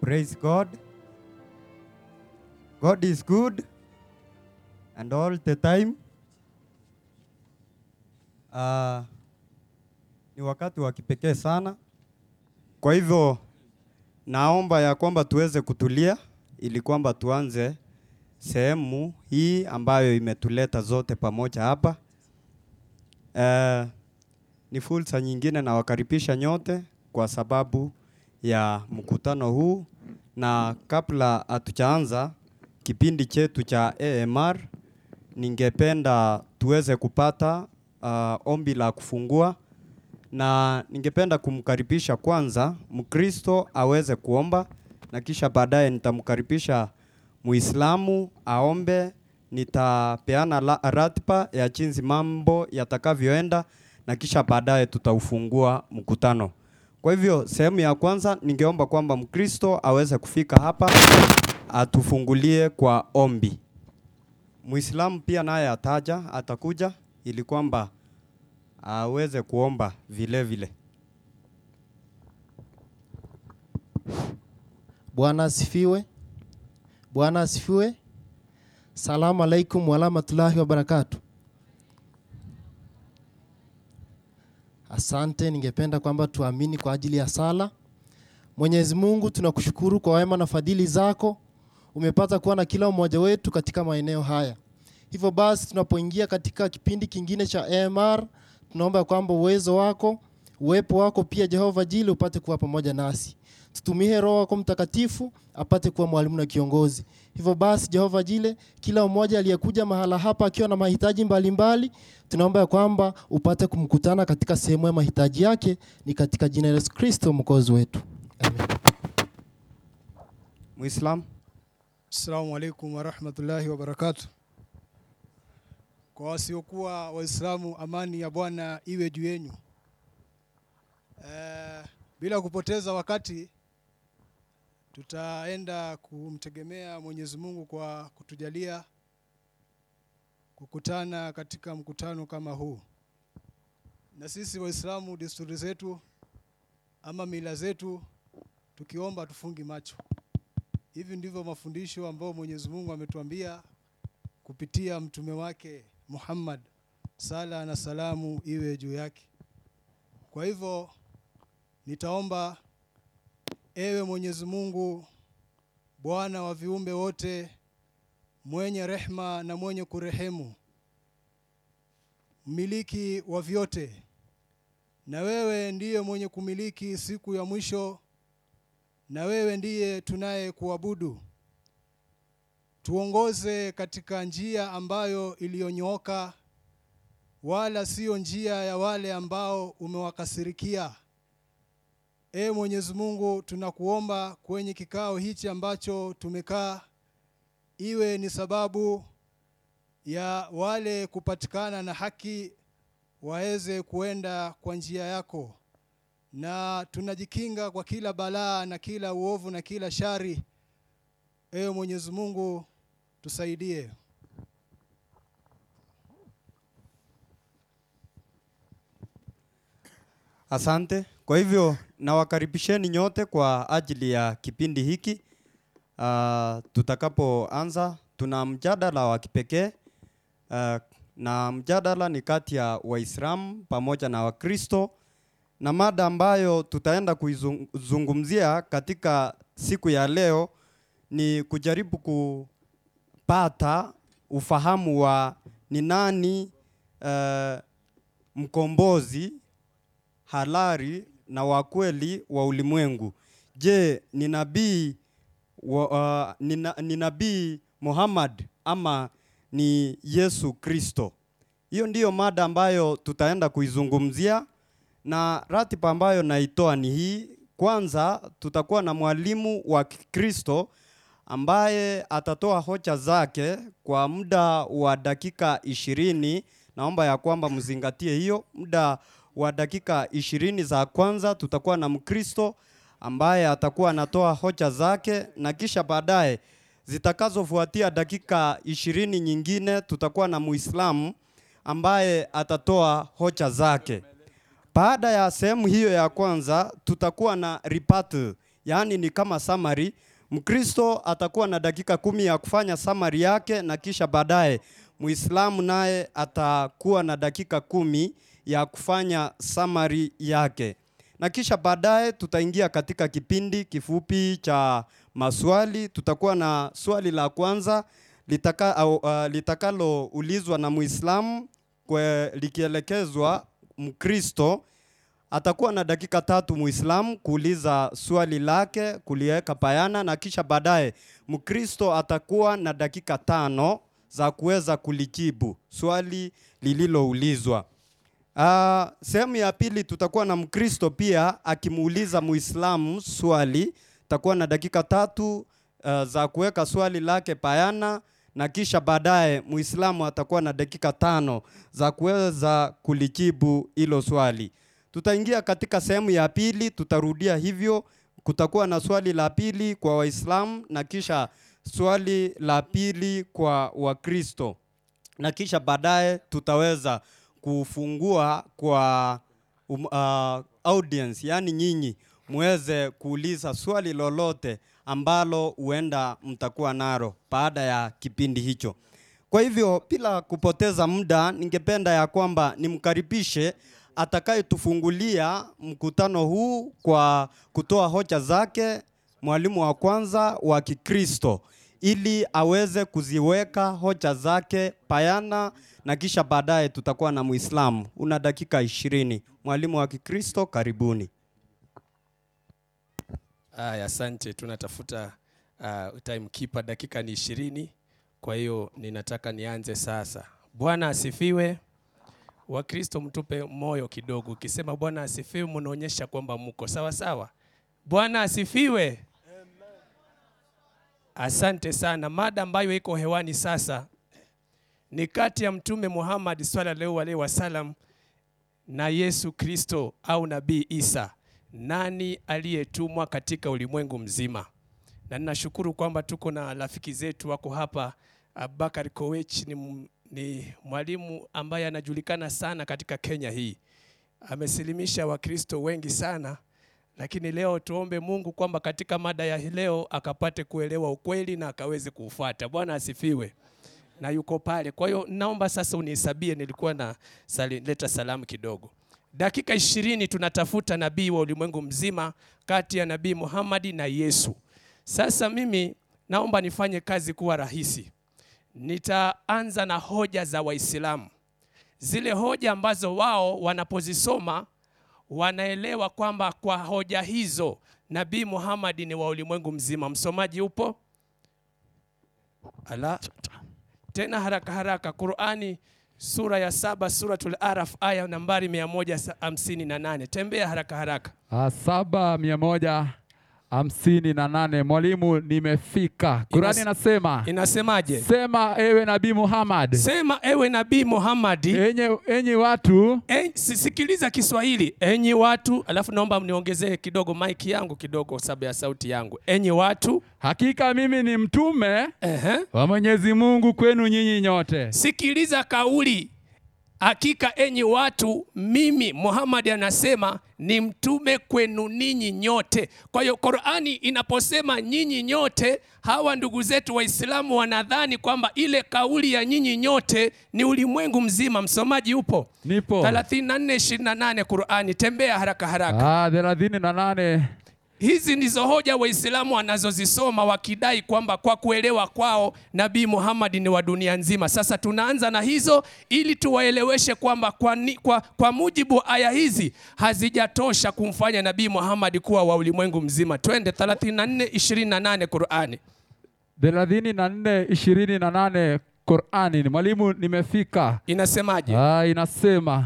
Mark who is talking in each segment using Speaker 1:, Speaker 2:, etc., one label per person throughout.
Speaker 1: Praise God. God is good and all the time. Ah, ni wakati wa kipekee sana. Kwa hivyo naomba ya kwamba tuweze kutulia ili kwamba tuanze sehemu hii ambayo imetuleta zote pamoja hapa. Eh, ni fursa nyingine nawakaribisha nyote kwa sababu ya mkutano huu, na kabla hatujaanza kipindi chetu cha AMR, ningependa tuweze kupata ah, ombi la kufungua, na ningependa kumkaribisha kwanza Mkristo aweze kuomba, na kisha baadaye nitamkaribisha Muislamu aombe. Nitapeana la- ratiba ya jinsi mambo yatakavyoenda na kisha baadaye tutaufungua mkutano. Kwa hivyo sehemu ya kwanza, ningeomba kwamba Mkristo aweze kufika hapa atufungulie kwa ombi. Muislamu pia naye ataja, atakuja ili kwamba aweze kuomba vile vile.
Speaker 2: Bwana asifiwe. Bwana asifiwe. Salamu alaikum warahmatullahi wabarakatu. Asante, ningependa kwamba tuamini kwa ajili ya sala. Mwenyezi Mungu, tunakushukuru kwa wema na fadhili zako umepata kuwa na kila mmoja wetu katika maeneo haya. Hivyo basi, tunapoingia katika kipindi kingine cha AMR, tunaomba kwamba uwezo wako, uwepo wako pia Jehova Jili upate kuwa pamoja nasi. Tutumie Roho wako Mtakatifu apate kuwa mwalimu na kiongozi. Hivyo basi, Jehova Jile, kila mmoja aliyekuja mahala hapa akiwa na mahitaji mbalimbali, tunaomba ya kwamba upate kumkutana katika sehemu ya mahitaji yake, ni katika jina la Yesu Kristo mwokozi wetu, amen.
Speaker 1: Muislamu,
Speaker 3: Assalamu alaikum warahmatullahi wabarakatu. Kwa wasiokuwa Waislamu, amani ya Bwana iwe juu yenyu. Eh, bila kupoteza wakati, tutaenda kumtegemea Mwenyezi Mungu kwa kutujalia kukutana katika mkutano kama huu. Na sisi Waislamu, desturi zetu ama mila zetu, tukiomba tufungi macho. Hivi ndivyo mafundisho ambayo Mwenyezi Mungu ametuambia kupitia mtume wake Muhammad, sala na salamu iwe juu yake. Kwa hivyo nitaomba, ewe Mwenyezi Mungu, Bwana wa viumbe wote, mwenye rehma na mwenye kurehemu, mmiliki wa vyote, na wewe ndiye mwenye kumiliki siku ya mwisho na wewe ndiye tunayekuabudu. Tuongoze katika njia ambayo iliyonyooka, wala siyo njia ya wale ambao umewakasirikia. Ee Mwenyezi Mungu, tunakuomba kwenye kikao hichi ambacho tumekaa, iwe ni sababu ya wale kupatikana na haki waweze kuenda kwa njia yako na tunajikinga kwa kila balaa na kila uovu na kila shari. Ewe Mwenyezi Mungu, tusaidie.
Speaker 1: asante. Kwa hivyo nawakaribisheni nyote kwa ajili ya kipindi hiki. Ah, tutakapoanza tuna mjadala wa kipekee Ah, na mjadala ni kati ya Waislamu pamoja na Wakristo na mada ambayo tutaenda kuizungumzia katika siku ya leo ni kujaribu kupata ufahamu wa ni nani eh, mkombozi halali na wa kweli wa ulimwengu. Je, ni nabii wa- ah, ni na- ni nabii Muhammad ama ni Yesu Kristo? Hiyo ndiyo mada ambayo tutaenda kuizungumzia na ratiba ambayo naitoa ni hii. Kwanza tutakuwa na mwalimu wa Kikristo ambaye atatoa hoja zake kwa muda wa dakika ishirini. Naomba ya kwamba mzingatie hiyo muda wa dakika ishirini za kwanza. Tutakuwa na Mkristo ambaye atakuwa anatoa hoja zake na kisha baadaye zitakazofuatia dakika ishirini nyingine tutakuwa na Muislamu ambaye atatoa hoja zake. Baada ya sehemu hiyo ya kwanza, tutakuwa na ripatu yaani ni kama summary. Mkristo atakuwa na dakika kumi ya kufanya summary yake, na kisha baadaye Muislamu naye atakuwa na dakika kumi ya kufanya summary yake, na kisha baadaye tutaingia katika kipindi kifupi cha maswali. Tutakuwa na swali la kwanza litaka, au, uh, litakaloulizwa na Muislamu kwe- likielekezwa Mkristo atakuwa na dakika tatu Muislamu kuuliza swali lake kuliweka bayana, na kisha baadaye Mkristo atakuwa na dakika tano za kuweza kulijibu swali lililoulizwa. Ah, sehemu ya pili tutakuwa na Mkristo pia akimuuliza Muislamu swali, takuwa na dakika tatu ah, za kuweka swali lake bayana na kisha baadaye Muislamu atakuwa na dakika tano za kuweza kulijibu hilo swali. Tutaingia katika sehemu ya pili, tutarudia hivyo. Kutakuwa na swali la pili kwa Waislamu na kisha swali la pili kwa Wakristo na kisha baadaye tutaweza kufungua kwa um, uh, audience yaani nyinyi muweze kuuliza swali lolote ambalo huenda mtakuwa nalo baada ya kipindi hicho. Kwa hivyo bila kupoteza muda, ningependa ya kwamba nimkaribishe atakayetufungulia mkutano huu kwa kutoa hoja zake mwalimu wa kwanza wa Kikristo ili aweze kuziweka hoja zake bayana na kisha baadaye tutakuwa na Muislamu. Una dakika ishirini. Mwalimu wa Kikristo, karibuni.
Speaker 4: Aya, asante. Tunatafuta uh, timekeeper, dakika ni ishirini. Kwa hiyo ninataka nianze sasa. Bwana asifiwe. Wakristo mtupe moyo kidogo, ukisema Bwana asifiwe mnaonyesha kwamba mko sawa sawa. Bwana asifiwe. Asante sana. Mada ambayo iko hewani sasa ni kati ya Mtume Muhammad sallallahu alaihi wasallam na Yesu Kristo au Nabii Isa, nani aliyetumwa katika ulimwengu mzima? Na ninashukuru kwamba tuko na rafiki zetu wako hapa. Abubakar Kowech ni, m- ni mwalimu ambaye anajulikana sana katika Kenya hii, amesilimisha Wakristo wengi sana, lakini leo tuombe Mungu kwamba katika mada ya hii leo akapate kuelewa ukweli na akaweze kuufuata. Bwana asifiwe na yuko pale. Kwa hiyo naomba sasa unihesabie, nilikuwa na sali, leta salamu kidogo. Dakika ishirini tunatafuta nabii wa ulimwengu mzima kati ya nabii Muhammad na Yesu. Sasa mimi naomba nifanye kazi kuwa rahisi. Nitaanza na hoja za Waislamu, zile hoja ambazo wao wanapozisoma wanaelewa kwamba kwa hoja hizo nabii Muhammad ni wa ulimwengu mzima. Msomaji upo? Ala, tena haraka haraka Qurani sura ya saba suratul Araf aya nambari 158 tembea haraka haraka
Speaker 5: Ah, saba mia moja hamsini na nane mwalimu nimefika kurani
Speaker 4: Inas-
Speaker 5: inasema
Speaker 4: inasemaje
Speaker 5: sema ewe nabii muhammad
Speaker 4: sema ewe nabii Muhammad
Speaker 5: enye, enyi watu
Speaker 4: en, si- sikiliza Kiswahili enyi watu alafu naomba mniongezee kidogo mic yangu kidogo saba ya sauti yangu enyi watu eh,
Speaker 5: hakika mimi ni mtume
Speaker 4: ehe
Speaker 5: wa mwenyezi mungu kwenu nyinyi nyote
Speaker 4: sikiliza kauli hakika enyi watu mimi muhamadi anasema ni mtume kwenu ninyi nyote kwa hiyo qurani inaposema nyinyi nyote hawa ndugu zetu waislamu wanadhani kwamba ile kauli ya nyinyi nyote ni ulimwengu mzima msomaji upo
Speaker 5: nipo
Speaker 4: 3428 qurani tembea haraka haraka
Speaker 5: Ah, thelathini na nane
Speaker 4: Hizi ndizo hoja Waislamu wanazozisoma wakidai kwamba kwa kuelewa kwao Nabii Muhammad ni wa dunia nzima. Sasa tunaanza na hizo ili tuwaeleweshe kwamba kwa, ni, kwa, kwa mujibu wa aya hizi hazijatosha kumfanya Nabii Muhammad kuwa wa ulimwengu mzima. Twende 34:28 Qur'ani.
Speaker 5: thelathini na nne ishirini na nane qurani ni mwalimu nimefika
Speaker 4: Inasemaje?
Speaker 5: ah, inasema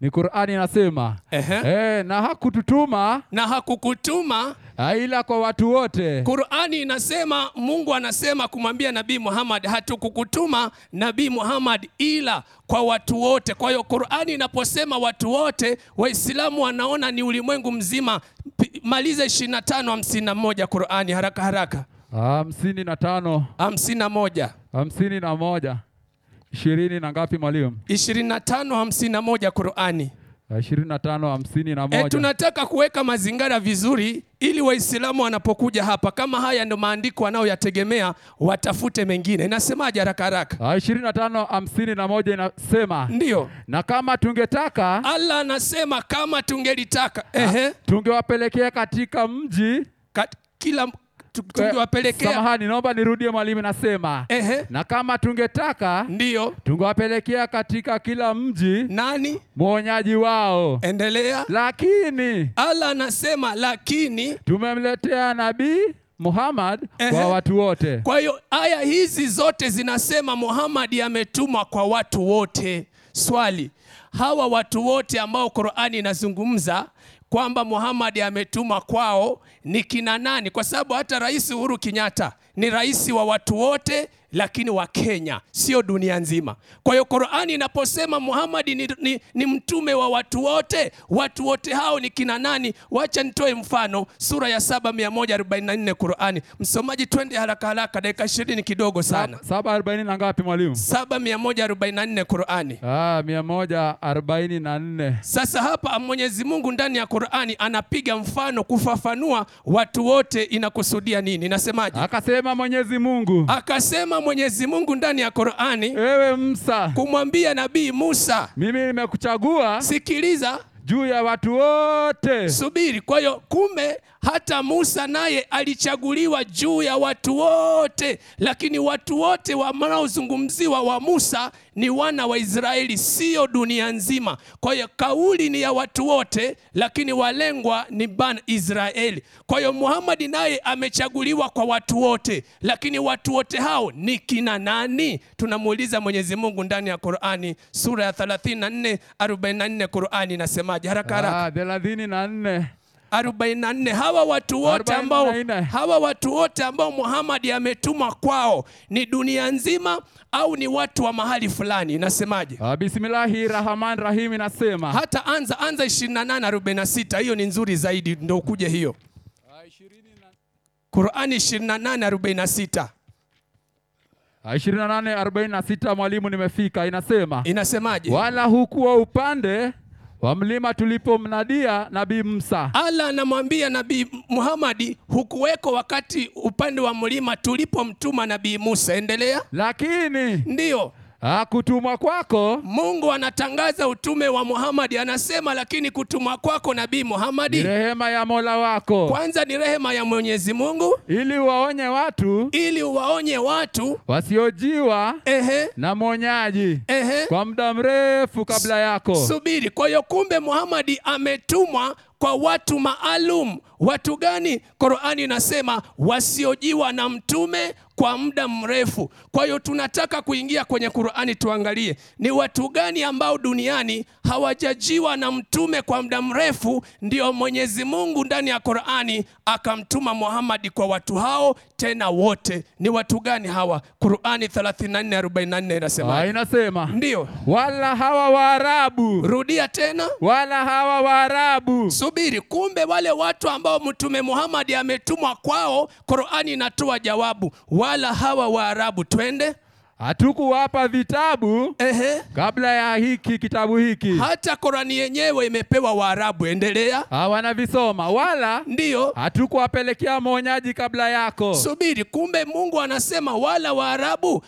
Speaker 5: ni qurani inasema
Speaker 4: Ehe.
Speaker 5: Eh, na hakututuma
Speaker 4: Na hakukutuma
Speaker 5: ah, ila kwa watu wote
Speaker 4: Qurani inasema Mungu anasema kumwambia Nabii Muhammad, hatukukutuma Nabii Muhammad ila kwa watu wote. Kwa hiyo Qurani inaposema watu wote, Waislamu wanaona ni ulimwengu mzima. P- Maliza 25 51 Qurani haraka haraka.
Speaker 5: Ah, hamsini na tano
Speaker 4: 51
Speaker 5: hamsini na moja ishirini na ngapi mwalimu?
Speaker 4: 25 51 Qurani.
Speaker 5: ishirini na tano hamsini na
Speaker 4: E,
Speaker 5: moja
Speaker 4: tunataka kuweka mazingira vizuri ili Waislamu wanapokuja hapa, kama haya ndio maandiko wanayoyategemea, watafute mengine. Inasemaje haraka haraka?
Speaker 5: Ah, ishirini na tano hamsini na moja inasema
Speaker 4: Ndiyo,
Speaker 5: na kama tungetaka
Speaker 4: Allah anasema kama tungelitaka,
Speaker 5: Ah.
Speaker 4: ehe,
Speaker 5: tungewapelekea katika mji
Speaker 4: kat- kila m- tu-
Speaker 5: eh,
Speaker 4: tungewapelekea, Eh.
Speaker 5: samahani naomba nirudie mwalimu nasema
Speaker 4: ehe,
Speaker 5: na kama tungetaka
Speaker 4: ndiyo.
Speaker 5: tungewapelekea katika kila mji
Speaker 4: Nani?
Speaker 5: mwonyaji wao
Speaker 4: Eh. Endelea.
Speaker 5: lakini
Speaker 4: Allah anasema lakini.
Speaker 5: tumemletea nabii Muhammad
Speaker 4: Ehe.
Speaker 5: kwa watu wote
Speaker 4: Eh. Kwa hiyo aya hizi zote zinasema Muhammad ametumwa kwa watu wote. Swali, hawa watu wote ambao Qur'ani inazungumza kwamba Muhammad ametumwa kwao ni kina nani? Kwa sababu hata Rais Uhuru Kenyatta ni rais wa watu wote lakini wa Kenya, sio dunia nzima. Kwa hiyo Qur'ani inaposema Muhammad ni, ni, ni mtume wa watu wote, watu wote hao ni kina nani? Wacha nitoe mfano, sura ya 7 144 Qur'ani. Msomaji, twende haraka haraka, dakika 20 kidogo sana.
Speaker 5: saba arobaini na ngapi mwalimu
Speaker 4: 7 144 Qur'ani.
Speaker 5: ah, mia moja arobaini na nne
Speaker 4: Sasa hapa Mwenyezi Mungu ndani ya Qur'ani anapiga mfano kufafanua watu wote inakusudia nini, nasemaje?
Speaker 5: akasema Mwenyezi Mungu
Speaker 4: Akasema Mwenyezi Mungu ndani ya Qur'ani
Speaker 5: ewe Musa
Speaker 4: kumwambia nabii Musa,
Speaker 5: mimi nimekuchagua
Speaker 4: sikiliza,
Speaker 5: juu ya watu wote
Speaker 4: subiri. Kwa hiyo kumbe hata Musa naye alichaguliwa juu ya watu wote, lakini watu wote wanaozungumziwa wa Musa ni wana wa Israeli, sio dunia nzima. Kwa hiyo kauli ni ya watu wote, lakini walengwa ni ban Israeli. Kwa hiyo Muhammad naye amechaguliwa kwa watu wote, lakini watu wote hao ni kina nani? Tunamuuliza Mwenyezi Mungu ndani ya Qur'ani sura ya 34 44 Qur'ani inasemaje? Haraka haraka.
Speaker 5: Ah, thelathini na nne
Speaker 4: 44 hawa watu wote ambao
Speaker 5: 44.
Speaker 4: hawa watu wote ambao Muhammad ametumwa kwao ni dunia nzima au ni watu wa mahali fulani inasemaje
Speaker 5: Ah, bismillahi rahman rahim inasema
Speaker 4: hata anza anza 28 46 hiyo ni nzuri zaidi ndio ukuje hiyo Qur'ani 28 46
Speaker 5: Ah, 28:46 mwalimu nimefika inasema
Speaker 4: inasemaje
Speaker 5: wala hukuwa upande wa mlima tulipomnadia nabii Musa
Speaker 4: Allah anamwambia Nabii Muhammad hukuweko wakati upande wa mlima tulipomtuma Nabii Musa endelea
Speaker 5: lakini
Speaker 4: ndiyo
Speaker 5: ah, kutumwa kwako
Speaker 4: Mungu anatangaza utume wa Muhammad, anasema lakini kutumwa kwako nabii
Speaker 5: ni
Speaker 4: Muhammad
Speaker 5: rehema ya Mola wako
Speaker 4: kwanza ni rehema ya Mwenyezi Mungu
Speaker 5: ili waonye watu
Speaker 4: ili waonye watu
Speaker 5: wasiojiwa
Speaker 4: ehe,
Speaker 5: na mwonyaji
Speaker 4: ehe,
Speaker 5: kwa muda mrefu kabla yako Ah,
Speaker 4: subiri. Kwa hiyo kumbe Muhammad ametumwa kwa watu maalum. Watu gani? Qur'ani inasema wasiojiwa na mtume kwa muda mrefu. Kwa hiyo tunataka kuingia kwenye Qur'ani tuangalie ni watu gani ambao duniani hawajajiwa na mtume kwa muda mrefu, ndio Mwenyezi Mungu ndani ya Qur'ani akamtuma Muhammad kwa watu hao tena wote. Ni watu gani hawa? Qur'ani 34:44
Speaker 5: Ah,
Speaker 4: inasema.
Speaker 5: inasema
Speaker 4: Ndio.
Speaker 5: wala hawa Waarabu
Speaker 4: Rudia tena.
Speaker 5: wala hawa Waarabu
Speaker 4: Subiri, kumbe wale watu ambao Mtume Muhammad ametumwa kwao, Qur'ani inatoa jawabu, wala hawa Waarabu. Twende
Speaker 5: hatukuwapa vitabu
Speaker 4: ehe.
Speaker 5: kabla ya hiki kitabu hiki
Speaker 4: Hata Qur'ani yenyewe imepewa Waarabu. Endelea.
Speaker 5: hawanavisoma Ah, wala
Speaker 4: Ndiyo,
Speaker 5: hatukuwapelekea mwonyaji kabla yako
Speaker 4: subiri, kumbe Mungu anasema wala Waarabu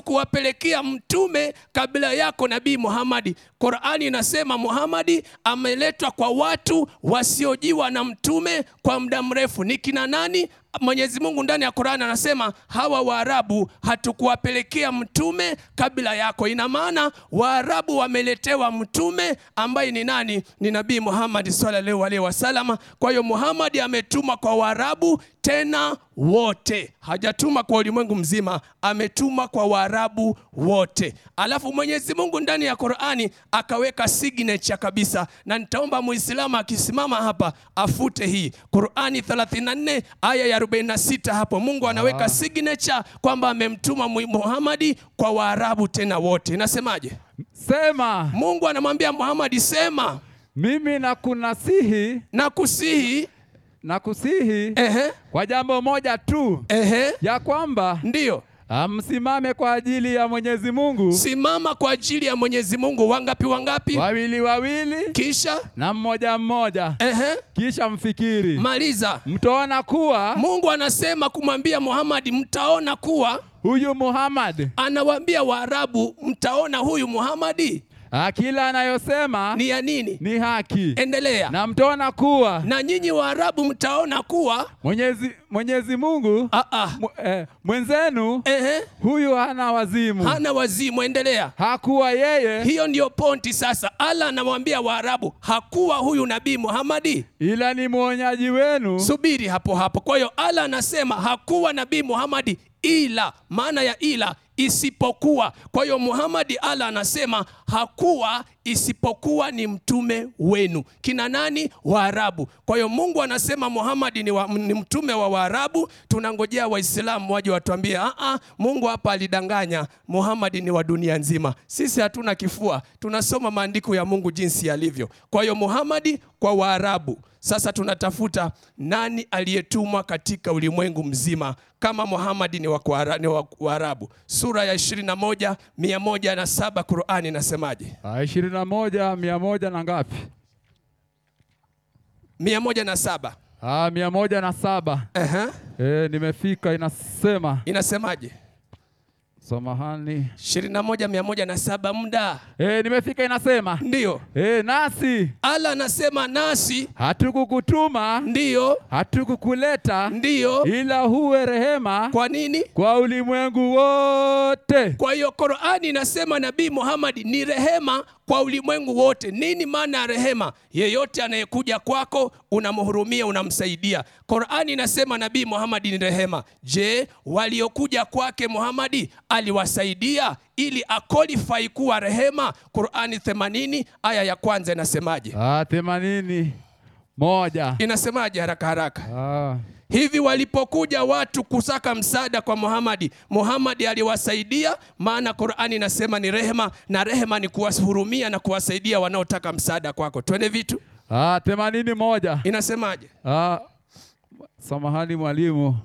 Speaker 4: hatukuwapelekea mtume kabla yako, Nabii Muhammad. Qur'ani inasema Muhammad ameletwa kwa watu wasiojiwa na mtume kwa muda mrefu. Ni kina nani? Mwenyezi Mungu ndani ya Qur'ani anasema hawa Waarabu hatukuwapelekea mtume kabla yako. Ina maana Waarabu wameletewa mtume ambaye ni nani? Ni Nabii Muhammad sallallahu alaihi wasallam. Kwa hiyo Muhammad ametuma kwa Waarabu tena wote, hajatuma kwa ulimwengu mzima, ametuma kwa Waarabu wote. Alafu Mwenyezi Mungu ndani ya Qur'ani akaweka signature kabisa, na nitaomba Muislamu akisimama hapa afute hii Qur'ani 34 aya ya 46 hapo. Mungu anaweka signature kwamba amemtuma Mu- Muhammadi kwa Waarabu tena wote. Nasemaje?
Speaker 5: sema
Speaker 4: Mungu anamwambia Muhammadi, sema
Speaker 5: mimi nakunasihi
Speaker 4: nakusihi,
Speaker 5: nakusihi
Speaker 4: ehe,
Speaker 5: kwa jambo moja tu
Speaker 4: ehe,
Speaker 5: ya kwamba
Speaker 4: ndiyo
Speaker 5: Ah, Msimame kwa ajili ya Mwenyezi Mungu
Speaker 4: simama kwa ajili ya mwenyezi mungu wangapi wangapi
Speaker 5: wawili wawili
Speaker 4: kisha
Speaker 5: na mmoja mmoja,
Speaker 4: ehe,
Speaker 5: kisha mfikiri,
Speaker 4: maliza
Speaker 5: mtaona kuwa
Speaker 4: mungu anasema kumwambia muhamadi mtaona kuwa
Speaker 5: huyu Muhammad
Speaker 4: anawaambia waarabu mtaona huyu muhamadi
Speaker 5: ah, kila anayosema
Speaker 4: ni ya nini
Speaker 5: ni haki,
Speaker 4: endelea na,
Speaker 5: na mtaona kuwa
Speaker 4: nyinyi waarabu mtaona kuwa
Speaker 5: Mwenyezi, Mwenyezi Mungu
Speaker 4: ah, ah,
Speaker 5: mu- eh, mwenzenu
Speaker 4: ehe,
Speaker 5: huyu hana wazimu,
Speaker 4: hana wazimu endelea
Speaker 5: hakuwa yeye
Speaker 4: hiyo ndiyo ponti sasa allah anawaambia waarabu hakuwa huyu nabii muhamadi
Speaker 5: ila ni mwonyaji wenu
Speaker 4: subiri hapo hapo kwa hiyo allah anasema hakuwa nabii muhamadi ila maana ya ila isipokuwa kwa hiyo muhamadi allah anasema hakuwa isipokuwa ni mtume wenu kina nani waarabu kwa hiyo mungu anasema muhamadi ni, wa, ni mtume wa waarabu tunangojea waislamu waje watuambie "Ah, ah, mungu hapa alidanganya muhamadi ni wa dunia nzima sisi hatuna kifua tunasoma maandiko ya mungu jinsi yalivyo kwa hiyo muhamadi kwa waarabu sasa tunatafuta nani aliyetumwa katika ulimwengu mzima kama Muhammad ni wa Kuara- ni wa Waarabu. Sura ya 21 107 Qur'ani inasemaje?
Speaker 5: Ah, ishirini na moja mia moja na ngapi?
Speaker 4: 107.
Speaker 5: Ah, mia moja na saba.
Speaker 4: Ehe.
Speaker 5: Eh, nimefika inasema
Speaker 4: Inasemaje?
Speaker 5: samahani
Speaker 4: 21 107 muda.
Speaker 5: eh, nimefika inasema
Speaker 4: Ndiyo.
Speaker 5: eh, nasi
Speaker 4: Allah anasema nasi
Speaker 5: hatukukutuma
Speaker 4: ndiyo
Speaker 5: hatukukuleta
Speaker 4: ndiyo.
Speaker 5: ila huwe rehema
Speaker 4: Kwa nini?
Speaker 5: kwa ulimwengu wote.
Speaker 4: Kwa hiyo Qur'ani inasema Nabii Muhammad ni rehema kwa ulimwengu wote. Nini maana ya rehema? Yeyote anayekuja kwako unamhurumia, unamsaidia. Qur'ani inasema Nabii Muhammad ni rehema. Je, waliokuja kwake Muhammad aliwasaidia ili akolifai kuwa rehema? Qur'ani 80 aya ya kwanza inasemaje?
Speaker 5: Ah, themanini moja
Speaker 4: Inasemaje haraka haraka?
Speaker 5: ah,
Speaker 4: Hivi walipokuja watu kusaka msaada kwa Muhamadi, Muhamadi aliwasaidia, maana Qurani inasema ni rehema, na rehema ni kuwahurumia na kuwasaidia wanaotaka msaada kwako. Twende vitu,
Speaker 5: ah, themanini moja
Speaker 4: inasemaje?
Speaker 5: ah, samahani mwalimu.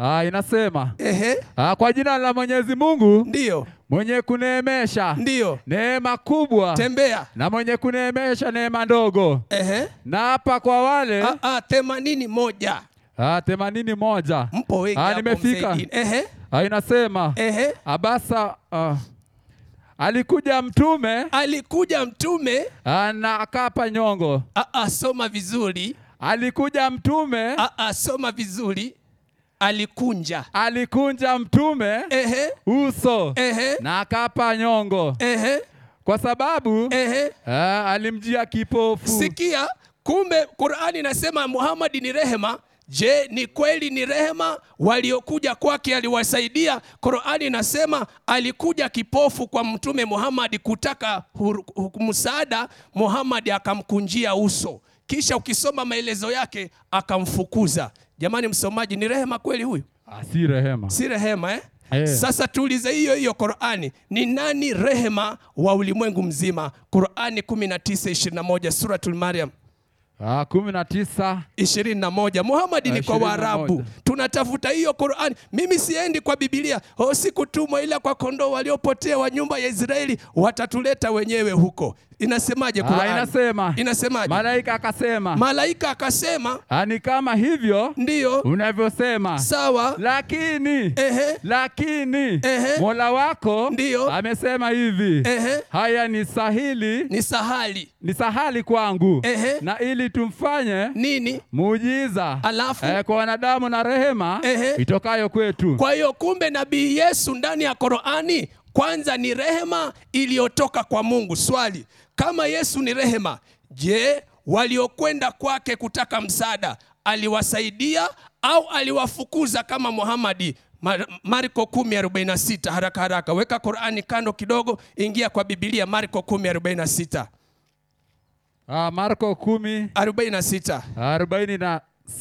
Speaker 5: Ah, inasema
Speaker 4: Ehe,
Speaker 5: ah, kwa jina la Mwenyezi Mungu
Speaker 4: ndiyo
Speaker 5: mwenye kuneemesha
Speaker 4: ndiyo,
Speaker 5: neema kubwa
Speaker 4: tembea.
Speaker 5: na mwenye kuneemesha neema ndogo,
Speaker 4: Ehe,
Speaker 5: na hapa kwa wale
Speaker 4: Ah, ah, themanini moja,
Speaker 5: ah, themanini moja
Speaker 4: mpo wengi
Speaker 5: Ah,
Speaker 4: hapo,
Speaker 5: nimefika.
Speaker 4: msaidini. Ehe,
Speaker 5: ah, inasema
Speaker 4: ehe,
Speaker 5: abasa ah, alikuja mtume
Speaker 4: alikuja mtume
Speaker 5: ah, na akapa nyongo,
Speaker 4: ah, ah, soma vizuri
Speaker 5: alikuja mtume
Speaker 4: ah, ah, soma vizuri, alikunja
Speaker 5: alikunja mtume
Speaker 4: ehe,
Speaker 5: uso
Speaker 4: ehe,
Speaker 5: na akapa nyongo
Speaker 4: ehe,
Speaker 5: kwa sababu
Speaker 4: ehe.
Speaker 5: ah, alimjia kipofu
Speaker 4: sikia kumbe qurani inasema muhamadi ni rehema je ni kweli ni rehema waliokuja kwake aliwasaidia qurani inasema alikuja kipofu kwa mtume muhamadi kutaka huru- hu- msaada muhamadi akamkunjia uso kisha ukisoma maelezo yake akamfukuza jamani msomaji ni rehema kweli huyu
Speaker 5: ah, si rehema
Speaker 4: si rehema eh?
Speaker 5: Eh.
Speaker 4: sasa tuulize hiyo hiyo qurani ni nani rehema wa ulimwengu mzima qurani 1921 suratul mariam
Speaker 5: ah, kumi na tisa
Speaker 4: 21 Muhammad ni kwa
Speaker 5: 21.
Speaker 4: Waarabu. Tunatafuta hiyo Qur'an. Mimi siendi kwa Biblia. O sikutumwa ila kwa kondoo waliopotea wa nyumba ya Israeli watatuleta wenyewe huko. Inasemaje
Speaker 5: ah,
Speaker 4: Qur'an?
Speaker 5: inasema
Speaker 4: Inasemaje?
Speaker 5: malaika akasema
Speaker 4: Malaika akasema
Speaker 5: Ah, ni kama hivyo
Speaker 4: ndiyo
Speaker 5: unavyosema,
Speaker 4: sawa.
Speaker 5: lakini
Speaker 4: Ehe.
Speaker 5: lakini
Speaker 4: Ehe.
Speaker 5: Mola wako
Speaker 4: Ndiyo.
Speaker 5: amesema hivi
Speaker 4: Ehe.
Speaker 5: haya ni sahili
Speaker 4: Ni sahali.
Speaker 5: ni sahali kwangu
Speaker 4: Ehe.
Speaker 5: na ili tumfanye
Speaker 4: Nini?
Speaker 5: muujiza
Speaker 4: Alafu?
Speaker 5: eh, kwa wanadamu na rehema
Speaker 4: Ehe.
Speaker 5: itokayo kwetu
Speaker 4: Kwa hiyo kumbe nabii Yesu ndani ya Qur'ani kwanza ni rehema iliyotoka kwa Mungu. Swali, kama Yesu ni rehema, je, waliokwenda kwake kutaka msaada aliwasaidia au aliwafukuza kama Muhamadi? Mar- Marko 10:46 haraka haraka, weka Qur'ani kando kidogo, ingia kwa Biblia Marko 10:46.
Speaker 5: ah, Marko kumi
Speaker 4: 46.
Speaker 5: arobaini na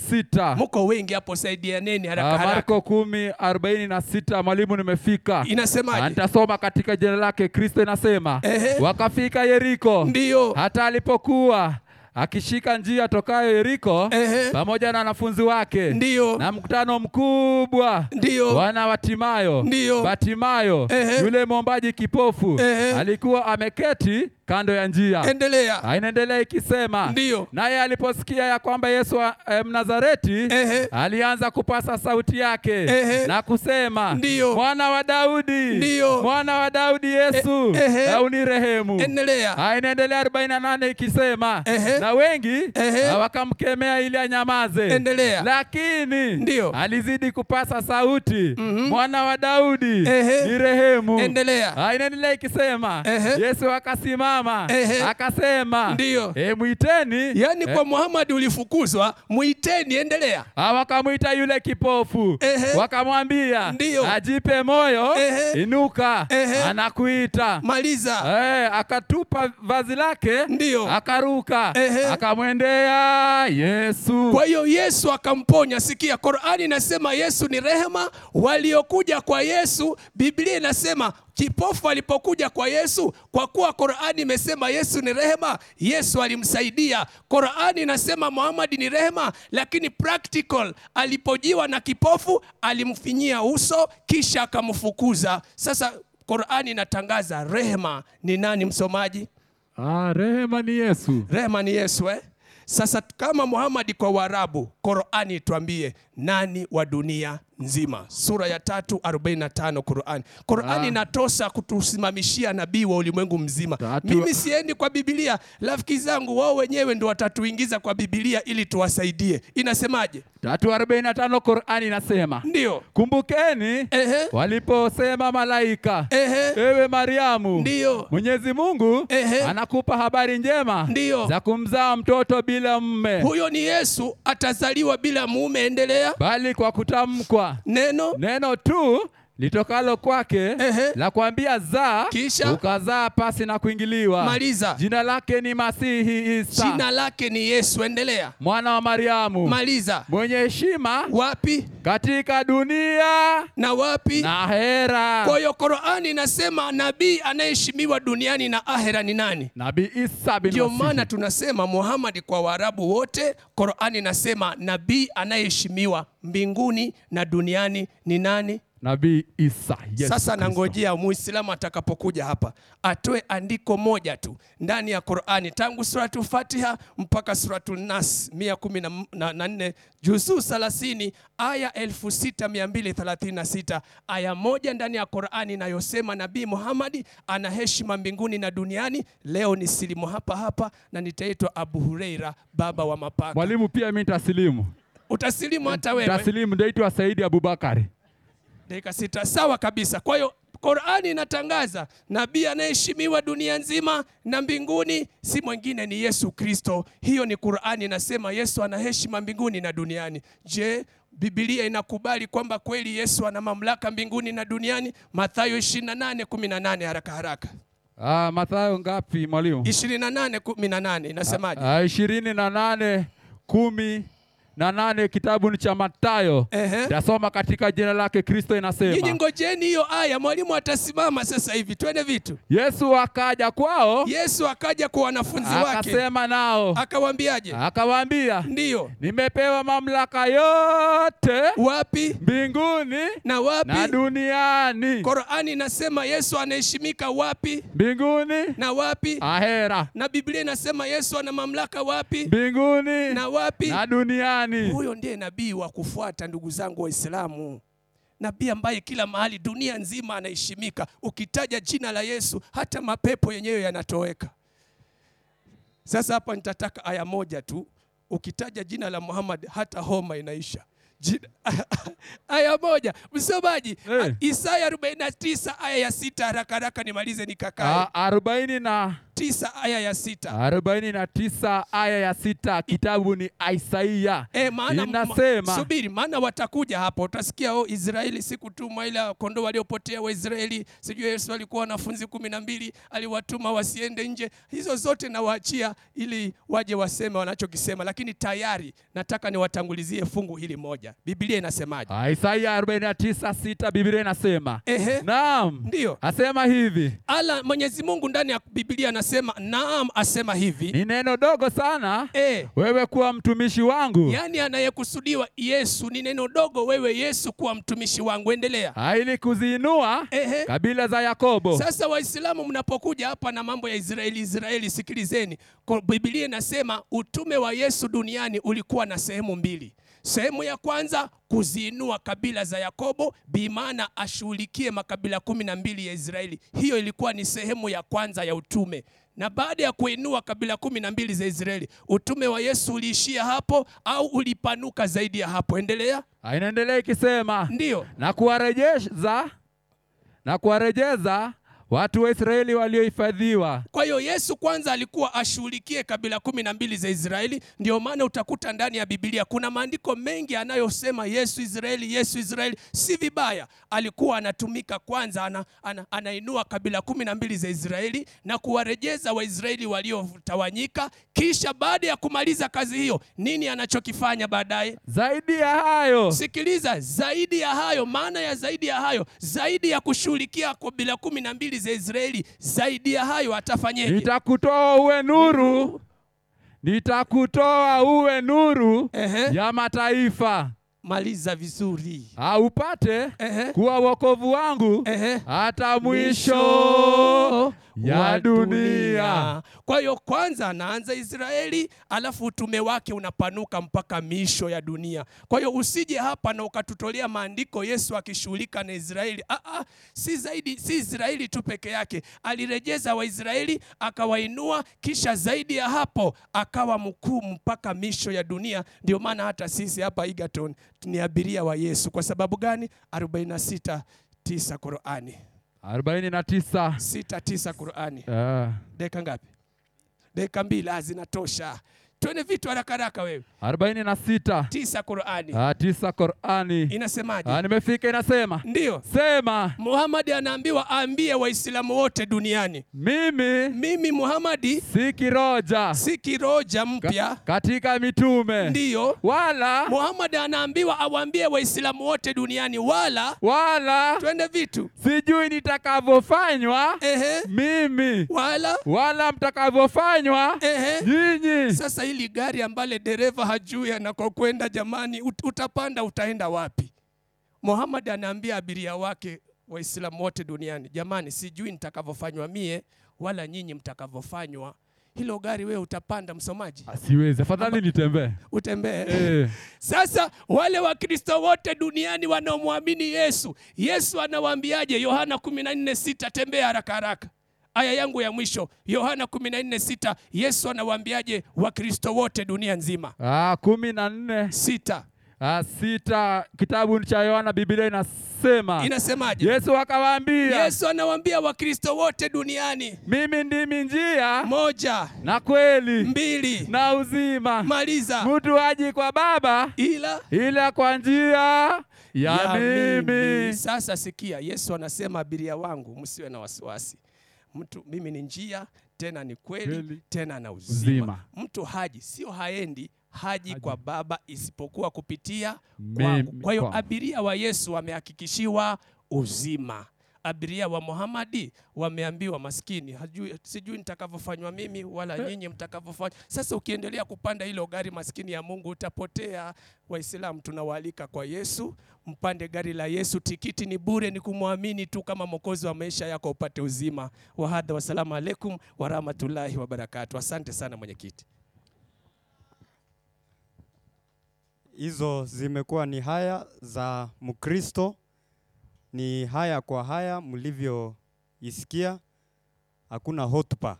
Speaker 5: sita
Speaker 4: Mko wengi hapo, saidianeni haraka
Speaker 5: Ah,
Speaker 4: haraka.
Speaker 5: Marko kumi arobaini na sita Mwalimu, nimefika Ah,
Speaker 4: Inasemaje?
Speaker 5: Nitasoma katika jina lake Kristo inasema
Speaker 4: Ehe.
Speaker 5: wakafika Yeriko,
Speaker 4: Ndiyo.
Speaker 5: hata alipokuwa akishika njia tokayo Yeriko
Speaker 4: Ehe.
Speaker 5: pamoja na wanafunzi wake
Speaker 4: Ndiyo.
Speaker 5: na mkutano mkubwa
Speaker 4: Ndiyo.
Speaker 5: wana wa Timayo
Speaker 4: Ndiyo.
Speaker 5: Batimayo
Speaker 4: Ehe.
Speaker 5: yule mwombaji kipofu
Speaker 4: Ehe.
Speaker 5: alikuwa ameketi kando ya njia
Speaker 4: endelea
Speaker 5: Ah, inaendelea ikisema
Speaker 4: Ndiyo.
Speaker 5: naye aliposikia ya kwamba Yesu wa- eh, Mnazareti
Speaker 4: Ehe.
Speaker 5: alianza kupasa sauti yake
Speaker 4: Ehe.
Speaker 5: na kusema
Speaker 4: Ndiyo.
Speaker 5: mwana wa Daudi
Speaker 4: Ndiyo.
Speaker 5: mwana wa Daudi Yesu
Speaker 4: E- ehe.
Speaker 5: na unirehemu
Speaker 4: endelea
Speaker 5: Ah, inaendelea 48 ikisema
Speaker 4: Ehe.
Speaker 5: na wengi
Speaker 4: Ehe.
Speaker 5: ah, wakamkemea ili anyamaze
Speaker 4: Endelea.
Speaker 5: lakini
Speaker 4: Ndiyo.
Speaker 5: alizidi kupasa sauti mwana wa Daudi
Speaker 4: Mhm. Ehe.
Speaker 5: nirehemu
Speaker 4: endelea
Speaker 5: Ah, inaendelea ikisema
Speaker 4: Ehe.
Speaker 5: Yesu akasimama
Speaker 4: Ehe.
Speaker 5: akasema
Speaker 4: Ndiyo.
Speaker 5: e, mwiteni
Speaker 4: yaani
Speaker 5: Eh,
Speaker 4: kwa Muhammadi ulifukuzwa mwiteni endelea
Speaker 5: ah, wakamwita yule kipofu
Speaker 4: Ehe.
Speaker 5: wakamwambia
Speaker 4: Ndiyo.
Speaker 5: ajipe moyo
Speaker 4: Ehe.
Speaker 5: inuka
Speaker 4: Ehe.
Speaker 5: anakuita
Speaker 4: maliza
Speaker 5: Eh, akatupa vazi lake
Speaker 4: Ndiyo.
Speaker 5: akaruka
Speaker 4: Ehe.
Speaker 5: akamwendea Yesu
Speaker 4: kwa hiyo Yesu akamponya. Sikia, Qur'ani inasema Yesu ni rehema. Waliokuja kwa Yesu, Biblia inasema kipofu alipokuja kwa Yesu, kwa kuwa Qur'ani imesema Yesu ni rehema, Yesu alimsaidia. Qur'ani inasema Muhammad ni rehema, lakini practical, alipojiwa na kipofu alimfinyia uso kisha akamfukuza. Sasa Qur'ani inatangaza rehema ni nani, msomaji?
Speaker 5: ah, rehema ni Yesu
Speaker 4: rehema ni Yesu eh? Sasa kama Muhammad kwa Waarabu, Qurani tuambie nani wa dunia nzima, sura ya tatu 45 Qurani. Qurani
Speaker 5: Ah.
Speaker 4: inatosha kutusimamishia nabii wa ulimwengu mzima.
Speaker 5: Tatu-
Speaker 4: Mimi siendi kwa Biblia, rafiki zangu wao wenyewe ndio watatuingiza kwa Biblia ili tuwasaidie. Inasemaje?
Speaker 5: 345 Qur'ani inasema
Speaker 4: Ndio,
Speaker 5: kumbukeni
Speaker 4: ehe,
Speaker 5: waliposema malaika
Speaker 4: ehe,
Speaker 5: ewe Mariamu,
Speaker 4: Ndiyo.
Speaker 5: Mwenyezi Mungu
Speaker 4: Ehe.
Speaker 5: anakupa habari njema
Speaker 4: Ndiyo.
Speaker 5: za kumzaa mtoto bila mme,
Speaker 4: huyo ni Yesu, atazaliwa bila mume. Endelea
Speaker 5: bali kwa kutamkwa
Speaker 4: neno
Speaker 5: neno tu litokalo kwake
Speaker 4: Ehe.
Speaker 5: la kuambia zaa,
Speaker 4: Kisha?
Speaker 5: ukazaa pasi na kuingiliwa.
Speaker 4: Maliza.
Speaker 5: Jina lake ni Masihi Isa
Speaker 4: jina lake ni Yesu. Endelea,
Speaker 5: mwana wa Mariamu,
Speaker 4: maliza.
Speaker 5: mwenye heshima
Speaker 4: Wapi
Speaker 5: katika dunia
Speaker 4: na wapi
Speaker 5: na hera.
Speaker 4: Kwa hiyo Qur'ani inasema nabii anayeheshimiwa duniani na ahera ni nani?
Speaker 5: Nabii Isa bin
Speaker 4: Ndio
Speaker 5: Masihi.
Speaker 4: maana tunasema Muhammad kwa Waarabu wote, Qur'ani inasema nabii anayeheshimiwa mbinguni na duniani ni nani?
Speaker 5: Nabii Isa. Yesu
Speaker 4: Sasa
Speaker 5: Kristo.
Speaker 4: nangojea Muislamu atakapokuja hapa atoe andiko moja tu ndani ya Qur'ani tangu suratu Fatiha mpaka suratu Nas 114 juzuu 30 aya 6236 aya moja ndani ya Qur'ani inayosema Nabii Muhammad ana heshima mbinguni na duniani. Leo ni silimu hapa hapa na nitaitwa Abu Hureira baba wa mapaka.
Speaker 5: Mwalimu pia mimi nitasilimu.
Speaker 4: Utasilimu hata wewe.
Speaker 5: Taslimu ndaitwa Saidi Abubakari.
Speaker 4: dakika sita. Sawa kabisa. Kwa hiyo Qur'ani inatangaza nabii anayeheshimiwa dunia nzima na mbinguni si mwingine ni Yesu Kristo. Hiyo ni Qur'ani inasema Yesu ana heshima mbinguni na duniani. Je, Biblia inakubali kwamba kweli Yesu ana mamlaka mbinguni na duniani? Mathayo 28:18 haraka haraka.
Speaker 5: Ah, Mathayo ngapi mwalimu?
Speaker 4: 28:18 inasemaje?
Speaker 5: Ah, ishirini na nane kumi na nane kitabu ni cha Mathayo.
Speaker 4: Ehe.
Speaker 5: Tasoma katika jina lake Kristo
Speaker 4: Nyinyi
Speaker 5: inasema
Speaker 4: ngojeni hiyo aya, mwalimu atasimama sasa hivi. Twende vitu.
Speaker 5: Yesu akaja kwao
Speaker 4: Yesu akaja kwa wanafunzi wake
Speaker 5: Ah, akasema Ah. nao
Speaker 4: akawaambiaje?
Speaker 5: akawaambia,
Speaker 4: Ndiyo.
Speaker 5: nimepewa mamlaka yote
Speaker 4: Wapi
Speaker 5: mbinguni
Speaker 4: na wapi?
Speaker 5: na duniani.
Speaker 4: Qur'ani inasema Yesu anaheshimika wapi
Speaker 5: Mbinguni
Speaker 4: na wapi?
Speaker 5: Ah. ahera,
Speaker 4: Na Biblia inasema Yesu ana mamlaka wapi
Speaker 5: mbinguni
Speaker 4: na wapi?
Speaker 5: na duniani.
Speaker 4: Huyo ndiye nabii wa kufuata, ndugu zangu Waislamu, nabii ambaye kila mahali dunia nzima anaheshimika. Ukitaja jina la Yesu, hata mapepo yenyewe yanatoweka. Sasa hapa nitataka aya moja tu, ukitaja jina la Muhammad hata homa inaisha. Jina- aya moja, msomaji
Speaker 5: Eh.
Speaker 4: Isaya 49 aya ya sita, haraka haraka nimalize nikakae.
Speaker 5: Ah, arobaini na
Speaker 4: Tisa aya ya sita.
Speaker 5: arobaini na tisa aya ya sita kitabu ni Isaia
Speaker 4: E, maana
Speaker 5: inasema
Speaker 4: ma, subiri, maana watakuja hapo, utasikia oh, Israeli sikutuma ila kondoo waliopotea Waisraeli, sijui Yesu alikuwa wanafunzi kumi na mbili aliwatuma wasiende nje. Hizo zote nawaachia ili waje waseme wanachokisema, lakini tayari nataka niwatangulizie fungu hili moja. Biblia inasemaje?
Speaker 5: Ah, Isaia 49 sita Biblia inasema
Speaker 4: Ehe,
Speaker 5: naam,
Speaker 4: Ndiyo.
Speaker 5: asema hivi
Speaker 4: ala Mwenyezi Mungu ndani ya Biblia asema naam asema hivi
Speaker 5: Ni neno dogo sana
Speaker 4: e,
Speaker 5: wewe kuwa mtumishi wangu,
Speaker 4: yaani anayekusudiwa yesu ni neno dogo wewe yesu kuwa mtumishi wangu endelea
Speaker 5: Ah, ili kuziinua
Speaker 4: Ehe.
Speaker 5: kabila za Yakobo.
Speaker 4: Sasa Waislamu mnapokuja hapa na mambo ya Israeli Israeli, sikilizeni, Kwa Biblia inasema utume wa Yesu duniani ulikuwa na sehemu mbili. Sehemu ya kwanza kuziinua kabila za Yakobo, bimaana ashughulikie makabila kumi na mbili ya Israeli. Hiyo ilikuwa ni sehemu ya kwanza ya utume na baada ya kuinua kabila kumi na mbili za Israeli, utume wa Yesu uliishia hapo au ulipanuka zaidi ya hapo? Endelea.
Speaker 5: Ah, Inaendelea ikisema
Speaker 4: Ndiyo,
Speaker 5: na kuwarejeza na kuwarejeza watu wa Israeli waliohifadhiwa.
Speaker 4: Kwa hiyo Yesu kwanza alikuwa ashughulikie kabila kumi na mbili za Israeli. Ndio maana utakuta ndani ya Biblia kuna maandiko mengi anayosema Yesu Israeli, Yesu Israeli. Si vibaya, alikuwa anatumika kwanza, ana, ana, anainua kabila kumi na mbili za Israeli na kuwarejeza Waisraeli waliotawanyika. Kisha baada ya kumaliza kazi hiyo, nini anachokifanya baadaye?
Speaker 5: Zaidi ya hayo,
Speaker 4: Sikiliza, zaidi ya hayo, maana ya zaidi ya hayo, zaidi ya kushughulikia kabila kumi na mbili za Israeli, zaidi ya hayo atafanyeje?
Speaker 5: nitakutoa uwe nuru, nitakutoa uwe nuru
Speaker 4: Ehe.
Speaker 5: ya mataifa,
Speaker 4: Maliza vizuri.
Speaker 5: aupate
Speaker 4: Ehe.
Speaker 5: kuwa wokovu wangu
Speaker 4: Ehe.
Speaker 5: hata mwisho
Speaker 4: wa
Speaker 5: ya dunia.
Speaker 4: Kwa hiyo kwanza anaanza Israeli, alafu utume wake unapanuka mpaka miisho ya dunia. Kwa hiyo usije hapa na ukatutolea maandiko Yesu akishughulika na Israeli. Ah, ah, si zaidi, si Israeli tu peke yake, alirejeza Waisraeli akawainua, kisha zaidi ya hapo akawa mkuu mpaka miisho ya dunia. Ndio maana hata sisi hapa Egerton ni abiria wa Yesu. Kwa sababu gani? 46 9 Qurani
Speaker 5: 49
Speaker 4: sita tisa Qurani.
Speaker 5: Ah,
Speaker 4: Dakika ngapi? Dakika mbili. Ah, zinatosha. Twende vitu haraka haraka. Wewe
Speaker 5: 46
Speaker 4: tisa Qurani
Speaker 5: Ah, tisa Qurani Ah,
Speaker 4: inasemaje?
Speaker 5: nimefika, inasema
Speaker 4: Ndiyo,
Speaker 5: sema
Speaker 4: Muhamadi anaambiwa aambie Waislamu wote duniani,
Speaker 5: mimi
Speaker 4: mimi Muhamadi
Speaker 5: si kiroja
Speaker 4: si kiroja mpya.
Speaker 5: katika mitume
Speaker 4: Ndiyo,
Speaker 5: wala
Speaker 4: Muhamadi anaambiwa awaambie Waislamu wote duniani, wala
Speaker 5: wala
Speaker 4: twende vitu
Speaker 5: sijui nitakavyofanywa
Speaker 4: ehe,
Speaker 5: mimi
Speaker 4: wala
Speaker 5: wala mtakavyofanywa
Speaker 4: ehe.
Speaker 5: nyinyi.
Speaker 4: Sasa hili gari ambale dereva hajui anakokwenda, jamani, ut- utapanda utaenda wapi? Muhammad anaambia abiria wake Waislamu wote duniani, jamani, sijui nitakavyofanywa mie wala nyinyi mtakavyofanywa. Hilo gari wewe utapanda, msomaji,
Speaker 5: Ah, Siwezi, afadhali nitembee.
Speaker 4: utembee
Speaker 5: Eh,
Speaker 4: sasa wale Wakristo wote duniani wanaomwamini Yesu, Yesu anawaambiaje? Yohana 14:6, tembea haraka haraka, aya yangu ya mwisho. Yohana 14:6, Yesu anawaambiaje Wakristo wote dunia nzima?
Speaker 5: ah, kumi na nne
Speaker 4: Sita
Speaker 5: ah, sita kitabu cha Yohana, Biblia inasema
Speaker 4: inasemaje?
Speaker 5: Yesu akawaambia,
Speaker 4: Yesu anawaambia Wakristo wote duniani,
Speaker 5: mimi ndimi njia
Speaker 4: moja,
Speaker 5: na kweli
Speaker 4: mbili,
Speaker 5: Ah. na uzima,
Speaker 4: maliza,
Speaker 5: mtu haji kwa Baba
Speaker 4: ila
Speaker 5: ila kwa njia ya,
Speaker 4: ya mimi.
Speaker 5: mimi.
Speaker 4: Sasa sikia, Yesu anasema abiria wangu, msiwe na wasiwasi. Mtu mimi ni njia tena ni kweli,
Speaker 5: Kweli.
Speaker 4: tena na uzima.
Speaker 5: Uzima.
Speaker 4: Mtu haji sio haendi haji,
Speaker 5: Haji.
Speaker 4: kwa Baba isipokuwa kupitia
Speaker 5: Mimi-
Speaker 4: kwangu. Kwa hiyo
Speaker 5: kwangu.
Speaker 4: abiria wa Yesu wamehakikishiwa uzima. Abiria wa Muhamadi wameambiwa maskini, hajui, sijui nitakavyofanywa mimi wala nyinyi mtakavyofanywa. Sasa ukiendelea kupanda hilo gari maskini ya Mungu utapotea. Waislamu tunawaalika kwa Yesu, mpande gari la Yesu. Tikiti ni bure, ni kumwamini tu kama mwokozi wa maisha yako, upate uzima. Wahadha, wassalamu alaikum warahmatullahi wabarakatu. Asante sana mwenyekiti.
Speaker 6: Hizo zimekuwa ni haya za Mkristo, ni haya kwa haya mlivyoisikia, hakuna hotuba.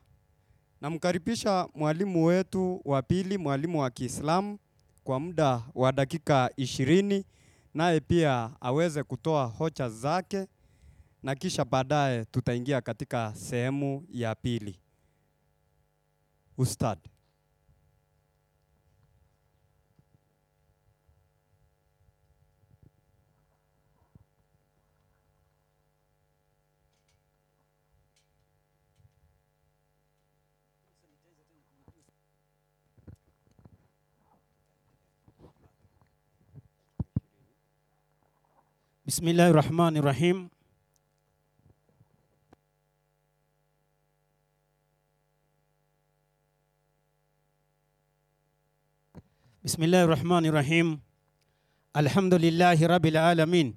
Speaker 6: Namkaribisha mwalimu wetu wa pili, mwalimu wa Kiislamu kwa muda wa dakika ishirini, naye pia aweze kutoa hoja zake, na kisha baadaye tutaingia katika sehemu ya pili. Ustad.
Speaker 1: Bismillahi rahmani rahim. بسم الله الرحمن الرحيم الحمد لله رب العالمين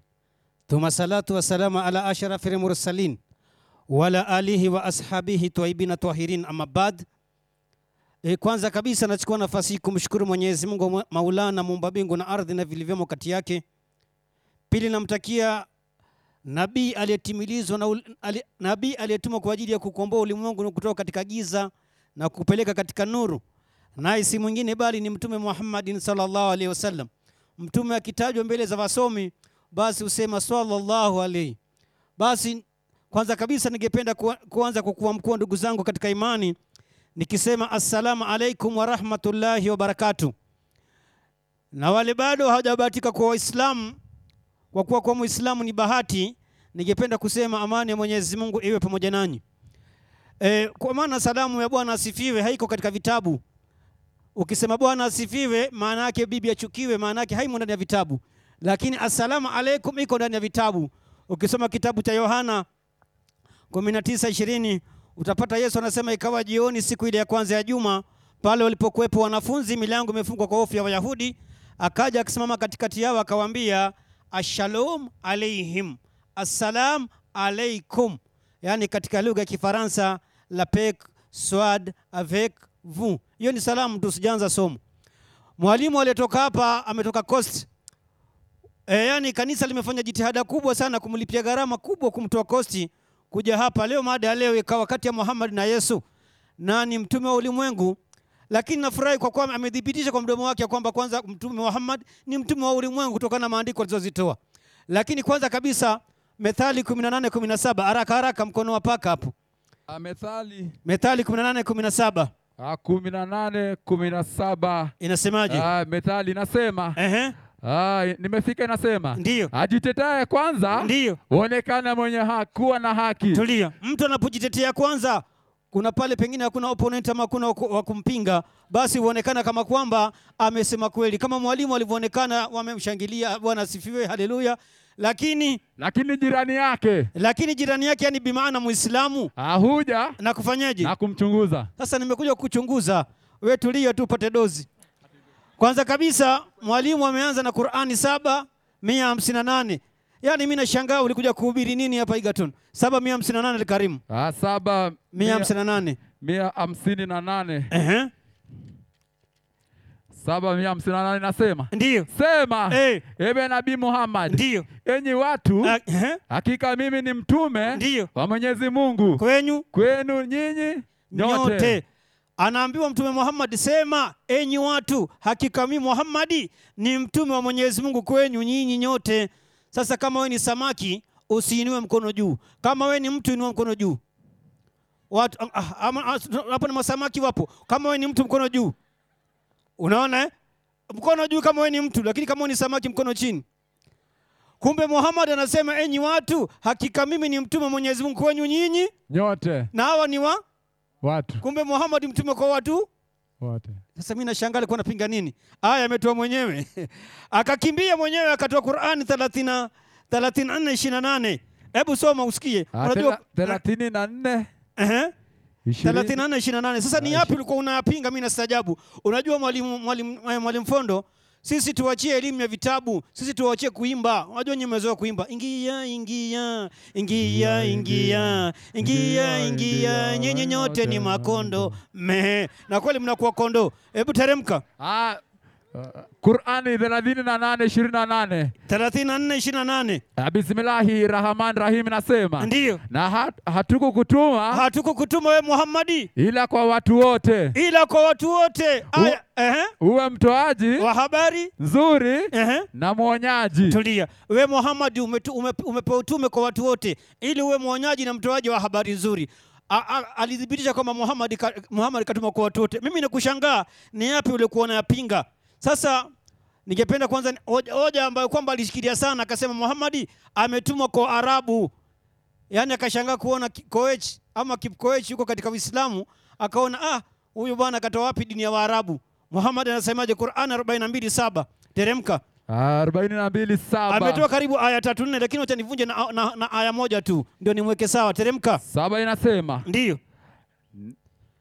Speaker 1: ثم الصلاة والسلام على أشرف المرسلين وعلى آله وأصحابه طيبين طاهرين أما بعد E, kwanza kabisa nachukua nafasi hii kumshukuru Mwenyezi Mungu mwe- Maulana muumba mbingu na ardhi na vilivyomo kati yake. Pili namtakia nabii aliyetimilizwa na ul- ali- nabii aliyetumwa kwa ajili ya kukomboa ulimwengu kutoka katika giza na kupeleka katika nuru naye si mwingine bali ni mtume Muhammadin sallallahu alaihi wasallam. Mtume akitajwa mbele za wasomi, basi husema sallallahu alaihi. Basi kwanza kabisa ningependa kuwa- kuanza kukuamkua ndugu zangu katika imani nikisema assalamu alaikum wa rahmatullahi wa barakatuh. Na wale bado hawajabahatika kuwa Waislamu, kwa kuwa kuwa Muislamu ni bahati, ningependa kusema amani ya Mwenyezi Mungu iwe pamoja nanyi. E, kwa maana salamu ya Bwana asifiwe haiko katika vitabu ukisema bwana asifiwe maana yake bibi achukiwe maana yake haimo ndani ya vitabu lakini assalamu alaikum iko ndani ya vitabu ukisoma kitabu cha yohana 19:20 utapata yesu anasema ikawa jioni siku ile ya kwanza ya juma pale walipokuwepo wanafunzi milango imefungwa kwa hofu ya wayahudi akaja akisimama katikati yao akawaambia ashalom alaihim assalam alaikum yaani katika lugha ya kifaransa la pek swad avec vous hiyo ni salamu tu sijaanza somo mwalimu aliyetoka hapa ametoka coast E, yani kanisa limefanya jitihada kubwa sana kumlipia gharama kubwa kumtoa kosti kuja hapa leo. Mada ya leo ikawa kati ya Muhammad na Yesu, nani mtume wa ulimwengu? Lakini nafurahi kwa kuwa amethibitisha kwa mdomo wake ya kwamba kwanza mtume Muhammad ni mtume wa ulimwengu kutokana na maandiko alizozitoa. Lakini kwanza kabisa Methali 18:17 haraka haraka, mkono wa paka hapo.
Speaker 5: Ah, Methali
Speaker 1: Methali 18:17
Speaker 5: ah, kumi na nane kumi na saba
Speaker 1: inasemaje?
Speaker 5: Ah, Methali inasema
Speaker 1: Ehe,
Speaker 5: ah, nimefika inasema
Speaker 1: Eh. Ndiyo.
Speaker 5: ajitetaye kwanza
Speaker 1: ndiyo.
Speaker 5: huonekana mwenye ha, kuwa na haki
Speaker 1: Tulia. Mtu anapojitetea kwanza, kuna pale pengine hakuna opponent ama hakuna waku- wa kumpinga, basi huonekana kama kwamba amesema kweli, kama mwalimu alivyoonekana, wamemshangilia. Bwana asifiwe, haleluya. Lakini
Speaker 5: lakini jirani yake
Speaker 1: lakini jirani yake, yani bimaana Muislamu,
Speaker 5: ah, huja
Speaker 1: na kufanyaje?
Speaker 5: na kumchunguza
Speaker 1: Sasa nimekuja kuchunguza, we tulia tu upate dozi. Kwanza kabisa mwalimu ameanza na Qur'ani saba mia hamsini na nane. Yaani mimi nashangaa ulikuja kuhubiri nini hapa Egerton? saba mia hamsini na nane Alkarimu
Speaker 5: ah, saba
Speaker 1: mia hamsini Eh. na nane
Speaker 5: mia hamsini na nane
Speaker 1: Ehe.
Speaker 5: saba mia hamsini na nane nasema
Speaker 1: Ndiyo.
Speaker 5: sema
Speaker 1: Eh.
Speaker 5: ewe nabii Muhammad
Speaker 1: Ndiyo.
Speaker 5: enyi watu
Speaker 1: Ah, ehe.
Speaker 5: hakika mimi ni mtume
Speaker 1: Ndiyo.
Speaker 5: wa Mwenyezi Mungu
Speaker 1: Kwenyu
Speaker 5: kwenu nyinyi nyote,
Speaker 1: nyote. Anaambiwa Mtume Muhammad, sema enyi watu, hakika mimi Muhammadi ni mtume wa Mwenyezi Mungu kwenyu nyinyi nyote. Sasa kama we ni samaki, usiinue mkono juu. Kama we ni mtu, inua mkono juu. Watu ah, ah, ama- ah, hapo ni masamaki wapo. Kama we ni mtu, mkono juu. Unaona eh? Mkono juu kama we ni mtu, lakini kama we ni samaki, mkono chini. Kumbe Muhammad anasema enyi watu, hakika mimi ni mtume wa Mwenyezi Mungu kwenyu nyinyi,
Speaker 5: nyote
Speaker 1: na hawa ni wa
Speaker 5: watu
Speaker 1: Kumbe Muhammad mtume kwa watu.
Speaker 5: wote
Speaker 1: Sasa mimi nashangaa alikuwa anapinga nini? Aya ametoa mwenyewe. Akakimbia mwenyewe akatoa Qur'ani 30 34 28. Hebu soma usikie.
Speaker 5: Ah,
Speaker 1: Unajua
Speaker 5: thela- thelathini na nne
Speaker 1: eh?
Speaker 5: ishirini.
Speaker 1: 34 28. Sasa ni yapi ulikuwa unayapinga? Mimi nastaajabu. Unajua mwalimu mwalimu eh, mwalimu Fondo, sisi tuwachie elimu ya vitabu, sisi tuwachie kuimba. Unajua nyinyi mmezoea kuimba. Ingia ingia, ingia ingia, ingia ingia, nyinyi nyote ni makondo. Me. Na kweli mnakuwa kondo. Hebu teremka.
Speaker 5: Ah, ah, Qur'ani thelathini na nane ishirini na nane
Speaker 1: 34 28.
Speaker 5: Ah, bismillahi rahman rahim nasema
Speaker 1: Ndiyo.
Speaker 5: na hat,
Speaker 1: Ah.
Speaker 5: hatukukutuma
Speaker 1: Hatukukutuma wewe Muhammadi
Speaker 5: ila kwa watu wote
Speaker 1: ila kwa watu wote. Aya, ehe.
Speaker 5: uwe mtoaji
Speaker 1: Wa Eh. habari,
Speaker 5: nzuri
Speaker 1: ehe.
Speaker 5: na mwonyaji
Speaker 1: Tulia. We Muhammad umetu- ume- umepewa utume kwa watu wote ili uwe mwonyaji na mtoaji wa habari nzuri. A- a- Alithibitisha kwamba Muhammad ka, Muhammad katuma kwa watu wote. Mimi nakushangaa ni yapi ulikuwa unayapinga. Sasa ningependa kwanza ni- hoja hoja ambayo kwamba alishikilia sana akasema Muhammad ametumwa kwa Arabu. Yaani akashangaa kuona Koech ama Kipkoech yuko katika Uislamu akaona ah huyu bwana katoa wapi dini ya Waarabu? Muhammad anasemaje Qur'an 42:7. Teremka.
Speaker 5: Ah, arobaini na mbili
Speaker 1: Ametoa
Speaker 5: saba
Speaker 1: karibu aya tatu nne, lakini wacha nivunje na, na, na aya moja tu ndio nimweke sawa. Teremka.
Speaker 5: saba inasema
Speaker 1: Ndiyo,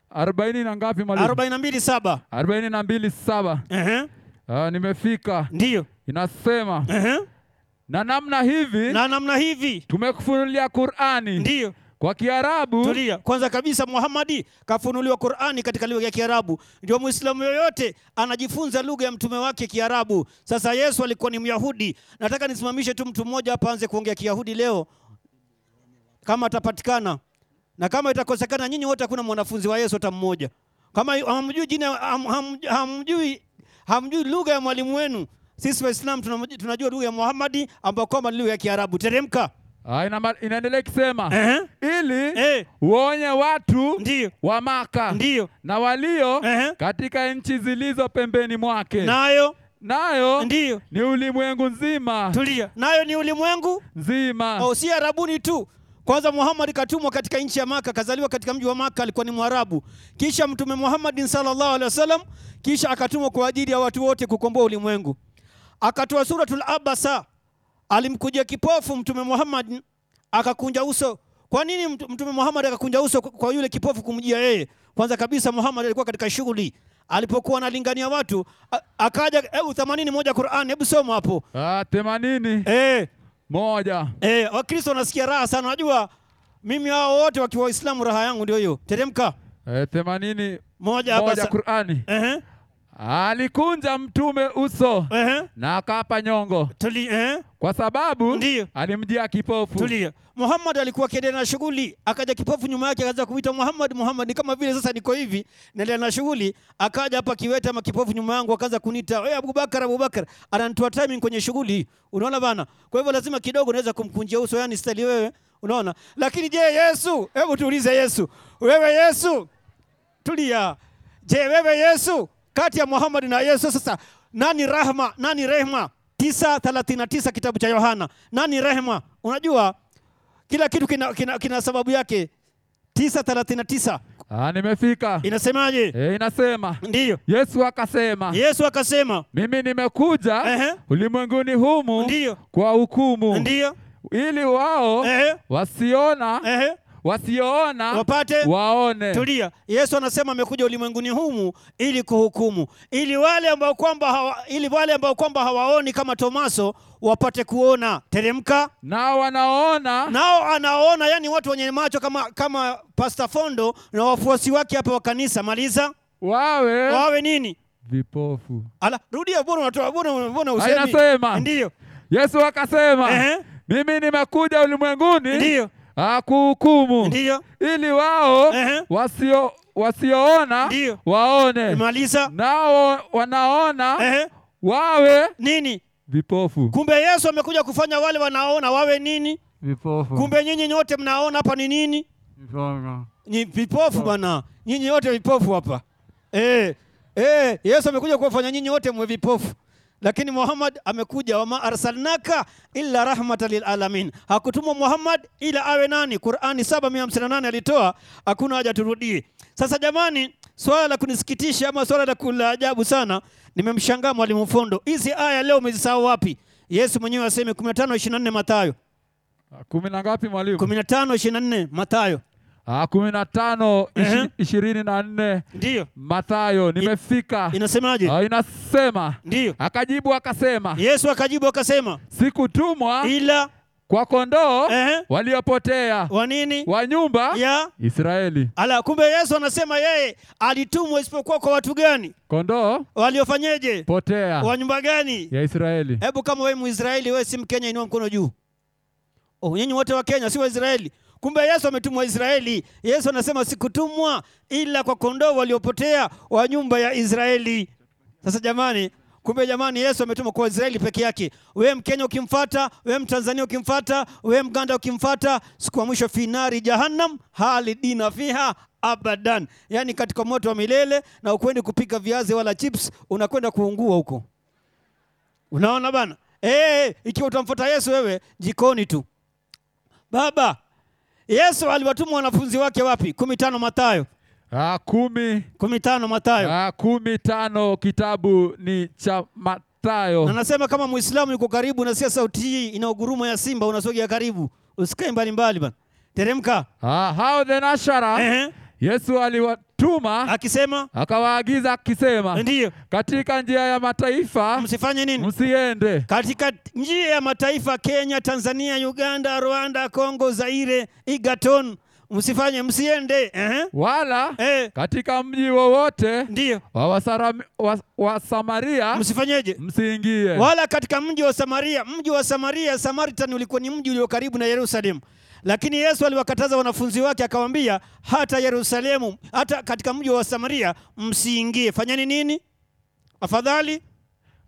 Speaker 5: arobaini na ngapi mwalimu?
Speaker 1: arobaini na mbili saba.
Speaker 5: arobaini na mbili saba
Speaker 1: Ehe.
Speaker 5: Ah, nimefika
Speaker 1: ndiyo
Speaker 5: inasema
Speaker 1: Ehe.
Speaker 5: na namna hivi
Speaker 1: na namna hivi
Speaker 5: tumekufunulia Qur'ani
Speaker 1: ndiyo
Speaker 5: kwa Kiarabu
Speaker 1: tulia kwanza kabisa muhamadi kafunuliwa qurani katika lugha ya kiarabu ndio mwislamu yoyote anajifunza lugha ya mtume wake kiarabu sasa yesu alikuwa ni myahudi nataka nisimamishe tu mtu mmoja hapa aanze kuongea kiyahudi leo kama atapatikana na kama itakosekana nyinyi wote hakuna mwanafunzi wa yesu hata mmoja kama hamjui jina ham- ham- hamjui hamjui lugha ya mwalimu wenu sisi waislamu tunamj- tunajua lugha ya muhamadi ambayo kwamba ni lugha ya kiarabu teremka
Speaker 5: Ah, inama- inaendelea ikisema
Speaker 1: Ehe.
Speaker 5: ili
Speaker 1: Eh.
Speaker 5: uonye watu
Speaker 1: ndiyo
Speaker 5: wa Maka
Speaker 1: ndiyo
Speaker 5: na walio
Speaker 1: Ehe.
Speaker 5: katika nchi zilizo pembeni mwake
Speaker 1: nayo
Speaker 5: nayo
Speaker 1: ndiyo
Speaker 5: ni ulimwengu nzima
Speaker 1: tulia nayo ni ulimwengu
Speaker 5: nzima
Speaker 1: au Oh, si arabuni tu kwanza muhammad katumwa katika nchi ya maka akazaliwa katika mji wa maka alikuwa ni mwarabu kisha mtume muhammadin sallallahu alaihi wasallam kisha akatumwa kwa ajili ya watu wote kukomboa ulimwengu akatoa suratul abasa alimkujia kipofu mtume muhammad akakunja uso kwa nini mtu- mtume muhammad akakunja uso kwa- kwa yule kipofu kumjia yeye kwanza kabisa muhammad alikuwa katika shughuli alipokuwa analingania watu a- akaja hebu 81 moja quran hebu soma hapo
Speaker 5: Ah, themanini
Speaker 1: eh
Speaker 5: moja
Speaker 1: Eh, Wakristo wanasikia raha sana. Unajua mimi hao wote wakiwa Waislamu raha yangu ndio hiyo. Teremka.
Speaker 5: eh, themanini
Speaker 1: Moja hapa
Speaker 5: moja
Speaker 1: sa-
Speaker 5: Qur'ani
Speaker 1: Ehe.
Speaker 5: alikunja mtume uso
Speaker 1: Ehe.
Speaker 5: na akapa nyongo
Speaker 1: Tuli eh.
Speaker 5: kwa sababu
Speaker 1: Ndiyo.
Speaker 5: alimjia kipofu
Speaker 1: Tulia. Muhammad alikuwa akiendelea na shughuli, akaja kipofu nyuma yake akaanza kumwita Muhammad Muhammad, ni kama vile sasa niko hivi, naendelea na shughuli, akaja hapa kiwete ama kipofu nyuma yangu akaanza kuniita, "Wewe Abubakar Abubakar, ananitoa timing kwenye shughuli." Unaona bana? Kwa hivyo lazima kidogo naweza kumkunjia uso, yani stali wewe, unaona? Lakini je, Yesu, hebu tuulize Yesu. Wewe Yesu, tulia. Je, wewe Yesu, kati ya Muhammad na Yesu sasa nani rahma, nani rehma? 9:39 kitabu cha Yohana. Nani rehma? Unajua kila kitu kina, kina, kina sababu yake. 9:39
Speaker 5: Ah, nimefika
Speaker 1: inasemaje?
Speaker 5: eh, inasema
Speaker 1: Ndiyo.
Speaker 5: Yesu akasema
Speaker 1: Yesu akasema,
Speaker 5: mimi nimekuja
Speaker 1: Ehe.
Speaker 5: ulimwenguni humu
Speaker 1: Ndiyo.
Speaker 5: kwa hukumu
Speaker 1: ndiyo,
Speaker 5: ili wao
Speaker 1: ehe,
Speaker 5: wasiona
Speaker 1: ehe,
Speaker 5: wasioona
Speaker 1: Wapate-
Speaker 5: waone
Speaker 1: tulia. Yesu anasema amekuja ulimwenguni humu ili kuhukumu, ili wale ambao kwamba hawa, ili wale ambao kwamba hawaoni kama Tomaso wapate kuona. Teremka.
Speaker 5: nao wanaona
Speaker 1: nao anaona, yani watu wenye macho kama kama Pasta Fondo na wafuasi wake hapa wa kanisa. Maliza,
Speaker 5: wawe
Speaker 1: wawe nini?
Speaker 5: vipofu.
Speaker 1: Ala, rudia, mbona unatoa, mbona mbona
Speaker 5: Ah,
Speaker 1: usemi?
Speaker 5: inasema.
Speaker 1: Ndiyo,
Speaker 5: Yesu akasema
Speaker 1: Ehe.
Speaker 5: mimi nimekuja ulimwenguni
Speaker 1: ndiyo,
Speaker 5: ah, kuhukumu
Speaker 1: ndiyo,
Speaker 5: ili wao
Speaker 1: Ehe.
Speaker 5: wasio wasioona
Speaker 1: Ndiyo.
Speaker 5: waone
Speaker 1: maliza.
Speaker 5: nao wanaona
Speaker 1: Ehe,
Speaker 5: wawe
Speaker 1: nini?
Speaker 5: vipofu
Speaker 1: Kumbe Yesu amekuja kufanya wale wanaona wawe nini?
Speaker 5: vipofu
Speaker 1: Kumbe nyinyi nyote mnaona hapa ni nini?
Speaker 5: Vipofu.
Speaker 1: Ni vipofu bana, nyinyi wote vipofu hapa. Eh, eh, Yesu amekuja kuwafanya nyinyi wote mwe vipofu, lakini Muhammad amekuja, wama arsalnaka illa rahmatan lil alamin. Hakutumwa Muhammad ila awe nani? Qurani 758 alitoa, hakuna haja turudie. Sasa jamani, swala la kunisikitisha ama swala la kula ajabu sana, nimemshangaa mwalimu Fondo, hizi aya leo umezisahau wapi? Yesu mwenyewe aseme 15 24 Mathayo,
Speaker 5: Ah, kumi na ngapi mwalimu?
Speaker 1: 15 24 Mathayo,
Speaker 5: Ah, kumi na tano ishi-
Speaker 1: Ehe.
Speaker 5: ishirini na nne
Speaker 1: ndio
Speaker 5: Mathayo nimefika.
Speaker 1: inasemaje?
Speaker 5: Ah, inasema
Speaker 1: Ndio.
Speaker 5: akajibu akasema
Speaker 1: Yesu akajibu akasema,
Speaker 5: sikutumwa
Speaker 1: ila
Speaker 5: kwa kondoo
Speaker 1: Ehe.
Speaker 5: waliopotea
Speaker 1: Eh. wa nini
Speaker 5: wa nyumba
Speaker 1: ya
Speaker 5: Israeli.
Speaker 1: ala. Kumbe Yesu anasema yeye alitumwa isipokuwa kwa watu gani?
Speaker 5: Kondoo
Speaker 1: Waliofanyeje?
Speaker 5: potea
Speaker 1: Wa nyumba gani?
Speaker 5: ya Israeli.
Speaker 1: Hebu kama wewe Muisraeli, wewe si Mkenya, inua mkono juu. Oh, nyinyi wote wa Kenya si Waisraeli. Kumbe Yesu ametumwa Israeli. Yesu anasema sikutumwa ila kwa kondoo waliopotea wa nyumba ya Israeli. Sasa jamani, kumbe jamani, Yesu ametumwa kwa Israeli peke yake. Wewe Mkenya ukimfata, wewe Mtanzania ukimfata, wewe Mganda ukimfata, siku ya mwisho finari jahannam halidina fiha abadan, yaani katika moto wa milele, na ukwendi kupika viazi wala chips, unakwenda kuungua huko. Unaona bana? Eh, ikiwa utamfuata Yesu wewe jikoni tu. Baba, Yesu aliwatuma wanafunzi wake wapi? 15 Mathayo.
Speaker 5: Ah, kumi
Speaker 1: 15 Mathayo.
Speaker 5: ah, kumi tano kitabu ni cha
Speaker 1: Na
Speaker 5: Mathayo.
Speaker 1: nasema kama Muislamu yuko karibu na sikia sauti hii ina uguruma ya simba unasogea karibu. Usikae mbali mbali bana. Teremka.
Speaker 5: Ah, hao the nashara
Speaker 1: Ehe.
Speaker 5: Yesu aliwatuma
Speaker 1: akisema
Speaker 5: akawaagiza akisema,
Speaker 1: ndiyo,
Speaker 5: katika njia ya mataifa
Speaker 1: msifanye nini?
Speaker 5: msiende,
Speaker 1: Katika njia ya mataifa Kenya, Tanzania, Uganda, Rwanda, Kongo, Zaire, Egerton, msifanye, msiende. Ehe.
Speaker 5: wala
Speaker 1: Eh,
Speaker 5: katika mji wowote
Speaker 1: ndiyo,
Speaker 5: wa Wasarami- wa- wa Samaria
Speaker 1: msifanyeje?
Speaker 5: msiingie.
Speaker 1: wala katika mji wa Samaria. Mji wa Samaria, Samaritan, ulikuwa ni mji ulio karibu na Yerusalemu, lakini Yesu aliwakataza wanafunzi wake akawaambia, hata Yerusalemu, hata katika mji wa Samaria msiingie. Fanyeni nini? Afadhali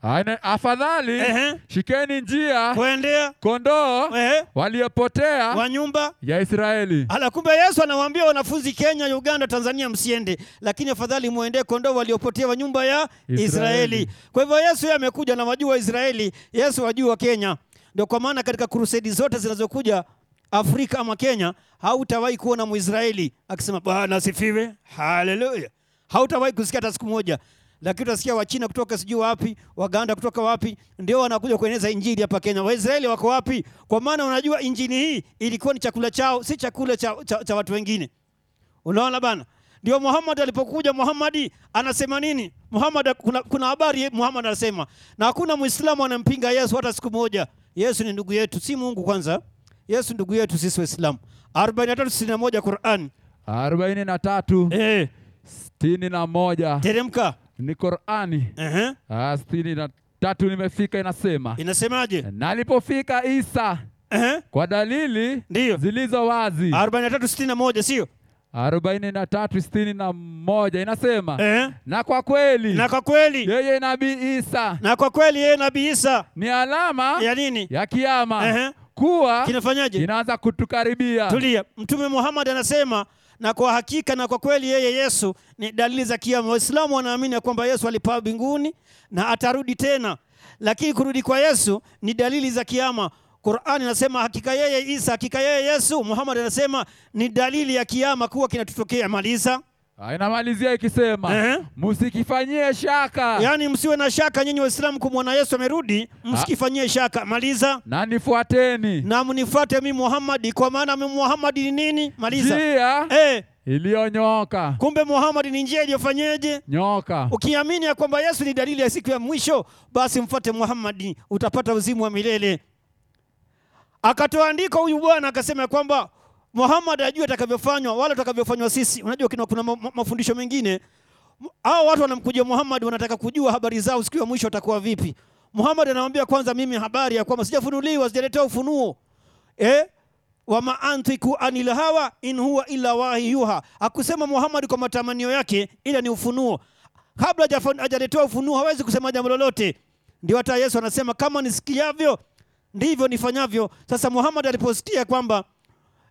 Speaker 5: Aine- Afadhali
Speaker 1: Ehe.
Speaker 5: shikeni njia
Speaker 1: kuendea
Speaker 5: kondoo
Speaker 1: ehe,
Speaker 5: waliopotea
Speaker 1: wa nyumba
Speaker 5: ya Israeli.
Speaker 1: Ala, kumbe Yesu anawaambia wanafunzi Kenya, Uganda, Tanzania msiende, lakini afadhali muende kondoo waliopotea wa nyumba ya Israeli.
Speaker 5: Israeli.
Speaker 1: Kwa hivyo Yesu yeye amekuja na wajua wa Israeli, Yesu wajua wa Kenya. Ndio kwa maana katika krusedi zote zinazokuja Afrika ama Kenya, hautawahi kuona Mwisraeli akisema Bwana asifiwe, haleluya. Hautawahi kusikia hata siku moja, lakini utasikia Wachina kutoka sijui wapi, Waganda kutoka wapi, ndio wanakuja kueneza injili hapa Kenya. Waisraeli wako wapi? Kwa maana unajua injili hii ilikuwa ni chakula chao, si chakula cha, cha, cha watu wengine. Unaona bana, ndio Muhammad alipokuja. Muhammad anasema nini? Muhammad, kuna, kuna habari Muhammad anasema, na hakuna Muislamu anampinga Yesu hata siku moja. Yesu ni ndugu yetu, si Mungu kwanza. Yesu ndugu yetu sisi Waislamu. 43:61 Qur'an.
Speaker 5: 43
Speaker 1: Eh,
Speaker 5: 61
Speaker 1: teremka.
Speaker 5: ni Qurani
Speaker 1: Ehe.
Speaker 5: Ah, sitini na tatu nimefika, inasema
Speaker 1: Inasemaje?
Speaker 5: nalipofika Isa
Speaker 1: Ehe.
Speaker 5: kwa dalili
Speaker 1: Ndiyo.
Speaker 5: zilizo wazi
Speaker 1: 43:61 sio?
Speaker 5: 43:61 inasema
Speaker 1: Eh.
Speaker 5: na kwa kweli
Speaker 1: Na kwa kweli,
Speaker 5: yeye nabii Isa
Speaker 1: na kwa kweli yeye Nabii Isa
Speaker 5: ni alama
Speaker 1: ya nini?
Speaker 5: ya kiyama
Speaker 1: Ehe.
Speaker 5: kuwa
Speaker 1: Kinafanyaje?
Speaker 5: kinaanza kutukaribia.
Speaker 1: Tulia. Mtume Muhammad anasema na kwa hakika na kwa kweli yeye Yesu ni dalili za kiyama. Waislamu wanaamini ya kwamba Yesu alipaa mbinguni na atarudi tena, lakini kurudi kwa Yesu ni dalili za kiyama. Qur'an inasema hakika yeye Isa, hakika yeye Yesu. Muhammad anasema ni dalili ya kiyama kuwa kinatutokea. Maliza.
Speaker 5: Ah, Inamalizia ikisema
Speaker 1: Ehe.
Speaker 5: msikifanyie shaka
Speaker 1: Yaani msiwe na shaka nyinyi Waislamu kumwona Yesu amerudi, msikifanyie shaka. Maliza.
Speaker 5: na nifuateni
Speaker 1: Na mnifuate mimi Muhammad, kwa maana mimi Muhammad ni nini? Maliza.
Speaker 5: njia
Speaker 1: Eh,
Speaker 5: iliyonyooka
Speaker 1: kumbe Muhammad ni njia iliyofanyeje?
Speaker 5: nyoka.
Speaker 1: Ukiamini ya kwamba Yesu ni dalili ya siku ya mwisho, basi mfuate Muhammadi utapata uzima wa milele. Akatoa andiko huyu bwana akasema ya kwamba Muhammad ajue atakavyofanywa wala tutakavyofanywa sisi. Unajua kuna, kuna ma- ma- mafundisho mengine M- hao watu wanamkujia Muhammad wanataka kujua habari zao siku ya mwisho atakuwa vipi. Muhammad anamwambia kwanza, mimi habari ya kwamba sijafunuliwa, sijaletewa ufunuo eh? wama antiku anil hawa in huwa illa wahi yuha, akusema Muhammad kwa matamanio yake, ila ni ufunuo. Kabla hajafa- hajaletewa ufunuo hawezi kusema jambo lolote. Ndio hata Yesu anasema kama nisikiavyo ndivyo nifanyavyo. Sasa Muhammad aliposikia kwamba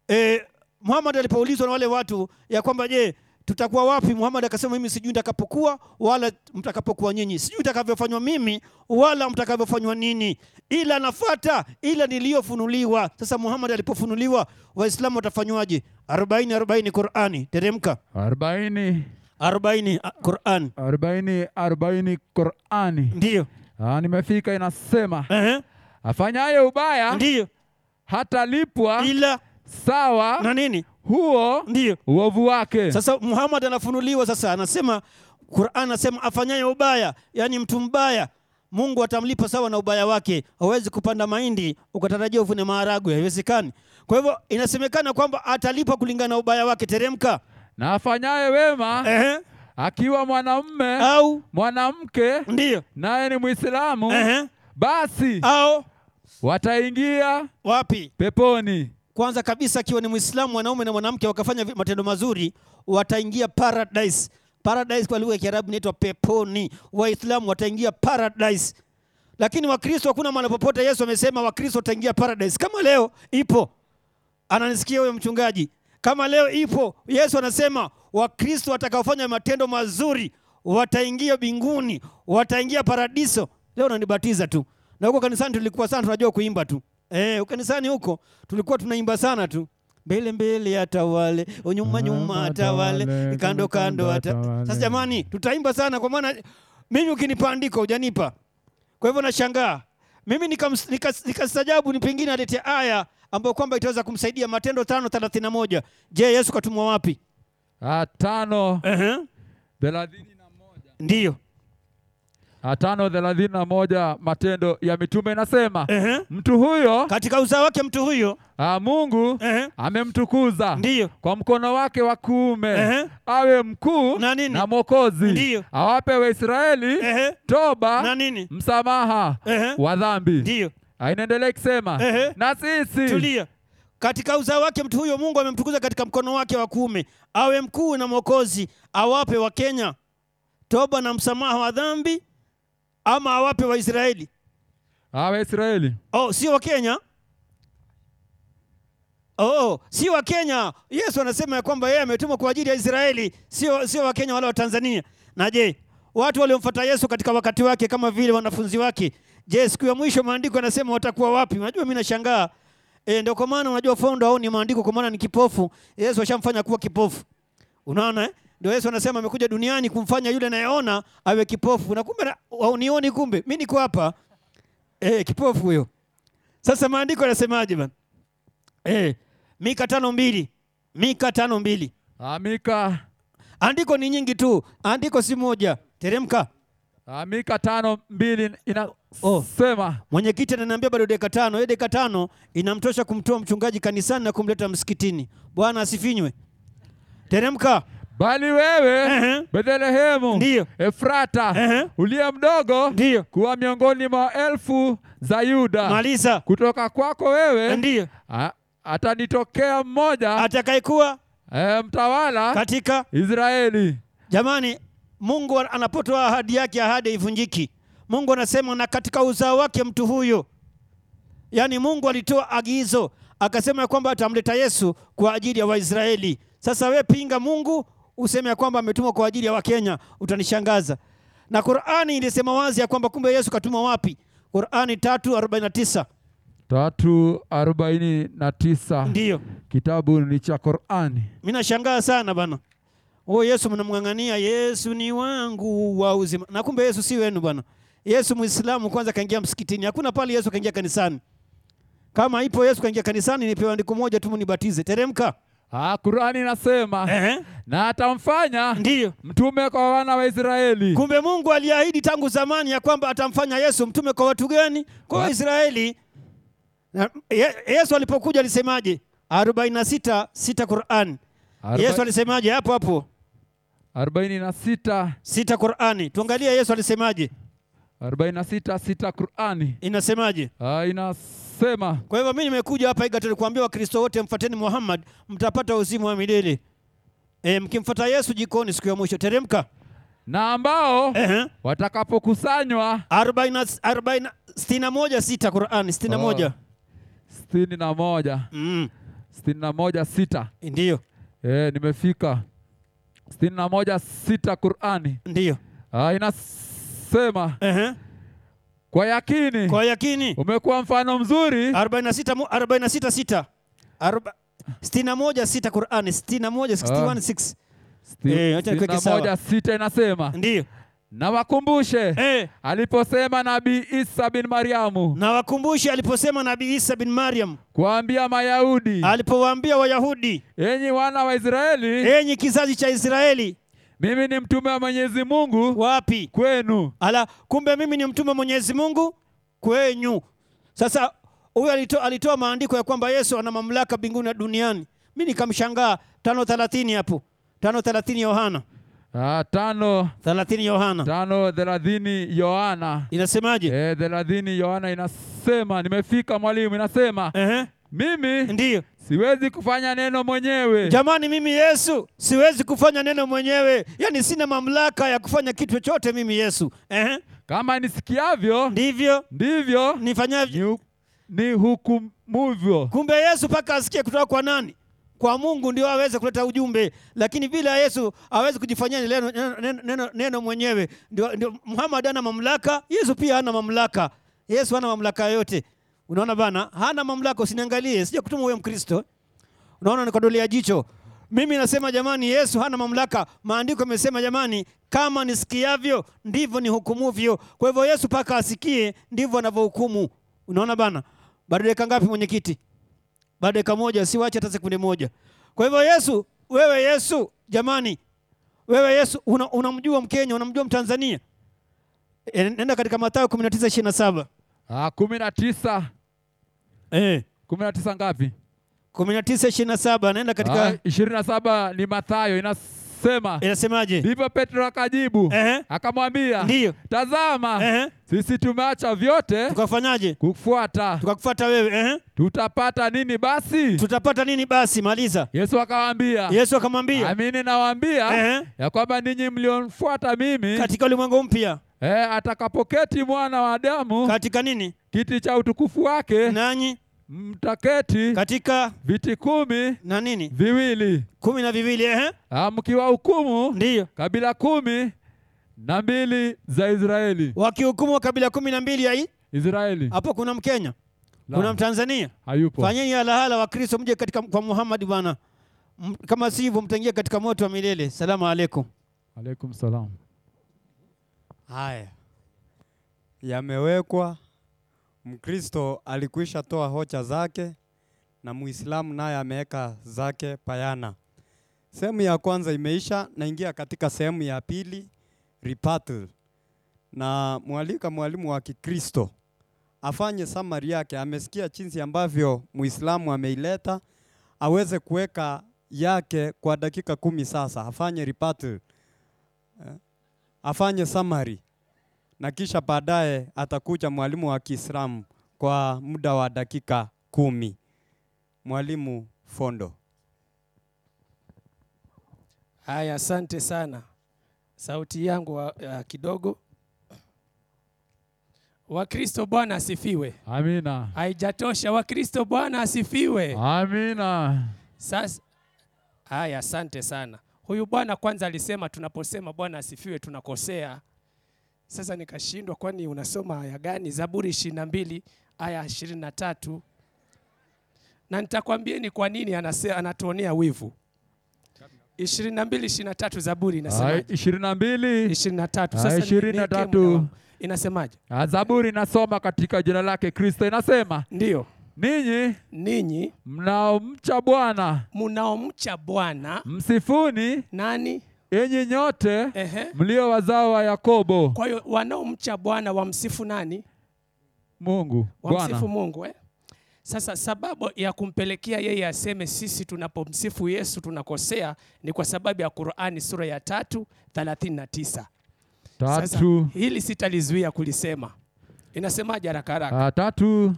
Speaker 1: eh, Muhammad alipoulizwa na wale watu ya kwamba je, tutakuwa wapi? Muhammad akasema mimi sijui nitakapokuwa wala mtakapokuwa nyinyi, sijui nitakavyofanywa mimi wala mtakavyofanywa nini, ila nafuata ila niliyofunuliwa. Sasa Muhammad alipofunuliwa, Waislamu watafanywaje? 40 40 Qur'ani, teremka
Speaker 5: 40
Speaker 1: 40 ah, Qur'an,
Speaker 5: 40 40 Qurani.
Speaker 1: ndio
Speaker 5: Ah, nimefika inasema
Speaker 1: ehe,
Speaker 5: afanyaye ubaya
Speaker 1: ndio
Speaker 5: hatalipwa
Speaker 1: ila na
Speaker 5: sawa
Speaker 1: nini
Speaker 5: huo
Speaker 1: ndio
Speaker 5: uovu wake.
Speaker 1: sasa muhammad anafunuliwa sasa anasema quran anasema afanyaye ubaya yani mtu mbaya mungu atamlipa sawa na ubaya wake hawezi kupanda mahindi ukatarajia uvune maharagwe haiwezekani kwa hivyo inasemekana kwamba atalipa kulingana na ubaya wake teremka
Speaker 5: Na afanyaye wema
Speaker 1: Ehe.
Speaker 5: akiwa mwanamume
Speaker 1: Eh. au
Speaker 5: mwanamke
Speaker 1: ndio
Speaker 5: naye ni Mwislamu
Speaker 1: Ehe.
Speaker 5: basi
Speaker 1: au
Speaker 5: wataingia
Speaker 1: wapi
Speaker 5: peponi.
Speaker 1: kwanza kabisa akiwa ni mwislamu mwanaume na mwanamke wakafanya vi- matendo mazuri wataingia paradise paradise kwa lugha ya kiarabu inaitwa peponi waislamu wataingia paradise lakini wakristo hakuna mahali popote yesu amesema wakristo wataingia paradise kama leo ipo ananisikia huyo mchungaji kama leo ipo yesu anasema wakristo watakaofanya matendo mazuri wataingia binguni wataingia paradiso leo nanibatiza tu na huko kanisani tulikuwa sana tunajua kuimba tu Eh, kanisani huko tulikuwa tunaimba sana tu mbele mbele atawale unyuma nyuma atawale kando kando ata sasa jamani tutaimba sana kwa maana mimi ukinipandiko hujanipa kwa hivyo nashangaa mimi nikams- nikas- nikastajabu ni pengine alete aya ambayo kwamba itaweza kumsaidia Matendo tano thelathini na moja. Je, Yesu katumwa wapi?
Speaker 5: Ah, tano
Speaker 1: Ehe.
Speaker 5: thelathini na moja.
Speaker 1: Ndiyo.
Speaker 5: Ah, tano thelathini na moja Matendo ya Mitume inasema
Speaker 1: Ehe.
Speaker 5: mtu huyo
Speaker 1: Katika uzao wake mtu huyo
Speaker 5: ah, Mungu
Speaker 1: Ehe.
Speaker 5: amemtukuza
Speaker 1: Ndiyo.
Speaker 5: kwa mkono wake wa kuume
Speaker 1: Ehe.
Speaker 5: awe mkuu
Speaker 1: Na nini?
Speaker 5: mwokozi
Speaker 1: Ndiyo.
Speaker 5: awape Waisraeli
Speaker 1: Ehe.
Speaker 5: toba
Speaker 1: Na nini?
Speaker 5: msamaha
Speaker 1: Ehe.
Speaker 5: wa dhambi.
Speaker 1: Ndiyo.
Speaker 5: Ah, Inaendelea ikisema
Speaker 1: Ehe.
Speaker 5: na sisi
Speaker 1: Tulia. Katika uzao wake mtu huyo Mungu amemtukuza katika mkono wake wa kuume awe mkuu na mwokozi, awape Wakenya toba na msamaha wa dhambi, ama awape Waisraeli.
Speaker 5: Ah, Waisraeli
Speaker 1: Oh, sio Wakenya. Oh, sio Wakenya. Yesu anasema ya kwamba yeye ametumwa kwa ajili ya Israeli, sio sio Wakenya wala Watanzania. Na je, watu waliomfuata Yesu katika wakati wake kama vile wanafunzi wake, je, siku ya mwisho maandiko yanasema watakuwa wapi? Unajua mimi nashangaa. E, ndio kwa maana unajua fondo au ni maandiko kwa maana ni kipofu. Yesu ashamfanya kuwa kipofu. Unaona eh? Ndio Yesu anasema amekuja duniani kumfanya yule anayeona awe kipofu. Na kumbe nioni kumbe. Mimi niko hapa. Eh, kipofu huyo. Sasa maandiko yanasemaje bana? Eh, Mika tano mbili. Mika tano mbili.
Speaker 5: Ah, Mika
Speaker 1: Andiko ni nyingi tu, andiko si moja. Teremka.
Speaker 5: ah, Mika tano mbili
Speaker 1: Oh.
Speaker 5: inasema
Speaker 1: Mwenyekiti ananiambia bado dakika tano. Hiyo dakika tano inamtosha kumtoa mchungaji kanisani na kumleta msikitini. Bwana asifinywe. Teremka.
Speaker 5: Bali wewe
Speaker 1: Ehe.
Speaker 5: Bethlehemu
Speaker 1: Ndiyo.
Speaker 5: Efrata
Speaker 1: Ehe.
Speaker 5: uliye mdogo
Speaker 1: Ndiyo.
Speaker 5: kuwa miongoni mwa elfu za Yuda
Speaker 1: Maliza.
Speaker 5: kutoka kwako wewe
Speaker 1: Ndiyo.
Speaker 5: a- atanitokea mmoja
Speaker 1: Atakayekuwa
Speaker 5: e, mtawala
Speaker 1: katika
Speaker 5: Israeli.
Speaker 1: Jamani, Mungu anapotoa ahadi yake, ahadi haivunjiki. Mungu anasema na katika uzao wake mtu huyo, yaani Mungu alitoa agizo akasema ya kwamba atamleta Yesu kwa ajili ya Waisraeli. Sasa we pinga Mungu useme ya kwamba ametumwa kwa ajili ya Wakenya, utanishangaza. Na Qur'ani ilisema wazi ya kwamba kumbe Yesu katumwa wapi? Qur'ani 3:49
Speaker 5: tatu arobaini na tisa
Speaker 1: ndiyo.
Speaker 5: kitabu ni cha Qur'ani.
Speaker 1: Mimi nashangaa sana bana. Huyo Yesu mnamng'ang'ania, Yesu ni wangu wa uzima. Na kumbe Yesu si wenu bana. Yesu Muislamu kwanza kaingia msikitini. Hakuna pale Yesu kaingia kanisani. Kama ipo Yesu kaingia kanisani, nipewe andiko moja tu munibatize. Teremka.
Speaker 5: Ah, Qur'ani inasema
Speaker 1: Ehe.
Speaker 5: na atamfanya
Speaker 1: Ndiyo.
Speaker 5: mtume kwa wana wa Israeli.
Speaker 1: Kumbe Mungu aliahidi tangu zamani ya kwamba atamfanya Yesu mtume kwa watu gani? Kwa
Speaker 5: Wa-
Speaker 1: Waisraeli. Na Ye- Yesu alipokuja alisemaje? 46 sita Qur'an.
Speaker 5: Aroba-
Speaker 1: Yesu alisemaje hapo hapo?
Speaker 5: arobaini na sita
Speaker 1: Sita Qur'ani. Tuangalie Yesu alisemaje?
Speaker 5: arobaini na sita sita Qur'ani
Speaker 1: Inasemaje?
Speaker 5: Ah, inasema
Speaker 1: Kwa hivyo mimi nimekuja hapa Egerton kuambia Wakristo wote mfuateni Muhammad mtapata uzima wa milele. E, mkimfuata Yesu jikoni siku ya mwisho. Teremka.
Speaker 5: na ambao
Speaker 1: Ehe.
Speaker 5: watakapokusanywa
Speaker 1: Arobaini na- arobaini na- sitini na moja sita Qur'an sitini na
Speaker 5: Oh.
Speaker 1: moja.
Speaker 5: sitini na moja
Speaker 1: Ah. Mm.
Speaker 5: sitini na moja sita
Speaker 1: Ndiyo.
Speaker 5: e, nimefika sitini na moja sita Qurani
Speaker 1: Ndiyo.
Speaker 5: ah, inasema
Speaker 1: Ehe.
Speaker 5: kwa yakini
Speaker 1: Kwa yakini. Ah,
Speaker 5: umekuwa mfano mzuri
Speaker 1: 46 mo- 46 sita. Aroba- sitini na moja sita Qur'an sitini na moja 61 six.
Speaker 5: Sti-
Speaker 1: Eh, acha
Speaker 5: sitini
Speaker 1: niweke
Speaker 5: na
Speaker 1: sawa.
Speaker 5: moja sita inasema
Speaker 1: Ndiyo.
Speaker 5: na wakumbushe
Speaker 1: Eh.
Speaker 5: aliposema nabii Isa bin Mariamu
Speaker 1: Na wakumbushe aliposema Nabii Isa bin Maryam
Speaker 5: kuwaambia Mayahudi,
Speaker 1: alipowaambia Wayahudi,
Speaker 5: enyi wana wa Israeli,
Speaker 1: enyi kizazi cha Israeli,
Speaker 5: mimi ni mtume wa Mwenyezi Mungu
Speaker 1: wapi
Speaker 5: kwenu.
Speaker 1: Ala, kumbe mimi ni mtume wa Mwenyezi Mungu kwenyu. Sasa huyu alitoa, alitoa maandiko ya kwamba Yesu ana mamlaka mbinguni na duniani. Mimi nikamshangaa 5:30 hapo. 5:30 Yohana.
Speaker 5: Ah, tano
Speaker 1: 30 Yohana.
Speaker 5: tano thelathini Yohana
Speaker 1: Inasemaje?
Speaker 5: Eh, thelathini Yohana inasema, nimefika mwalimu, inasema
Speaker 1: Ehe.
Speaker 5: mimi
Speaker 1: Ndiyo.
Speaker 5: siwezi kufanya neno mwenyewe,
Speaker 1: Jamani mimi Yesu siwezi kufanya neno mwenyewe. Yaani sina mamlaka ya kufanya kitu chochote mimi Yesu. Ehe.
Speaker 5: kama nisikiavyo
Speaker 1: Ndivyo
Speaker 5: ndivyo
Speaker 1: nifanyavyo.
Speaker 5: ni, ni hukumuvyo.
Speaker 1: Kumbe Yesu mpaka asikie kutoka kwa nani? Kwa Mungu ndio aweze kuleta ujumbe, lakini bila Yesu hawezi kujifanyia neno, neno, neno, neno, neno mwenyewe. Ndio, ndio Muhammad ana mamlaka, Yesu pia hana mamlaka. Yesu hana mamlaka yote. Unaona bana, hana mamlaka. Usiniangalie, sija kutuma huyo Mkristo. Unaona nikadolea jicho. Mimi nasema jamani, Yesu hana mamlaka. Maandiko yamesema jamani, kama nisikiavyo ndivyo nihukumuvyo. Kwa hivyo Yesu mpaka asikie ndivyo anavyohukumu. Unaona bana, bado dakika ngapi mwenyekiti? bado dakika moja, siwache hata sekunde moja. Kwa hivyo Yesu wewe Yesu, jamani, wewe Yesu una- unamjua Mkenya, unamjua Mtanzania. E, nenda katika Mathayo 19:27
Speaker 5: Ah, kumi na tisa
Speaker 1: eh,
Speaker 5: kumi na tisa ngapi?
Speaker 1: 19:27 nenda katika Eh.
Speaker 5: Ah, ishirini na saba ni Mathayo inasema
Speaker 1: inasemaje?
Speaker 5: Ndipo Petro akajibu
Speaker 1: Ehe.
Speaker 5: akamwambia,
Speaker 1: Eh. Ndiyo. Eh.
Speaker 5: tazama
Speaker 1: Ehe.
Speaker 5: sisi tumeacha vyote
Speaker 1: Tukafanyaje?
Speaker 5: kufuata,
Speaker 1: Tukakufuata wewe ehe.
Speaker 5: tutapata nini basi?
Speaker 1: Tutapata nini basi? Maliza.
Speaker 5: Yesu akawaambia,
Speaker 1: Yesu akamwambia
Speaker 5: amini nawaambia
Speaker 1: Ehe.
Speaker 5: ya kwamba ninyi mlionifuata mimi
Speaker 1: katika ulimwengu mpya,
Speaker 5: eh, atakapoketi mwana wa Adamu
Speaker 1: katika nini
Speaker 5: kiti cha utukufu wake,
Speaker 1: nanyi,
Speaker 5: mtaketi
Speaker 1: katika
Speaker 5: viti kumi
Speaker 1: na nini
Speaker 5: viwili
Speaker 1: kumi na viwili ehe,
Speaker 5: ah, mkiwahukumu
Speaker 1: ndiyo
Speaker 5: kabila kumi na mbili za Israeli.
Speaker 1: wakihukumu wa kabila kumi na mbili ya hii.
Speaker 5: Israeli
Speaker 1: Hapo kuna Mkenya,
Speaker 5: La,
Speaker 1: kuna Mtanzania.
Speaker 5: hayupo.
Speaker 1: Fanyeni halahala Wakristo, mje katika kwa Muhammad bwana, M- kama sivyo mtaingia katika moto wa milele. Salamu alaikum.
Speaker 5: Alaikum salam.
Speaker 1: Haya,
Speaker 6: yamewekwa. Mkristo alikwisha toa hoja zake na Muislamu naye ameweka zake payana. Sehemu ya kwanza imeisha, naingia katika sehemu ya pili rebuttal, na mwalika mwalimu wa Kikristo afanye summary yake. Amesikia jinsi ambavyo Muislamu ameileta, aweze kuweka yake kwa dakika kumi. Sasa afanye rebuttal, Eh, afanye summary na kisha baadaye atakuja mwalimu wa Kiislamu kwa muda wa dakika kumi. Mwalimu Fondo.
Speaker 4: Haya, asante sana. Sauti yangu wa, uh, kidogo. Wakristo, Bwana asifiwe.
Speaker 5: Amina.
Speaker 4: Haijatosha, Wakristo, Bwana asifiwe.
Speaker 5: Ah. Amina.
Speaker 4: Sasa haya, asante sana. Huyu bwana kwanza alisema tunaposema Bwana asifiwe tunakosea. Sasa nikashindwa, kwani unasoma aya gani? Zaburi ishirini na mbili aya ishirini na tatu na nitakwambieni kwa nini anase, anatuonea wivu. ishirini na mbili ishirini na tatu Zaburi
Speaker 5: Ai,
Speaker 4: inasemaje?
Speaker 5: ishirini na mbili
Speaker 4: ishirini na tatu
Speaker 5: Aya,
Speaker 4: Sasa ni-
Speaker 5: Ah, ishirini na
Speaker 4: niwekee
Speaker 5: tatu.
Speaker 4: muda wangu. inasemaje?
Speaker 5: Ah, Zaburi inasoma katika jina lake Kristo inasema,
Speaker 4: Ndiyo,
Speaker 5: ninyi
Speaker 4: ninyi
Speaker 5: mnaomcha Bwana
Speaker 4: mnaomcha Bwana
Speaker 5: msifuni,
Speaker 4: nani?
Speaker 5: enyi nyote
Speaker 4: Ehe.
Speaker 5: mlio wazao wa Yakobo.
Speaker 4: Kwa hiyo wanaomcha Bwana wamsifu nani?
Speaker 5: Mungu
Speaker 4: wamsifu
Speaker 5: Bwana.
Speaker 4: Mungu eh? Sasa sababu ya kumpelekea yeye aseme sisi tunapomsifu Yesu tunakosea ni kwa sababu ya Qur'ani sura ya tatu 39. Sasa
Speaker 5: Tatu
Speaker 4: hili sitalizuia kulisema. Inasemaje haraka haraka?
Speaker 5: ah, tatu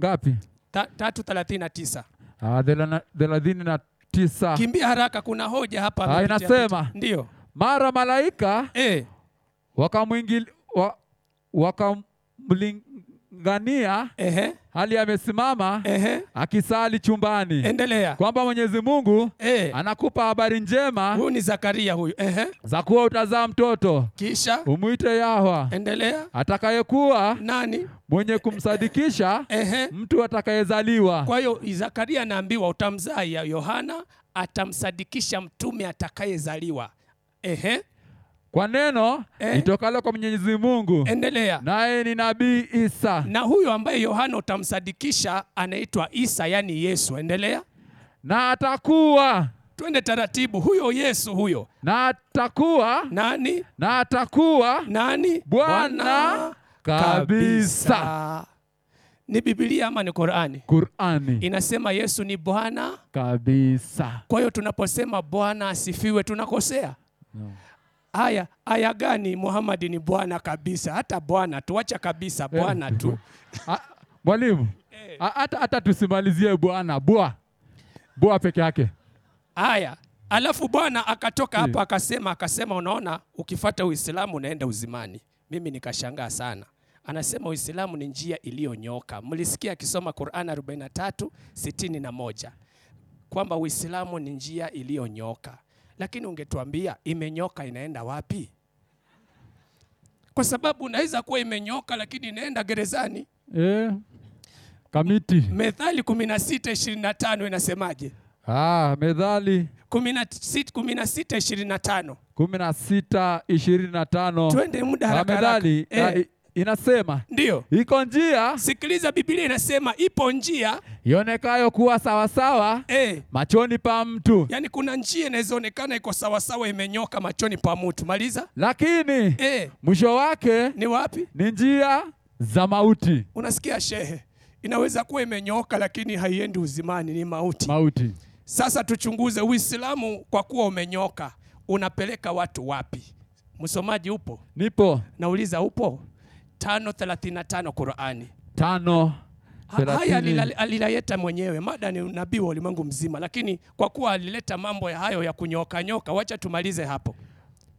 Speaker 5: ngapi?
Speaker 4: Ta, tatu 39.
Speaker 5: Ah, thela- thelathini na tisa.
Speaker 4: Kimbia haraka, kuna hoja hapa.
Speaker 5: Ah,
Speaker 4: amepitia
Speaker 5: inasema.
Speaker 4: picha. Ndio.
Speaker 5: Mara malaika
Speaker 4: Eh,
Speaker 5: wakamwingil- wa- wakamlingania
Speaker 4: ehe,
Speaker 5: hali amesimama
Speaker 4: ehe.
Speaker 5: akisali chumbani,
Speaker 4: Endelea.
Speaker 5: kwamba Mwenyezi Mungu
Speaker 4: Eh,
Speaker 5: anakupa habari njema
Speaker 4: huyu ni Zakaria huyu. Ehe.
Speaker 5: za kuwa utazaa mtoto,
Speaker 4: Kisha
Speaker 5: umwite Yahwa
Speaker 4: Eh. endelea.
Speaker 5: atakayekuwa
Speaker 4: Nani?
Speaker 5: mwenye kumsadikisha
Speaker 4: Ehe.
Speaker 5: mtu atakayezaliwa.
Speaker 4: Eh. Kwa hiyo Zakaria anaambiwa utamzaa ya Yohana, atamsadikisha mtume atakayezaliwa. Ehe,
Speaker 5: Kwa neno
Speaker 4: Eh.
Speaker 5: litokalo kwa Mwenyezi Mungu,
Speaker 4: endelea.
Speaker 5: naye ni Nabii Isa,
Speaker 4: Na huyo ambaye Yohana utamsadikisha anaitwa Isa, yani Yesu. Endelea,
Speaker 5: na atakuwa
Speaker 4: twende taratibu. Huyo Yesu huyo
Speaker 5: na atakuwa
Speaker 4: nani?
Speaker 5: na atakuwa
Speaker 4: Nani?
Speaker 5: Bwana kabisa.
Speaker 4: Ni Biblia ama ni Qurani?
Speaker 5: Qurani
Speaker 4: Inasema Yesu ni Bwana.
Speaker 5: kabisa.
Speaker 4: Kwa hiyo tunaposema Bwana asifiwe tunakosea.
Speaker 5: No.
Speaker 4: Aya, aya gani? Muhammad ni bwana kabisa, hata bwana tuacha kabisa,
Speaker 5: Eh,
Speaker 4: bwana tu. Eh.
Speaker 5: Ah, Mwalimu, ah, hata hata tusimalizie bwana bwa bwa peke yake.
Speaker 4: Aya, alafu bwana akatoka
Speaker 5: Eh.
Speaker 4: hapa akasema, akasema unaona, ukifata Uislamu unaenda uzimani. Mimi nikashangaa sana. Anasema Uislamu ni njia iliyonyoka. Mlisikia akisoma Qur'an 43 61 kwamba Uislamu ni njia iliyonyoka, lakini ungetuambia imenyoka inaenda wapi? Kwa sababu unaweza kuwa imenyoka lakini inaenda gerezani.
Speaker 5: Eh, kamiti
Speaker 4: Methali 16:25 inasemaje?
Speaker 5: ah, Methali
Speaker 4: 16:25.
Speaker 5: kumi na sita ishirini na tano Oh.
Speaker 4: Twende muda haraka haraka.
Speaker 5: Methali
Speaker 4: Eh,
Speaker 5: inasema
Speaker 4: ndiyo
Speaker 5: iko njia
Speaker 4: sikiliza biblia inasema ipo njia
Speaker 5: ionekayo kuwa sawasawa
Speaker 4: eh,
Speaker 5: machoni pa mtu,
Speaker 4: yaani kuna njia inawezaonekana iko sawasawa imenyoka machoni pa mtu maliza
Speaker 5: lakini
Speaker 4: eh,
Speaker 5: mwisho wake
Speaker 4: ni wapi
Speaker 5: ni njia za mauti.
Speaker 4: unasikia shehe inaweza kuwa imenyoka lakini haiendi uzimani ni mauti
Speaker 5: Mauti.
Speaker 4: sasa tuchunguze uislamu kwa kuwa umenyoka unapeleka watu wapi msomaji upo
Speaker 5: Nipo
Speaker 4: nauliza upo 535 qurani
Speaker 5: tano
Speaker 4: Ha- haya
Speaker 5: thelathini.
Speaker 4: alila- alileta mwenyewe mada ni unabii wa ulimwengu mzima lakini kwa kuwa alileta mambo ya hayo ya kunyokanyoka wacha tumalize hapo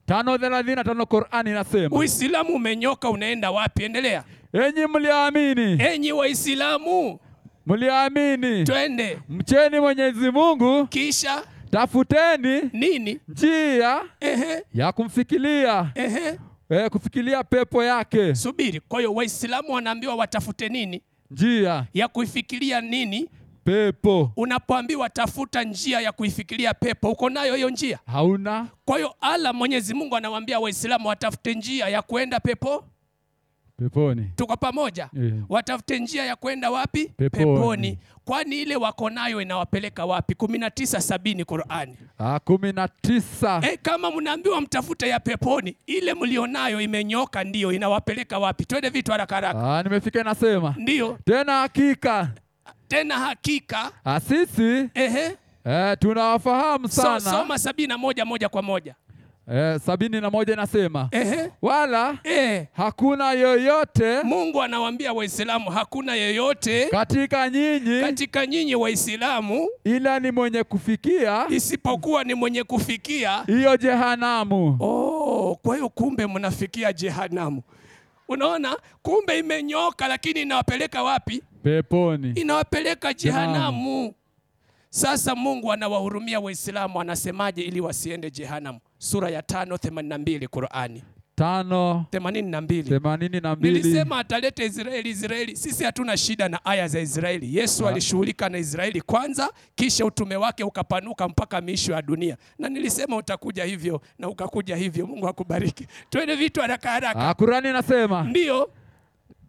Speaker 5: tano thelathini na tano Qurani inasema
Speaker 4: uislamu umenyoka unaenda wapi endelea
Speaker 5: enyi mliamini,
Speaker 4: enyi waislamu
Speaker 5: mliamini,
Speaker 4: twende
Speaker 5: mcheni Mwenyezi Mungu,
Speaker 4: kisha
Speaker 5: tafuteni
Speaker 4: nini
Speaker 5: njia
Speaker 4: ehe,
Speaker 5: ya kumfikilia
Speaker 4: ehe.
Speaker 5: eh, kufikilia pepo yake,
Speaker 4: subiri kwa hiyo waislamu wanaambiwa watafute nini
Speaker 5: njia
Speaker 4: ya kuifikiria nini
Speaker 5: pepo
Speaker 4: unapoambiwa tafuta njia ya kuifikiria pepo uko nayo hiyo njia
Speaker 5: hauna
Speaker 4: kwa hiyo ala mwenyezi mungu anawaambia waislamu watafute njia ya kwenda pepo
Speaker 5: peponi.
Speaker 4: tuko pamoja
Speaker 5: Eh.
Speaker 4: watafute njia ya kwenda wapi
Speaker 5: Peponi.
Speaker 4: kwani ile wako nayo inawapeleka wapi 1970 qurani
Speaker 5: Ah, kumi na tisa
Speaker 4: e, kama mnaambiwa mtafute ya peponi ile mlionayo imenyoka ndiyo inawapeleka wapi twende vitu haraka haraka
Speaker 5: Ah, nimefika inasema
Speaker 4: ndiyo
Speaker 5: tena hakika
Speaker 4: tena hakika
Speaker 5: ah, sisi
Speaker 4: ehe
Speaker 5: eh, tunawafahamu
Speaker 4: so,
Speaker 5: sana
Speaker 4: soma sabini na moja moja kwa moja
Speaker 5: eh, sabini na moja inasema
Speaker 4: ehe
Speaker 5: wala
Speaker 4: e,
Speaker 5: hakuna yoyote
Speaker 4: mungu anawaambia waislamu hakuna yeyote
Speaker 5: katika nyinyi
Speaker 4: katika nyinyi waislamu
Speaker 5: ila ni mwenye kufikia
Speaker 4: isipokuwa ni mwenye kufikia
Speaker 5: hiyo jehanamu
Speaker 4: Oh, kwa hiyo kumbe mnafikia jehanamu. Unaona, kumbe imenyoka, lakini inawapeleka wapi?
Speaker 5: peponi.
Speaker 4: Inawapeleka jehanamu. Sasa Mungu anawahurumia Waislamu, anasemaje ili wasiende jehanamu? Sura ya 5 82 Qurani
Speaker 5: tano
Speaker 4: 82
Speaker 5: themanini na mbili
Speaker 4: Nilisema ataleta Israeli. Israeli, sisi hatuna shida na aya za Israeli.
Speaker 5: Ah.
Speaker 4: Yesu alishughulika na Israeli kwanza, kisha utume wake ukapanuka mpaka miisho ya dunia, na nilisema utakuja hivyo na ukakuja hivyo. Mungu akubariki. Twende vitu haraka haraka.
Speaker 5: Ah, Kurani inasema
Speaker 4: Ndiyo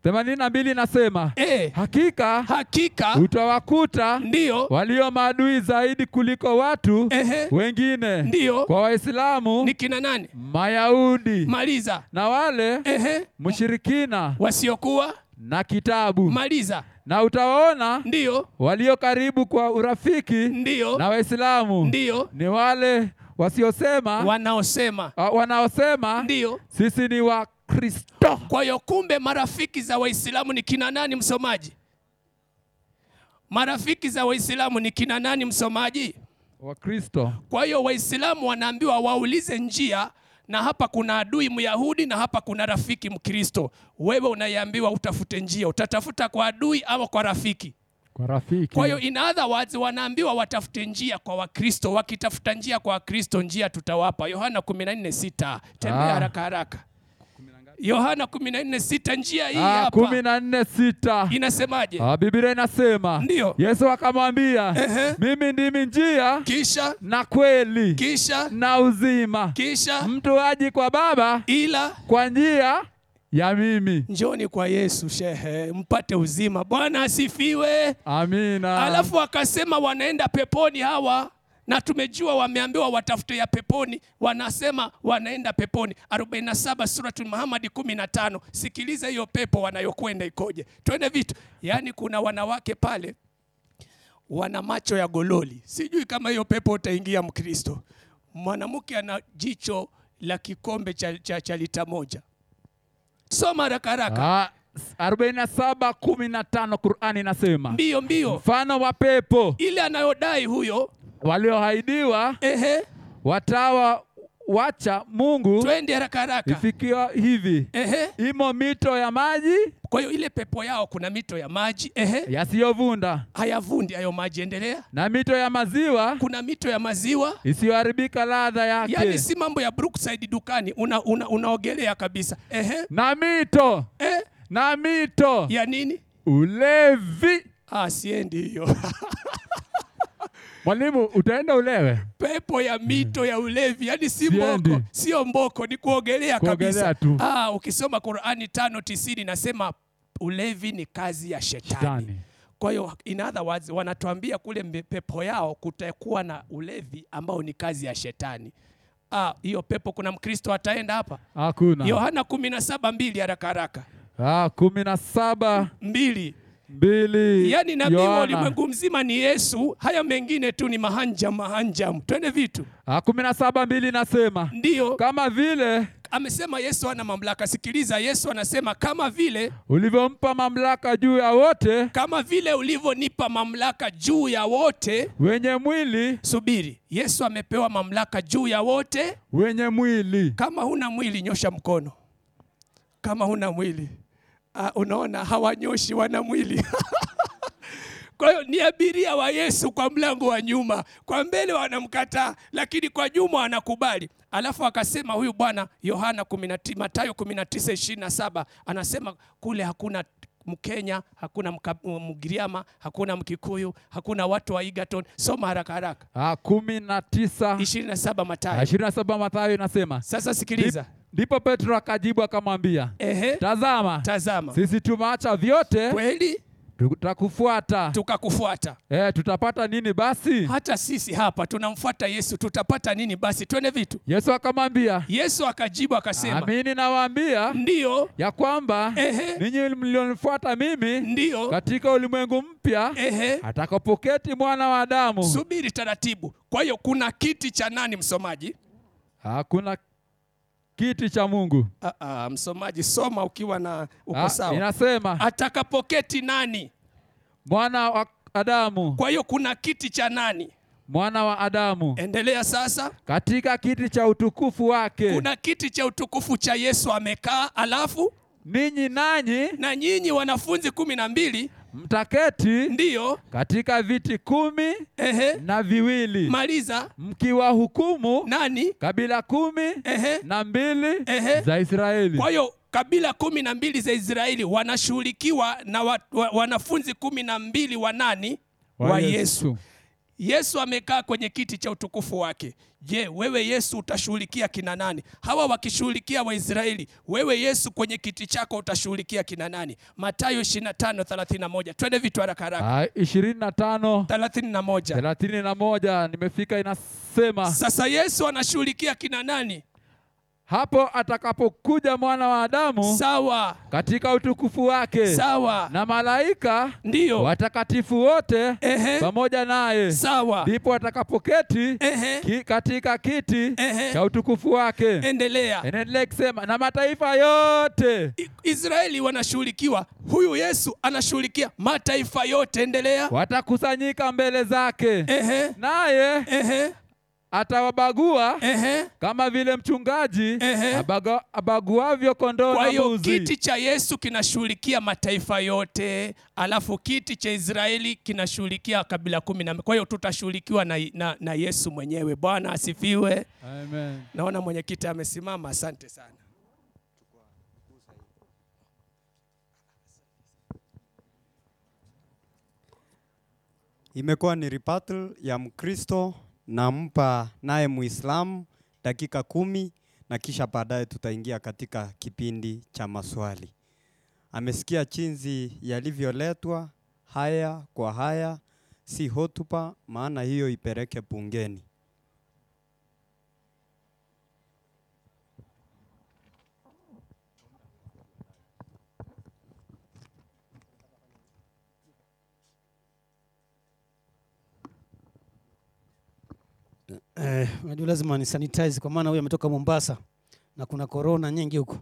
Speaker 5: themanini na mbili inasema
Speaker 4: eh,
Speaker 5: hakika
Speaker 4: hakika
Speaker 5: utawakuta
Speaker 4: ndiyo
Speaker 5: walio maadui zaidi kuliko watu
Speaker 4: ehe,
Speaker 5: wengine
Speaker 4: ndiyo
Speaker 5: kwa Waislamu,
Speaker 4: ni kina nani?
Speaker 5: Mayahudi
Speaker 4: Maliza
Speaker 5: na wale
Speaker 4: ehe,
Speaker 5: mshirikina
Speaker 4: wasiokuwa
Speaker 5: na kitabu,
Speaker 4: maliza,
Speaker 5: na utawaona
Speaker 4: ndiyo
Speaker 5: walio karibu kwa urafiki na
Speaker 4: ndiyo
Speaker 5: Waislamu
Speaker 4: ndiyo
Speaker 5: ni wale wasiosema
Speaker 4: wanaosema
Speaker 5: wa- wanaosema
Speaker 4: ndiyo
Speaker 5: sisi ni wa Kristo.
Speaker 4: Kwa hiyo kumbe marafiki za Waislamu ni kina nani msomaji? Marafiki za Waislamu ni kina nani msomaji?
Speaker 5: Wa Kristo
Speaker 4: Kwa hiyo Waislamu wanaambiwa waulize njia na hapa kuna adui Myahudi na hapa kuna rafiki Mkristo. Wewe unayeambiwa utafute njia, utatafuta kwa adui au kwa rafiki?
Speaker 5: kwa rafiki.
Speaker 4: Kwa hiyo in other words wanaambiwa watafute njia kwa Wakristo, wakitafuta njia kwa Wakristo njia tutawapa. Yohana 14:6. Tembea
Speaker 5: Ah.
Speaker 4: haraka haraka. Yohana 14:6 njia hii
Speaker 5: Ah,
Speaker 4: hapa.
Speaker 5: kumi na nne sita
Speaker 4: inasemaje
Speaker 5: Ah, Biblia inasema
Speaker 4: Ndiyo.
Speaker 5: Yesu akamwambia
Speaker 4: Ehe.
Speaker 5: mimi ndimi njia
Speaker 4: kisha
Speaker 5: na kweli
Speaker 4: kisha
Speaker 5: na uzima.
Speaker 4: kisha
Speaker 5: Mtu aji kwa Baba
Speaker 4: ila
Speaker 5: kwa njia ya mimi.
Speaker 4: njoni kwa yesu shehe mpate uzima bwana asifiwe
Speaker 5: Amina.
Speaker 4: alafu akasema wanaenda peponi hawa na tumejua wameambiwa watafute ya peponi wanasema wanaenda peponi 47 suratul muhammad 15 sikiliza hiyo pepo wanayokwenda ikoje twende vitu yaani kuna wanawake pale wana macho ya gololi sijui kama hiyo pepo utaingia mkristo mwanamke ana jicho la kikombe cha, cha, cha lita moja soma haraka haraka
Speaker 5: Ah, s- 47 15 Qur'ani inasema
Speaker 4: mbio mbio
Speaker 5: mfano wa pepo
Speaker 4: ile anayodai huyo
Speaker 5: walioahidiwa
Speaker 4: ehe
Speaker 5: watawa wacha Mungu
Speaker 4: twende haraka haraka
Speaker 5: ifikiwa hivi
Speaker 4: ehe.
Speaker 5: imo mito ya maji
Speaker 4: Kwa hiyo ile pepo yao kuna mito ya maji ehe,
Speaker 5: yasiyovunda
Speaker 4: hayavundi hayo maji. Endelea,
Speaker 5: na mito ya maziwa
Speaker 4: kuna mito ya maziwa
Speaker 5: isiyoharibika ladha yake
Speaker 4: yaani si mambo ya Brookside dukani una, una, unaogelea kabisa ehe,
Speaker 5: na mito
Speaker 4: eh,
Speaker 5: na mito
Speaker 4: ya nini?
Speaker 5: ulevi
Speaker 4: Ah, siendi hiyo
Speaker 5: Mwalimu, utaenda ulewe?
Speaker 4: pepo ya mito ya ulevi yani si
Speaker 5: Siendi.
Speaker 4: mboko sio mboko ni kuogelea kabisa
Speaker 5: Kuogelea tu.
Speaker 4: ah, ukisoma qurani tano tisini nasema ulevi ni kazi ya shetani,
Speaker 5: Shetani.
Speaker 4: kwa hiyo in other words wanatuambia kule mbe- pepo yao kutakuwa na ulevi ambao ni kazi ya shetani Ah, hiyo pepo kuna mkristo ataenda hapa
Speaker 5: Hakuna.
Speaker 4: yohana kumi na saba mbili haraka haraka
Speaker 5: Ah, kumi na saba
Speaker 4: mbili
Speaker 5: mbili.
Speaker 4: yani Yaani nabii wa
Speaker 5: Yohana.
Speaker 4: ulimwengu mzima ni yesu haya mengine tu ni mahanjam mahanjam twende vitu
Speaker 5: Ah, kumi na saba mbili nasema
Speaker 4: ndiyo
Speaker 5: kama vile
Speaker 4: amesema Yesu ana mamlaka. Sikiliza, Yesu anasema kama vile
Speaker 5: ulivyompa mamlaka juu ya wote
Speaker 4: kama vile ulivyonipa mamlaka juu ya wote.
Speaker 5: wenye mwili,
Speaker 4: Subiri, Yesu amepewa mamlaka juu ya wote.
Speaker 5: wenye mwili.
Speaker 4: Kama huna mwili, nyosha mkono. Kama huna mwili uh, unaona hawanyoshi, wana mwili Kwa hiyo ni abiria wa Yesu kwa mlango wa nyuma, kwa mbele wanamkataa, lakini kwa nyuma wanakubali. Alafu akasema huyu bwana Yohana 19 Mathayo 19:27 anasema kule hakuna Mkenya, hakuna Mka- Mgiriama, hakuna Mkikuyu, hakuna watu wa Egerton. Soma haraka haraka,
Speaker 5: Ah, kumi na tisa
Speaker 4: 27 Mathayo.
Speaker 5: ishirini na saba Mathayo inasema
Speaker 4: Sasa sikiliza,
Speaker 5: ndipo Petro akajibu akamwambia,
Speaker 4: ehe,
Speaker 5: tazama,
Speaker 4: tazama
Speaker 5: sisi tumeacha
Speaker 4: Eh?
Speaker 5: vyote
Speaker 4: kweli
Speaker 5: tutakufuata.
Speaker 4: tukakufuata.
Speaker 5: Eh, tutapata nini basi?
Speaker 4: Hata sisi hapa tunamfuata Yesu, tutapata nini basi? Twende vitu.
Speaker 5: Yesu akamwambia,
Speaker 4: Yesu akajibu akasema,
Speaker 5: amini nawaambia
Speaker 4: ndiyo
Speaker 5: ya kwamba
Speaker 4: Ehe.
Speaker 5: ninyi mlionifuata mimi
Speaker 4: ndiyo
Speaker 5: katika ulimwengu mpya
Speaker 4: ehe,
Speaker 5: atakapoketi mwana wa Adamu,
Speaker 4: subiri taratibu. Kwa hiyo kuna kiti cha nani msomaji?
Speaker 5: hakuna kiti cha Mungu.
Speaker 4: Ah, ah, msomaji soma ukiwa na uko
Speaker 5: Ah,
Speaker 4: sawa.
Speaker 5: Inasema
Speaker 4: Atakapoketi nani?
Speaker 5: mwana wa Adamu,
Speaker 4: Kwa hiyo kuna kiti cha nani?
Speaker 5: mwana wa Adamu
Speaker 4: Endelea sasa.
Speaker 5: katika kiti cha utukufu wake.
Speaker 4: Kuna kiti cha utukufu cha Yesu amekaa, alafu
Speaker 5: Ninyi nanyi
Speaker 4: na nyinyi wanafunzi kumi na mbili
Speaker 5: mtaketi
Speaker 4: ndiyo
Speaker 5: katika viti kumi
Speaker 4: ehe,
Speaker 5: na viwili
Speaker 4: maliza
Speaker 5: mkiwahukumu
Speaker 4: nani?
Speaker 5: kabila kumi
Speaker 4: Ehe,
Speaker 5: na mbili
Speaker 4: Ehe.
Speaker 5: za Israeli.
Speaker 4: Kwa hiyo kabila kumi na mbili za Israeli wanashughulikiwa na wa, wa, wanafunzi kumi na mbili wa nani? Wa, Yesu. Yesu amekaa kwenye kiti cha utukufu wake. Je, wewe Yesu utashughulikia kina nani? Hawa wakishughulikia Waisraeli, wewe Yesu kwenye kiti chako utashughulikia kina nani? Mathayo 25:31. Twende vitu haraka haraka.
Speaker 5: Ah, ishirini na tano
Speaker 4: 31.
Speaker 5: thelathini na moja nimefika, inasema
Speaker 4: Sasa Yesu anashughulikia kina nani?
Speaker 5: hapo atakapokuja mwana wa Adamu
Speaker 4: Sawa.
Speaker 5: katika utukufu wake
Speaker 4: Sawa.
Speaker 5: Oh. Eh. na malaika
Speaker 4: Ndiyo.
Speaker 5: watakatifu wote
Speaker 4: Ehe.
Speaker 5: pamoja naye,
Speaker 4: Sawa.
Speaker 5: ndipo atakapoketi
Speaker 4: Ehe.
Speaker 5: ki, katika kiti
Speaker 4: Ehe.
Speaker 5: cha utukufu wake.
Speaker 4: Endelea.
Speaker 5: Endelea kusema na mataifa yote
Speaker 4: I- Israeli wanashughulikiwa, huyu Yesu anashughulikia mataifa yote. Endelea.
Speaker 5: watakusanyika mbele zake,
Speaker 4: Ehe,
Speaker 5: naye
Speaker 4: ehe,
Speaker 5: atawabagua
Speaker 4: ehe.
Speaker 5: kama vile mchungaji
Speaker 4: Ehe.
Speaker 5: abaga, abaguavyo kondoo
Speaker 4: Kwa
Speaker 5: na
Speaker 4: hiyo
Speaker 5: mbuzi.
Speaker 4: kiti cha Yesu kinashughulikia mataifa yote, alafu kiti cha Israeli kinashughulikia kabila kumi na mbili. Kwa hiyo tutashughulikiwa na, na, na Yesu mwenyewe. Bwana asifiwe.
Speaker 5: Amen.
Speaker 4: Naona mwenyekiti amesimama, asante sana.
Speaker 6: Imekuwa ni repatle ya Mkristo, nampa naye Muislamu dakika kumi na kisha baadaye tutaingia katika kipindi cha maswali. Amesikia chinzi yalivyoletwa haya kwa haya, si hotuba, maana hiyo ipeleke bungeni.
Speaker 1: Eh, unajua lazima ni sanitize kwa maana huyu ametoka Mombasa na kuna korona nyingi huko.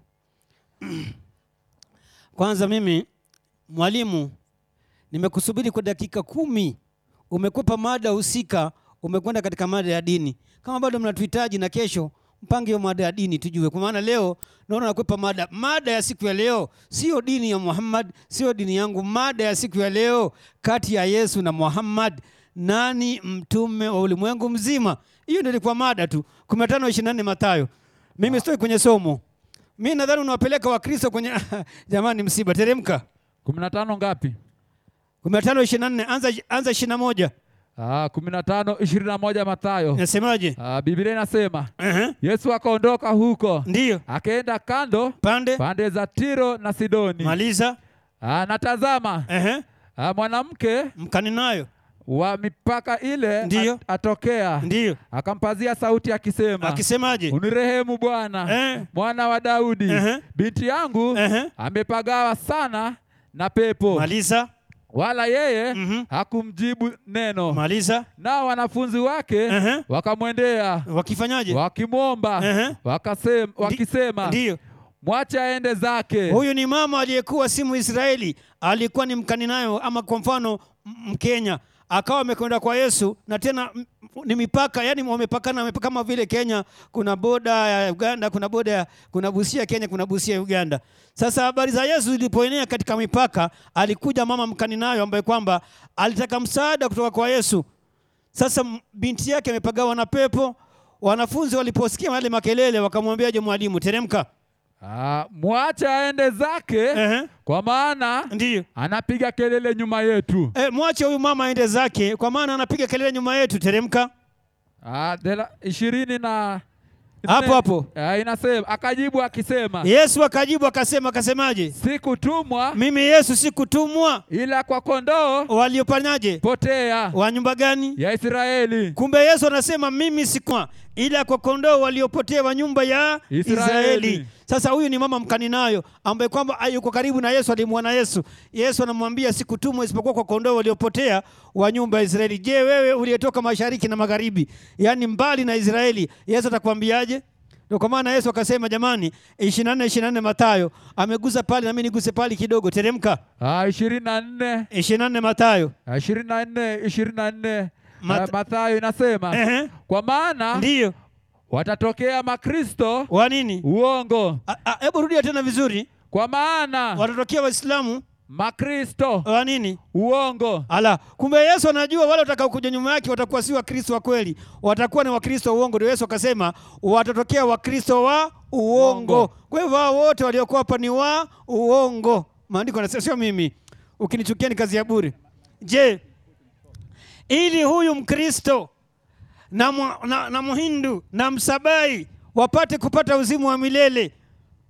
Speaker 1: Kwanza mimi mwalimu, nimekusubiri kwa dakika kumi, umekwepa mada husika, umekwenda katika mada ya dini. Kama bado mnatuhitaji na kesho, mpange hiyo mada ya dini tujue, kwa maana leo naona nakwepa mada. Mada ya siku ya leo sio dini ya Muhammad, sio dini yangu. Mada ya siku ya leo, kati ya Yesu na Muhammad, nani mtume wa ulimwengu mzima? Hiyo ndio ilikuwa mada tu, 15:24 Mathayo. Mimi sitoi kwenye somo, mi nadhani unawapeleka Wakristo kwenye jamani, msiba teremka.
Speaker 5: 15 ngapi?
Speaker 1: 15 24 anza anza 21.
Speaker 5: Ah, kumi na tano ishirini na moja Mathayo.
Speaker 1: Nasemaje?
Speaker 5: Ah, Biblia inasema
Speaker 1: Aha.
Speaker 5: Yesu akaondoka huko
Speaker 1: Ndiyo.
Speaker 5: akaenda kando
Speaker 1: Pande.
Speaker 5: pande za Tiro na Sidoni.
Speaker 1: Maliza.
Speaker 5: Ah, na tazama
Speaker 1: Aha.
Speaker 5: ah, mwanamke
Speaker 1: Mkaninayo.
Speaker 5: wa mipaka ile
Speaker 1: Ndiyo.
Speaker 5: at- atokea
Speaker 1: Ndiyo.
Speaker 5: akampazia sauti akisema
Speaker 1: Akisemaje?
Speaker 5: unirehemu Bwana
Speaker 1: Eh.
Speaker 5: mwana wa Daudi
Speaker 1: Ehe.
Speaker 5: binti yangu
Speaker 1: Ehe.
Speaker 5: amepagawa sana na pepo
Speaker 1: Maliza.
Speaker 5: wala yeye
Speaker 1: Mhm.
Speaker 5: hakumjibu neno
Speaker 1: Maliza.
Speaker 5: nao wanafunzi wake
Speaker 1: Ehe.
Speaker 5: wakamwendea
Speaker 1: Wakifanyaje?
Speaker 5: wakimwomba
Speaker 1: Ehe.
Speaker 5: wakasem- wakisema
Speaker 1: Ndiyo.
Speaker 5: mwache aende zake
Speaker 1: Huyu ni mama aliyekuwa si Mwisraeli, alikuwa ni Mkaninayo ama kwa mfano M- Mkenya, akawa amekwenda kwa Yesu na tena m- ni mipaka, yani wamepakana wamepaka kama vile Kenya kuna boda ya Uganda, kuna boda ya, kuna Busia Kenya, kuna Busia ya Uganda. Sasa habari za Yesu zilipoenea katika mipaka, alikuja mama Mkaninayo ambaye kwamba alitaka msaada kutoka kwa Yesu. Sasa m- binti yake amepagawa na pepo. Wanafunzi waliposikia yale makelele, wakamwambia, je, mwalimu, teremka.
Speaker 5: Ah, mwache aende zake
Speaker 1: Ehe.
Speaker 5: kwa maana
Speaker 1: Ndiyo.
Speaker 5: anapiga kelele nyuma yetu.
Speaker 1: E, mwache huyu mama aende zake, kwa maana anapiga kelele nyuma yetu. Teremka
Speaker 5: Ah, thela- ishirini na
Speaker 1: Hapo, hapo.
Speaker 5: Ah, inasema akajibu akisema
Speaker 1: Yesu akajibu akasema, akasemaje?
Speaker 5: sikutumwa
Speaker 1: Mimi Yesu sikutumwa
Speaker 5: ila kwa kondoo
Speaker 1: waliofanyaje
Speaker 5: potea
Speaker 1: wa nyumba gani?
Speaker 5: ya Israeli.
Speaker 1: Kumbe Yesu anasema mimi sikuwa ila kwa kondoo waliopotea wa nyumba ya Israeli.
Speaker 5: Israeli.
Speaker 1: Sasa huyu ni mama Mkaninayo ambaye kwamba yuko karibu na Yesu, alimwona Yesu. Yesu anamwambia sikutumwa isipokuwa kwa kondoo waliopotea wa nyumba ya Israeli. Je, wewe uliyetoka mashariki na magharibi, yaani mbali na Israeli, Yesu atakwambiaje? Ndio kwa maana Yesu akasema, jamani, 24 24 Mathayo amegusa pale, na mimi niguse pale kidogo. Teremka
Speaker 5: Ah, ishirini na nne
Speaker 1: 24 Mathayo.
Speaker 5: ah, ishirini na nne ishirini na nne
Speaker 1: Mat-
Speaker 5: ah, Mathayo inasema
Speaker 1: Ehe.
Speaker 5: kwa maana
Speaker 1: Ndiyo
Speaker 5: watatokea Makristo
Speaker 1: wa nini?
Speaker 5: uongo,
Speaker 1: A- a- Hebu rudia tena vizuri.
Speaker 5: kwa maana
Speaker 1: watatokea Waislamu
Speaker 5: Makristo
Speaker 1: wa nini?
Speaker 5: uongo
Speaker 1: Ala, kumbe Yesu anajua wale watakaokuja nyuma yake watakuwa si Wakristo wa kweli, watakuwa ni Wakristo wa uongo. Ndio Yesu akasema watatokea Wakristo wa uongo.
Speaker 5: Uongo.
Speaker 1: Kwa hivyo hao wote waliokuwa hapa ni wa uongo. Maandiko yanasema, sio mimi, ukinichukia ni kazi ya bure. Je, ili huyu Mkristo na, mu- na, na Mhindu na Msabai wapate kupata uzima wa milele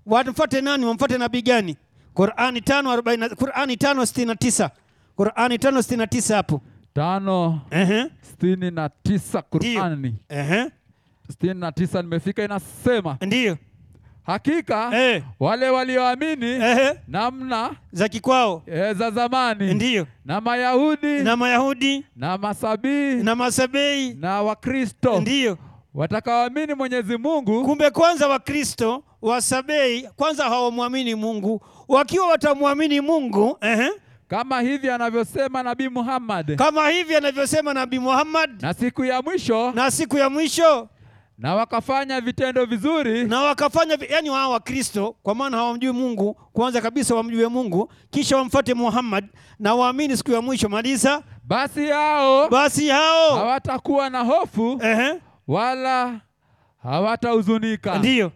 Speaker 1: wamfuate nani? Wamfuate nabii gani? Qurani 5:40 Qurani 5:69 Qurani 5:69 hapo.
Speaker 5: tano
Speaker 1: Ehe.
Speaker 5: sitini na tisa
Speaker 1: Ndiyo.
Speaker 5: Qurani
Speaker 1: Ehe.
Speaker 5: sitini na tisa nimefika, inasema
Speaker 1: Ndiyo.
Speaker 5: hakika
Speaker 1: Eh.
Speaker 5: wale walioamini
Speaker 1: Ehe.
Speaker 5: namna
Speaker 1: Za kikwao.
Speaker 5: eh, za zamani
Speaker 1: Ndiyo.
Speaker 5: na Mayahudi
Speaker 1: Na Mayahudi
Speaker 5: na Masabii na,
Speaker 1: na Masabei.
Speaker 5: Wakristo
Speaker 1: Ndiyo.
Speaker 5: watakaoamini Mwenyezi Mungu
Speaker 1: Kumbe kwanza Wakristo Wasabei kwanza hawamwamini Mungu. Wakiwa watamwamini Mungu, ehe,
Speaker 5: kama hivi anavyosema Nabii Muhammad,
Speaker 1: kama hivi anavyosema Nabii Muhammad,
Speaker 5: na siku ya mwisho na,
Speaker 1: na siku ya mwisho
Speaker 5: wakafanya vitendo vizuri
Speaker 1: na wakafanya yani, hawa Wakristo kwa maana hawamjui Mungu kwanza kabisa, wamjue Mungu kisha wamfuate Muhammad na waamini siku ya mwisho. Maliza
Speaker 5: basi hao
Speaker 1: basi hao,
Speaker 5: hawatakuwa na hofu
Speaker 1: ehe,
Speaker 5: wala hawatahuzunika.
Speaker 1: ndiyo.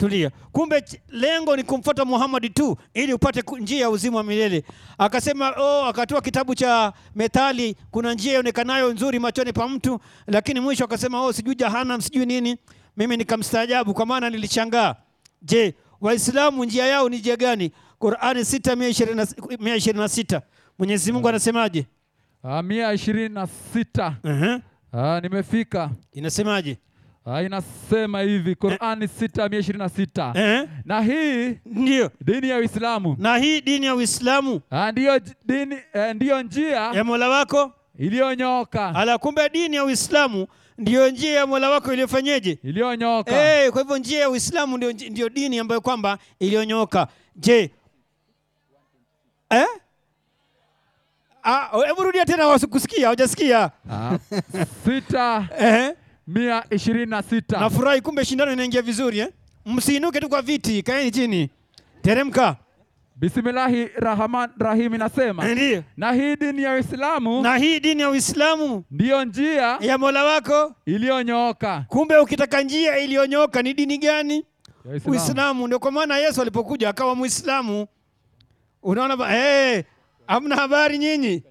Speaker 1: Tulia. Kumbe ch- lengo ni kumfuata Muhammad tu ili upate ku- njia ya uzima wa milele. Akasema oh, akatoa kitabu cha Methali, kuna njia ionekanayo nzuri machoni pa mtu, lakini mwisho akasema oh, sijui jahannam, sijui nini. Mimi nikamstaajabu kwa maana nilishangaa. Je, Waislamu njia yao ni njia gani? Qur'ani 6:126. Mwenyezi Mungu anasemaje?
Speaker 5: Ah, mia ishirini na sita
Speaker 1: Uh-huh.
Speaker 5: Ah, nimefika.
Speaker 1: Inasemaje?
Speaker 5: Ah, inasema hivi Qurani sita mia ishirini na sita
Speaker 1: Eh?
Speaker 5: na hii
Speaker 1: Ndio.
Speaker 5: dini ya Uislamu
Speaker 1: Na hii dini ya Uislamu
Speaker 5: Ah, ndiyo j- dini eh, ndiyo njia
Speaker 1: ya Mola wako
Speaker 5: iliyonyooka
Speaker 1: Ala, kumbe dini ya Uislamu ndiyo njia ya Mola wako iliyofanyeje?
Speaker 5: iliyonyooka.
Speaker 1: Eh, kwa hivyo njia ya Uislamu ndio, ndio dini ambayo kwamba iliyonyoka. Je, eh? Ah, hebu rudia tena, wasikusikia, hawajasikia.
Speaker 5: Ah, sita
Speaker 1: Eh,
Speaker 5: mia ishirini na sita
Speaker 1: nafurahi, kumbe shindano inaingia vizuri eh? Msiinuke tu kwa viti, kaeni chini, teremka.
Speaker 5: Bismillahi rahman rahim
Speaker 1: Eh,
Speaker 5: inasema
Speaker 1: Ndiyo.
Speaker 5: na hii dini ya Uislamu
Speaker 1: Na hii dini ya Uislamu
Speaker 5: ndiyo njia
Speaker 1: ya Mola wako.
Speaker 5: iliyonyooka
Speaker 1: Kumbe ukitaka njia iliyonyoka ni dini gani?
Speaker 5: ya Uislamu.
Speaker 1: Uislamu. Ndio kwa maana Yesu alipokuja akawa Muislamu. Unaona ba- eh, hamna habari nyinyi?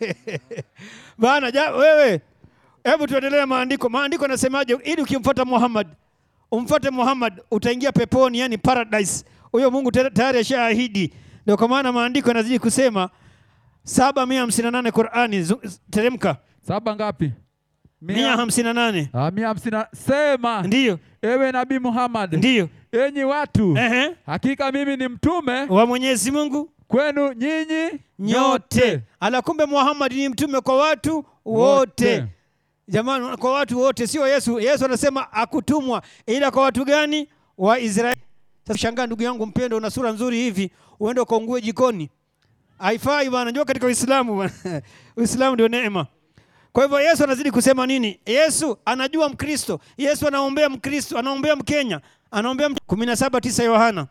Speaker 7: bana ja, wewe hebu tuendelee na maandiko maandiko yanasemaje ili ukimfuata muhammad umfuate muhammad utaingia peponi yani paradise huyo mungu te- tayari ashaahidi ndio kwa maana maandiko yanazidi kusema 758 qurani zu- teremka
Speaker 5: saba ngapi? Mia-
Speaker 7: 158
Speaker 5: Ah, mia hamsini na sema
Speaker 7: ndiyo
Speaker 5: ewe Nabii Muhammad,
Speaker 7: ndiyo
Speaker 5: enyi watu,
Speaker 7: Ehe.
Speaker 5: hakika mimi ni mtume
Speaker 7: wa mwenyezi mungu
Speaker 5: kwenu nyinyi
Speaker 7: nyote ala kumbe muhammad ni mtume kwa watu wote
Speaker 5: Wote.
Speaker 7: jamani kwa watu wote sio yesu yesu anasema akutumwa ila kwa watu gani waisraeli sasa shangaa ndugu yangu mpendo una sura nzuri hivi uende ukaungue jikoni haifai bana njua katika uislamu bana. uislamu ndio neema kwa hivyo yesu anazidi kusema nini yesu anajua mkristo yesu anaombea mkristo anaombea mkenya anaombea mtu- kumi na saba tisa yohana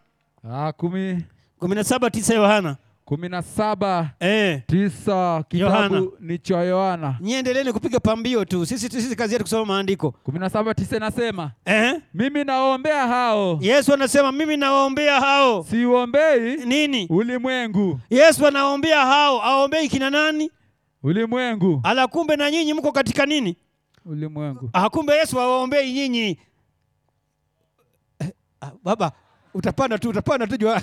Speaker 5: Ah, kumi,
Speaker 7: kumi na saba tisa yohana
Speaker 5: kumi na saba
Speaker 7: eh.
Speaker 5: tisa
Speaker 7: Yohana.
Speaker 5: kitabu ni cha Yohana
Speaker 7: nyie endeleeni kupiga pambio tu sisi, sisi kazi yetu kusoma maandiko
Speaker 5: kumi na saba tisa inasema
Speaker 7: eh?
Speaker 5: mimi nawaombea hao,
Speaker 7: yesu anasema mimi nawaombea hao
Speaker 5: siuombei
Speaker 7: nini
Speaker 5: ulimwengu,
Speaker 7: yesu anawaombea hao awaombei kina nani
Speaker 5: ulimwengu,
Speaker 7: ala kumbe na nyinyi mko katika nini
Speaker 5: ulimwengu.
Speaker 7: Ah, kumbe yesu awaombei nyinyi Eh, ah, baba utapanda tu utapanda tu jua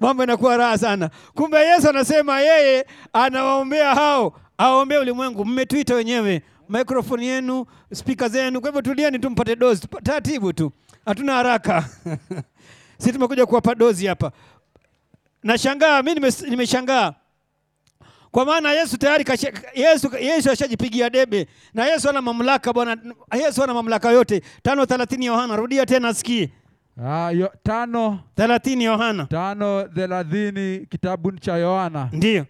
Speaker 7: mambo yanakuwa raha sana kumbe yesu anasema yeye anawaombea hao awaombea ulimwengu mmetuita wenyewe mikrofoni yenu spika zenu kwa hivyo tulieni tu mpate dozi tupa- taratibu tu hatuna haraka si tumekuja kuwapa dozi hapa nashangaa mi nimes- nimeshangaa kwa maana Yesu tayari kasha, Yesu, Yesu ashajipigia debe na Yesu ana mamlaka bwana, Yesu ana mamlaka yote. tano thelathini Yohana, rudia tena asikie.
Speaker 5: Ah, yo, tano
Speaker 7: thelathini Yohana,
Speaker 5: tano thelathini kitabu ni cha Yohana
Speaker 7: ndiyo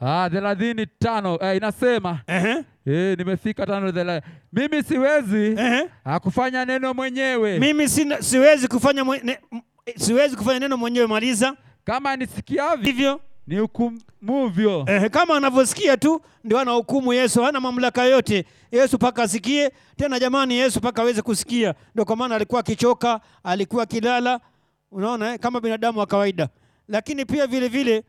Speaker 5: ah, thelathini tano eh, inasema
Speaker 7: ehe,
Speaker 5: eh, nimefika tano thelathini. Mimi siwezi
Speaker 7: ehe.
Speaker 5: ah, kufanya neno mwenyewe
Speaker 7: Mimi sina, siwezi kufanya mwe, ne, m- siwezi kufanya neno mwenyewe, maliza
Speaker 5: kama nisikiavyo
Speaker 7: hivyo
Speaker 5: ni hukumuvyo.
Speaker 7: ehe, kama anavyosikia tu ndio anahukumu. Yesu hana mamlaka yote, Yesu paka asikie tena. Jamani, Yesu paka aweze kusikia, ndio kwa maana alikuwa akichoka, alikuwa akilala, unaona eh, kama binadamu wa kawaida. Lakini pia vile vile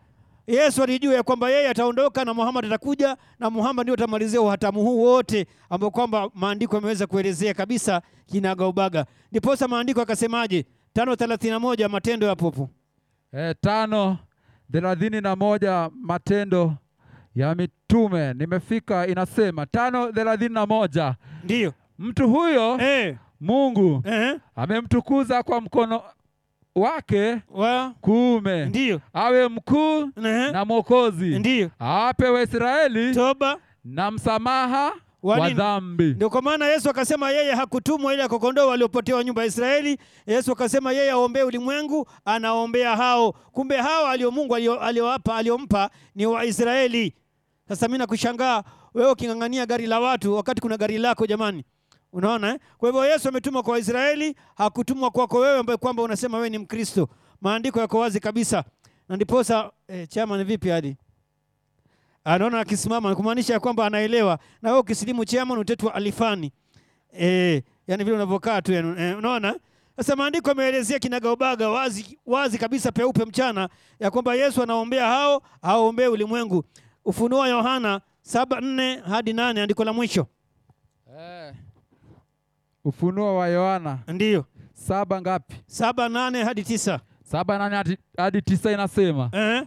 Speaker 7: Yesu alijua ya kwamba yeye ataondoka na Muhammad atakuja na Muhammad ndio atamalizia uhatamu huu wote ambao kwamba maandiko yameweza kuelezea kabisa kinagaubaga. Ndiposa maandiko akasemaje? tano thelathini na moja Matendo ya Popo.
Speaker 5: Eh, tano thelathini na moja Matendo ya Mitume, nimefika inasema tano thelathini na moja
Speaker 7: Ndiyo
Speaker 5: mtu huyo
Speaker 7: eh,
Speaker 5: Mungu
Speaker 7: eh,
Speaker 5: amemtukuza kwa mkono wake
Speaker 7: wa
Speaker 5: kuume
Speaker 7: ndiyo
Speaker 5: awe mkuu
Speaker 7: eh,
Speaker 5: na mwokozi
Speaker 7: ndiyo
Speaker 5: awape Waisraeli
Speaker 7: toba
Speaker 5: na msamaha
Speaker 7: Wa
Speaker 5: wa
Speaker 7: nini?
Speaker 5: dhambi.
Speaker 7: ndio kwa maana yesu akasema yeye hakutumwa ili akakondoa waliopotewa nyumba ya israeli yesu akasema yeye aombee ulimwengu anaombea hao kumbe hao alio mungu alio- aliowapa aliompa ni waisraeli sasa mi nakushangaa wewe uking'ang'ania gari la watu wakati kuna gari lako jamani unaona eh? kwa hivyo yesu ametumwa kwa waisraeli hakutumwa kwako wewe ambaye kwamba unasema wewe ni mkristo maandiko yako wazi kabisa na ndiposa eh, chama ni vipi hadi anaona akisimama kumaanisha ya kwamba anaelewa na wewe ukisilimu chama unatetwa alifani eh, yani vile unavyokaa tu yani, eh, unaona sasa maandiko yameelezea kinagaubaga wazi, wazi kabisa peupe mchana ya kwamba yesu anaombea hao aombee ulimwengu ufunuo yohana saba nne hadi nane andiko la mwisho
Speaker 5: Eh, Ufunuo wa Yohana
Speaker 7: ndiyo
Speaker 5: saba ngapi?
Speaker 7: saba nane hadi tisa
Speaker 5: Saba nane hadi- hadi tisa inasema
Speaker 7: eh,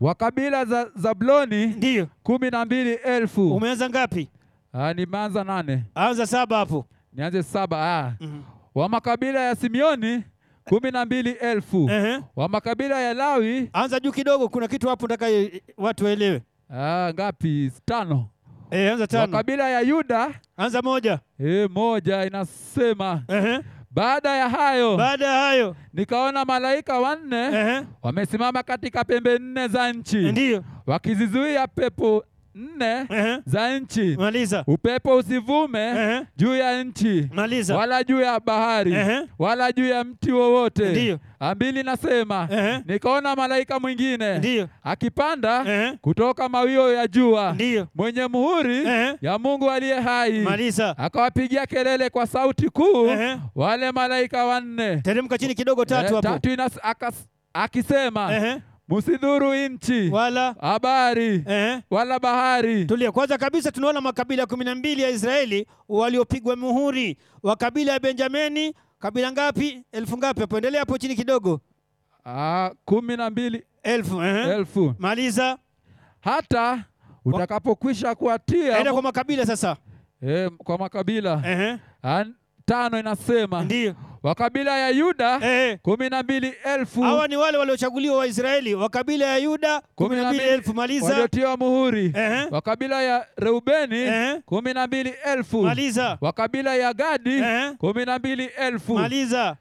Speaker 5: wa kabila za Zabuloni
Speaker 7: ndiyo
Speaker 5: kumi na mbili elfu
Speaker 7: umeanza ngapi
Speaker 5: Ah, nimeanza nane
Speaker 7: anza saba hapo
Speaker 5: nianze saba ah.
Speaker 7: Mhm.
Speaker 5: wa makabila ya Simeoni kumi na mbili elfu
Speaker 7: eh,
Speaker 5: wa makabila ya Lawi
Speaker 7: anza juu kidogo kuna kitu hapo nataka eh, watu waelewe
Speaker 5: ah, ngapi? Tano.
Speaker 7: eh, anza
Speaker 5: wa
Speaker 7: tano
Speaker 5: kabila ya Yuda
Speaker 7: anza moja
Speaker 5: eh, moja inasema
Speaker 7: eh,
Speaker 5: baada ya hayo
Speaker 7: baada ya hayo
Speaker 5: nikaona malaika wanne
Speaker 7: Ehe,
Speaker 5: wamesimama katika pembe nne za nchi
Speaker 7: ndiyo
Speaker 5: wakizizuia pepo nne
Speaker 7: Ehe,
Speaker 5: za nchi
Speaker 7: maliza
Speaker 5: upepo usivume
Speaker 7: Ehe,
Speaker 5: juu ya nchi
Speaker 7: maliza
Speaker 5: wala juu ya bahari
Speaker 7: Ehe.
Speaker 5: wala juu ya mti wowote.
Speaker 7: Ndiyo.
Speaker 5: Ambili nasema
Speaker 7: Ehe.
Speaker 5: nikaona malaika mwingine
Speaker 7: ndiyo
Speaker 5: akipanda
Speaker 7: Ehe,
Speaker 5: kutoka mawio ya jua
Speaker 7: ndiyo
Speaker 5: mwenye muhuri
Speaker 7: Ehe.
Speaker 5: ya Mungu aliye hai,
Speaker 7: maliza
Speaker 5: akawapigia kelele kwa sauti kuu
Speaker 7: Ehe.
Speaker 5: wale malaika wanne
Speaker 7: teremka chini kidogo
Speaker 5: Eh,
Speaker 7: tatu hapo
Speaker 5: tatu inas, akas, akisema
Speaker 7: Ehe,
Speaker 5: msidhuru nchi
Speaker 8: wala
Speaker 5: habari
Speaker 8: eh,
Speaker 5: wala bahari
Speaker 8: tulia. Kwanza kabisa tunaona makabila kumi na mbili ya Israeli waliopigwa muhuri wa kabila ya Benjamini. Kabila ngapi? Elfu ngapi? Hapo endelea hapo chini kidogo,
Speaker 5: Ah, kumi na mbili
Speaker 8: elfu eh.
Speaker 5: elfu
Speaker 8: Maliza,
Speaker 5: hata utakapokwisha
Speaker 8: aenda
Speaker 5: kuwatia
Speaker 8: kwa makabila sasa
Speaker 5: eh, kwa makabila
Speaker 8: eh,
Speaker 5: Ah, tano inasema
Speaker 8: ndio
Speaker 5: wa kabila ya Yuda
Speaker 8: eh.
Speaker 5: kumi na mbili elfu
Speaker 8: Hawa ni wale waliochaguliwa Waisraeli wa kabila ya Yuda kumi na mbili elfu. Maliza,
Speaker 5: waliotiwa muhuri
Speaker 8: eh,
Speaker 5: wa kabila ya Reubeni
Speaker 8: eh.
Speaker 5: kumi na mbili elfu
Speaker 8: Maliza,
Speaker 5: wa kabila ya Gadi
Speaker 8: eh,
Speaker 5: kumi na mbili elfu
Speaker 8: maliza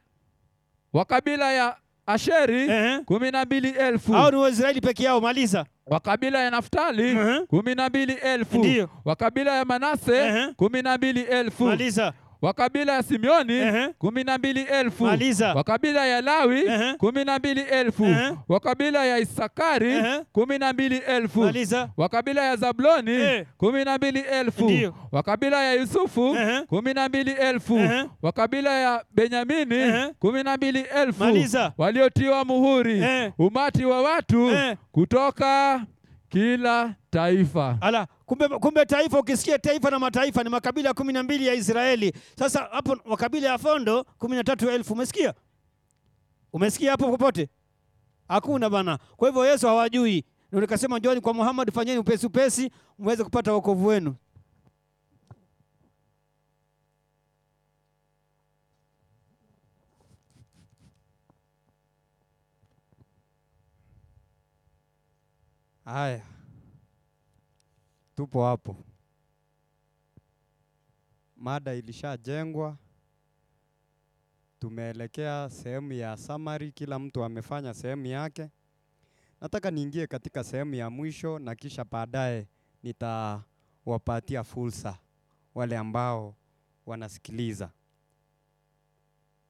Speaker 5: wa kabila ya Asheri
Speaker 8: eh.
Speaker 5: kumi na mbili elfu
Speaker 8: Hao ni Waisraeli peke yao. Maliza,
Speaker 5: wa kabila ya Naftali
Speaker 8: Mhm.
Speaker 5: kumi na mbili elfu
Speaker 8: Ndiyo.
Speaker 5: wa kabila ya Manase
Speaker 8: Ehe.
Speaker 5: kumi na mbili elfu
Speaker 8: maliza
Speaker 5: wa kabila ya Simeoni
Speaker 8: Ehe.
Speaker 5: kumi na mbili elfu
Speaker 8: Maliza.
Speaker 5: wa kabila ya Lawi
Speaker 8: Ehe.
Speaker 5: kumi na mbili elfu
Speaker 8: Ehe.
Speaker 5: wa kabila ya Isakari
Speaker 8: Ehe.
Speaker 5: kumi na mbili elfu
Speaker 8: maliza
Speaker 5: wa kabila ya Zabloni
Speaker 8: Eh.
Speaker 5: kumi na mbili elfu
Speaker 8: Ndiyo.
Speaker 5: wa kabila ya Yusufu
Speaker 8: Ehe.
Speaker 5: kumi na mbili elfu
Speaker 8: Ehe.
Speaker 5: wa kabila ya Benyamini
Speaker 8: Ehe.
Speaker 5: kumi na mbili elfu
Speaker 8: Maliza.
Speaker 5: waliotiwa muhuri
Speaker 8: Eh.
Speaker 5: umati wa watu
Speaker 8: Eh.
Speaker 5: kutoka kila taifa.
Speaker 8: Ala, kumbe, kumbe taifa ukisikia taifa na mataifa ni makabila kumi na mbili ya Israeli. Sasa hapo wa kabila ya Fondo kumi na tatu elfu umesikia? Umesikia hapo popote? Hakuna bana. Kwa hivyo Yesu hawajui, ndio nikasema njooni kwa Muhammad, fanyeni upesi upesi mweze kupata wokovu wenu.
Speaker 1: Haya, tupo hapo. Mada ilishajengwa, tumeelekea sehemu ya summary, kila mtu amefanya sehemu yake. Nataka niingie katika sehemu ya mwisho na kisha baadaye nitawapatia fursa wale ambao wanasikiliza.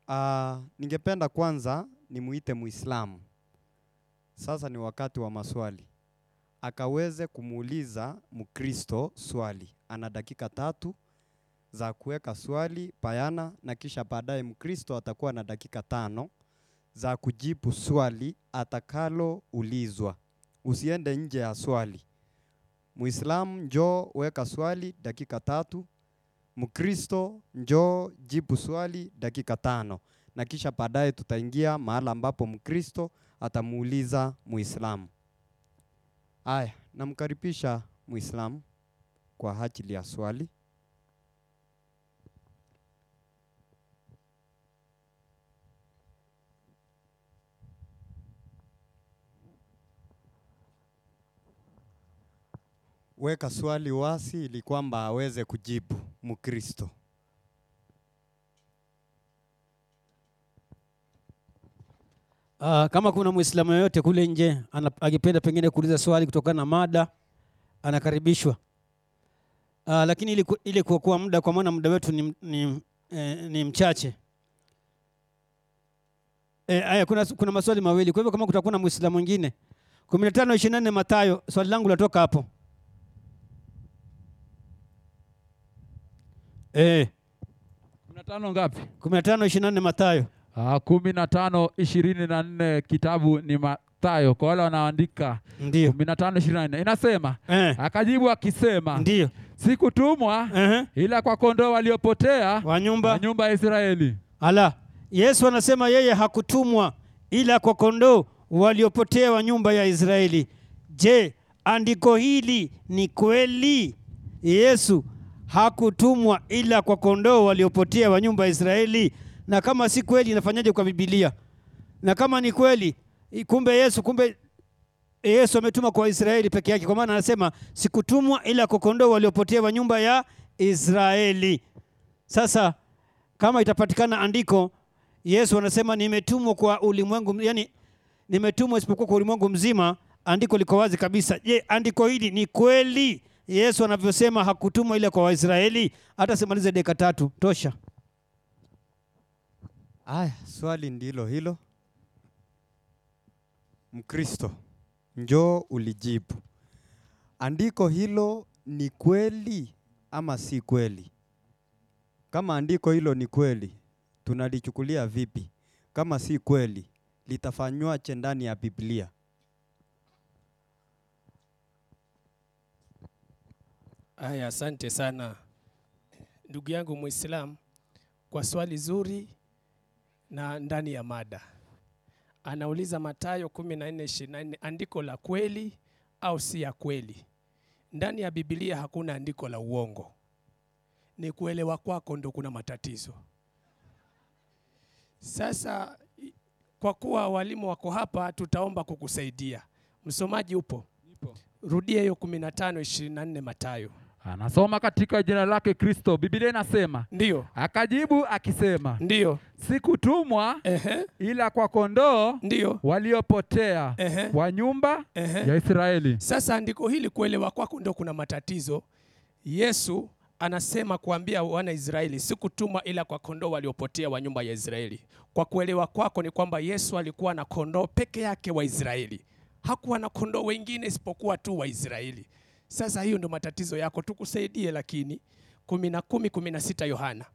Speaker 1: Ah, ningependa kwanza nimuite Muislamu. Sasa ni wakati wa maswali akaweze kumuuliza Mkristo swali. Ana dakika tatu za kuweka swali bayana, na kisha baadaye Mkristo atakuwa na dakika tano za kujibu swali atakaloulizwa. Usiende nje ya swali. Muislamu njoo weka swali dakika tatu, Mkristo njoo jibu swali dakika tano, na kisha baadaye tutaingia mahala ambapo Mkristo atamuuliza Muislamu. Aya, namkaribisha Muislamu kwa ajili ya swali. Weka swali wasi ili kwamba aweze kujibu Mkristo.
Speaker 7: Uh, kama kuna Muislamu yoyote kule nje ana- akipenda pengine kuuliza swali kutokana na mada anakaribishwa. Uh, lakini ili, ku- ili kuokoa muda kwa maana muda wetu ni, m- ni, m- eh, ni mchache. Eh, aya, kuna, s- kuna maswali mawili. Kwa hivyo kama kutakuwa na Muislamu mwingine 15 24 Mathayo, swali langu latoka hapo. Eh,
Speaker 5: kumi na tano ngapi?
Speaker 7: 15 24 Mathayo.
Speaker 5: Ah, kumi na tano ishirini na nne kitabu ni Mathayo kwa wale wanaandika
Speaker 7: Ndio.
Speaker 5: kumi na tano ishirini na nne inasema
Speaker 7: Eh,
Speaker 5: akajibu akisema
Speaker 7: ndio.
Speaker 5: sikutumwa
Speaker 7: Eh,
Speaker 5: ila kwa kondoo waliopotea
Speaker 7: wa nyumba
Speaker 5: wa nyumba ya Israeli.
Speaker 7: Ala, Yesu anasema yeye hakutumwa ila kwa kondoo waliopotea wa nyumba ya Israeli. Je, andiko hili ni kweli? Yesu hakutumwa ila kwa kondoo waliopotea wa nyumba ya Israeli. Na kama si kweli, inafanyaje kwa Biblia? Na kama ni kweli, i- kumbe Yesu, kumbe Yesu ametuma kwa Israeli peke yake, kwa maana anasema sikutumwa ila kwa kondoo waliopotea wa nyumba ya Israeli. Sasa kama itapatikana andiko Yesu anasema nimetumwa kwa ulimwengu, yani nimetumwa isipokuwa kwa ulimwengu mzima. Andiko liko wazi kabisa. Je, andiko hili ni kweli? Yesu anavyosema hakutumwa ile kwa Waisraeli. Hata simalize dakika tatu, tosha.
Speaker 1: Aya, swali ndilo hilo. Mkristo, njoo ulijibu. Andiko hilo ni kweli ama si kweli? Kama andiko hilo ni kweli, tunalichukulia vipi? Kama si kweli, litafanywaje ndani ya Biblia?
Speaker 4: Haya, asante sana ndugu yangu Muislam kwa swali zuri na ndani ya mada. Anauliza Mathayo 14:24, andiko la kweli au si ya kweli? Ndani ya Biblia hakuna andiko la uongo, ni kuelewa kwako ndo kuna matatizo. Sasa i- kwa kuwa walimu wako hapa, tutaomba kukusaidia. Msomaji upo? Rudia hiyo 15:24 Mathayo.
Speaker 5: Anasoma katika jina lake Kristo. Biblia inasema
Speaker 4: Ndiyo,
Speaker 5: akajibu akisema,
Speaker 4: ndiyo,
Speaker 5: sikutumwa
Speaker 4: ehe,
Speaker 5: ila kwa kondoo
Speaker 4: ndiyo,
Speaker 5: waliopotea
Speaker 4: ehe,
Speaker 5: wa nyumba
Speaker 4: ehe.
Speaker 5: ya Israeli.
Speaker 4: Sasa andiko hili kuelewa kwako ndo kuna matatizo. Yesu anasema kuambia wana Israeli, sikutumwa ila kwa kondoo waliopotea wa nyumba ya Israeli. Kwa kuelewa kwako ni kwamba Yesu alikuwa na kondoo peke yake wa Israeli, hakuwa na kondoo wengine isipokuwa tu wa Israeli. Sasa hiyo ndo matatizo yako, tukusaidie lakini. kumi na kumi kumi na sita Yohana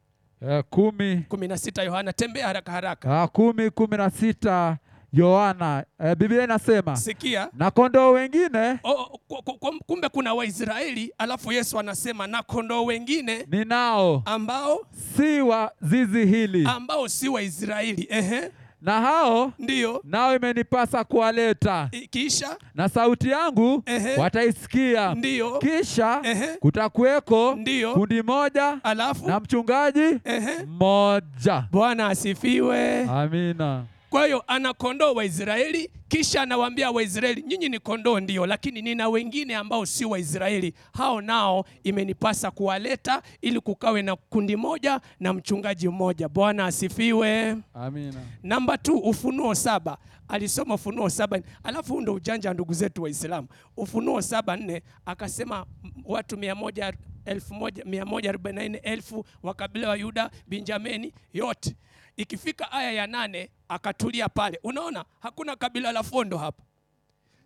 Speaker 5: Eh, kumi
Speaker 4: kumi na sita Yohana, tembea haraka haraka,
Speaker 5: Ah, kumi kumi na sita Yohana. Eh, Biblia inasema
Speaker 4: sikia
Speaker 5: na kondoo wengine
Speaker 4: Oh, oh, ku- ku- ku- kumbe kuna Waisraeli, alafu Yesu anasema na kondoo wengine
Speaker 5: ninao
Speaker 4: ambao
Speaker 5: si wa zizi hili,
Speaker 4: ambao si Waisraeli. Ehe,
Speaker 5: na hao
Speaker 4: ndiyo
Speaker 5: nao imenipasa kuwaleta,
Speaker 4: ikiisha,
Speaker 5: na sauti yangu
Speaker 4: Ehe.
Speaker 5: wataisikia.
Speaker 4: ndiyo
Speaker 5: Kisha
Speaker 4: Oh. Ehe.
Speaker 5: kutakuweko
Speaker 4: Ndiyo.
Speaker 5: kundi moja na
Speaker 4: alafu
Speaker 5: mchungaji
Speaker 4: ehe.
Speaker 5: mmoja.
Speaker 4: Bwana asifiwe.
Speaker 5: Ah. Amina.
Speaker 4: Kwa hiyo ana kondoo Waisraeli, kisha anawaambia Waisraeli, nyinyi ni kondoo ndiyo, lakini nina wengine ambao si Waisraeli, hao nao imenipasa kuwaleta ili kukawe na kundi moja na mchungaji mmoja. Bwana asifiwe.
Speaker 5: Amina.
Speaker 4: Namba tu Ufunuo saba alisoma Ufunuo saba alafu huu ndo ujanja wa ndugu zetu Waislamu. Ufunuo saba nne akasema m- watu mia moja elfu moja mia moja arobaini na nne elfu wa kabila wa Yuda, Benjamini yote. Ikifika aya ya nane akatulia pale. Unaona hakuna kabila la Fondo hapa.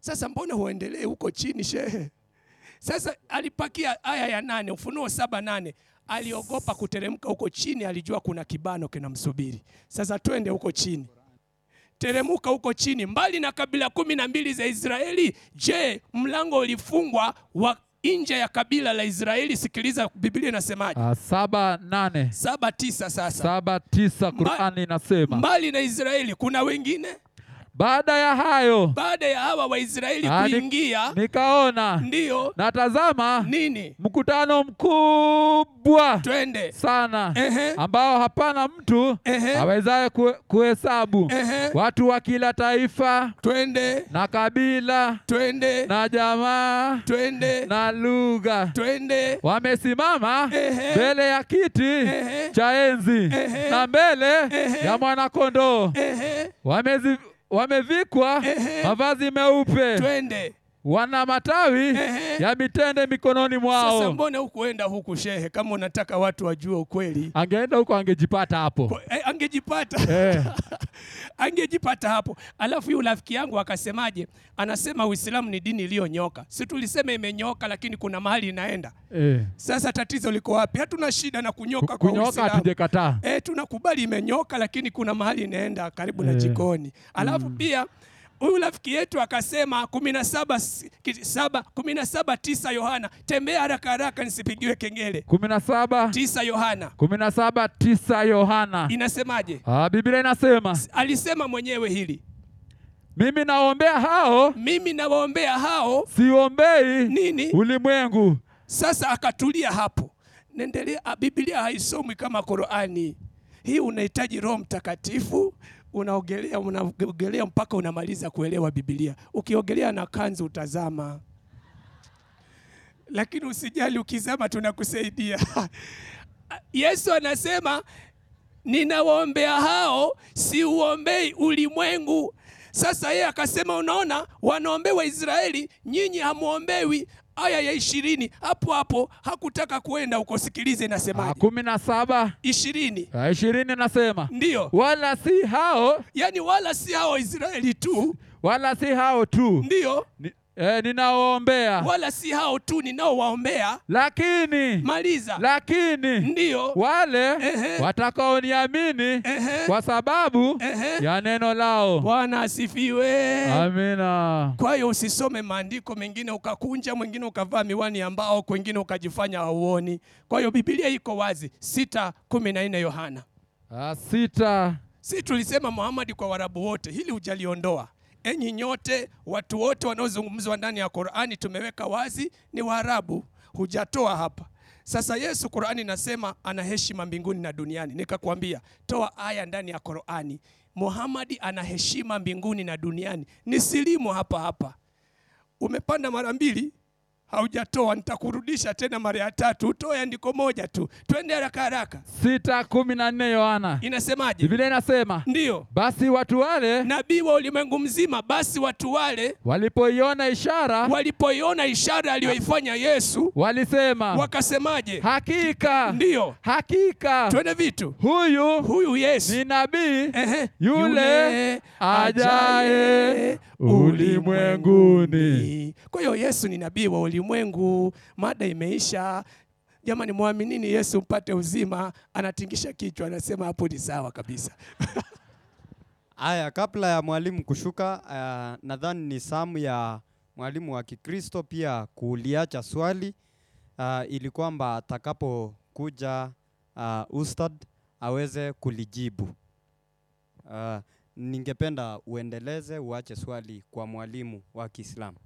Speaker 4: Sasa mbona huendelee huko chini shehe? Sasa alipakia aya ya nane Ufunuo saba nane aliogopa kuteremka huko chini, alijua kuna kibano kinamsubiri. Sasa twende huko chini, teremka huko chini, mbali na kabila kumi na mbili za Israeli. Je, mlango ulifungwa wa nje ya kabila la Israeli? Sikiliza Biblia inasemaje,
Speaker 5: Ah, saba nane
Speaker 4: saba tisa. Sasa
Speaker 5: saba tisa Qurani inasema
Speaker 4: mbali na Israeli kuna wengine
Speaker 5: baada ya hayo
Speaker 4: baada ya hawa Waisraeli
Speaker 5: Ah, ni-
Speaker 4: kuingia,
Speaker 5: nikaona
Speaker 4: ndiyo
Speaker 5: na tazama
Speaker 4: nini?
Speaker 5: mkutano mkubwa
Speaker 4: Twende
Speaker 5: sana
Speaker 4: Ehe.
Speaker 5: ambao hapana mtu
Speaker 4: Ehe.
Speaker 5: awezaye kue- kuhesabu
Speaker 4: Ehe.
Speaker 5: watu wa kila taifa
Speaker 4: twende
Speaker 5: na kabila
Speaker 4: twende
Speaker 5: na jamaa
Speaker 4: twende
Speaker 5: na lugha
Speaker 4: twende
Speaker 5: wamesimama
Speaker 4: Ehe.
Speaker 5: mbele ya kiti
Speaker 4: Ehe.
Speaker 5: cha enzi na mbele
Speaker 4: Ehe.
Speaker 5: ya mwanakondoo
Speaker 4: ehe,
Speaker 5: Wamezi- wamevikwa
Speaker 4: Ehe.
Speaker 5: mavazi meupe
Speaker 4: twende
Speaker 5: wana matawi
Speaker 4: Ehe.
Speaker 5: ya mitende mikononi
Speaker 4: sasa.
Speaker 5: mwao.
Speaker 4: Mbona hukuenda huku shehe, kama unataka watu wajue ukweli?
Speaker 5: Angeenda huko angejipata hapo
Speaker 4: Kwa- eh, angejipata
Speaker 5: eh.
Speaker 4: angejipata hapo. Alafu yule rafiki yangu akasemaje? Anasema Uislamu ni dini iliyonyoka. Si tulisema imenyoka, lakini kuna mahali inaenda.
Speaker 5: Eh.
Speaker 4: Sasa tatizo liko wapi? Hatuna shida na kunyoka kwa
Speaker 5: Kunyoka
Speaker 4: Uislamu.
Speaker 5: hatujakataa.
Speaker 4: Eh, tunakubali imenyoka, lakini kuna mahali inaenda karibu na
Speaker 5: Eh.
Speaker 4: jikoni. Alafu pia huyu rafiki yetu akasema kumi na saba s- ki- saba- kumi na saba tisa Yohana, tembea haraka haraka nisipigiwe kengele.
Speaker 5: kumi na saba
Speaker 4: Tisa Yohana
Speaker 5: kumi na saba tisa Yohana.
Speaker 4: inasemaje?
Speaker 5: Ah, Biblia inasema
Speaker 4: Alisema mwenyewe hili,
Speaker 5: mimi naombea hao,
Speaker 4: mimi nawaombea hao
Speaker 5: siombei
Speaker 4: nini?
Speaker 5: ulimwengu.
Speaker 4: Sasa akatulia hapo, nendelea. ah, Biblia haisomwi kama Qurani. Hii unahitaji Roho Mtakatifu, unaogelea unaogelea mpaka unamaliza kuelewa Biblia. Ukiogelea na kanzu utazama, lakini usijali, ukizama tunakusaidia. Yesu anasema ninawaombea hao, si uombei ulimwengu. Sasa yeye akasema, unaona, wanaombewa Israeli, nyinyi hamwombewi. Aya ya ishirini hapo hapo, hakutaka kuenda huko. Sikilize
Speaker 5: Ah,
Speaker 4: inasemaje,
Speaker 5: kumi na saba
Speaker 4: ishirini
Speaker 5: ah, ishirini inasema
Speaker 4: ndiyo
Speaker 5: wala si hao
Speaker 4: Yaani yani, wala si hao Israeli tu,
Speaker 5: wala si hao tu
Speaker 4: ndiyo
Speaker 5: ni, eh, ninawaombea
Speaker 4: wala si hao tu ninaowaombea.
Speaker 5: lakini
Speaker 4: Maliza.
Speaker 5: lakini
Speaker 4: Ndiyo
Speaker 5: wale
Speaker 4: Ehe.
Speaker 5: watakaoniamini
Speaker 4: Ehe.
Speaker 5: kwa sababu
Speaker 4: Ehe.
Speaker 5: ya neno lao
Speaker 4: Bwana asifiwe.
Speaker 5: Ah. amina
Speaker 4: Kwa hiyo usisome maandiko mengine ukakunja, mwingine ukavaa miwani ya mbao, kwengine ukajifanya hauoni. Kwa hiyo Biblia iko wazi, sita kumi na nne Yohana.
Speaker 5: Ah, sita
Speaker 4: Si tulisema Muhammad kwa Waarabu wote, hili hujaliondoa. Enyi nyote, watu wote wanaozungumzwa ndani ya Qur'ani tumeweka wazi ni Waarabu, hujatoa hapa. Sasa Yesu Qur'ani nasema ana heshima mbinguni na duniani. Nikakwambia, toa aya ndani ya Qur'ani. Muhammad ana heshima mbinguni na duniani. Ni silimu hapa hapa. Umepanda mara mbili haujatoa, nitakurudisha tena mara ya tatu. Utoe andiko moja tu. Twende haraka haraka.
Speaker 5: sita kumi na nne Yohana
Speaker 4: Inasemaje?
Speaker 5: Biblia inasema
Speaker 4: Ndiyo.
Speaker 5: basi watu wale
Speaker 4: nabii wa ulimwengu mzima. Basi watu wale
Speaker 5: walipoiona ishara
Speaker 4: walipoiona ishara aliyoifanya Yesu
Speaker 5: walisema
Speaker 4: wakasemaje?
Speaker 5: hakika
Speaker 4: Ndiyo,
Speaker 5: hakika
Speaker 4: twende vitu,
Speaker 5: huyu
Speaker 4: huyu Yesu
Speaker 5: ni nabii
Speaker 4: Ehe,
Speaker 5: yule ajaye ulimwenguni.
Speaker 4: Kwa hiyo Yesu ni nabii wa ulimwengu. Mada imeisha. Jamani, mwaminini Yesu mpate uzima. Anatingisha kichwa, anasema hapo ni sawa kabisa.
Speaker 6: Aya, kabla ya mwalimu kushuka, uh, nadhani ni samu ya mwalimu wa Kikristo pia kuliacha swali uh, ili kwamba atakapokuja uh, ustad aweze kulijibu. Uh, ningependa uendeleze uache swali kwa mwalimu wa Kiislamu.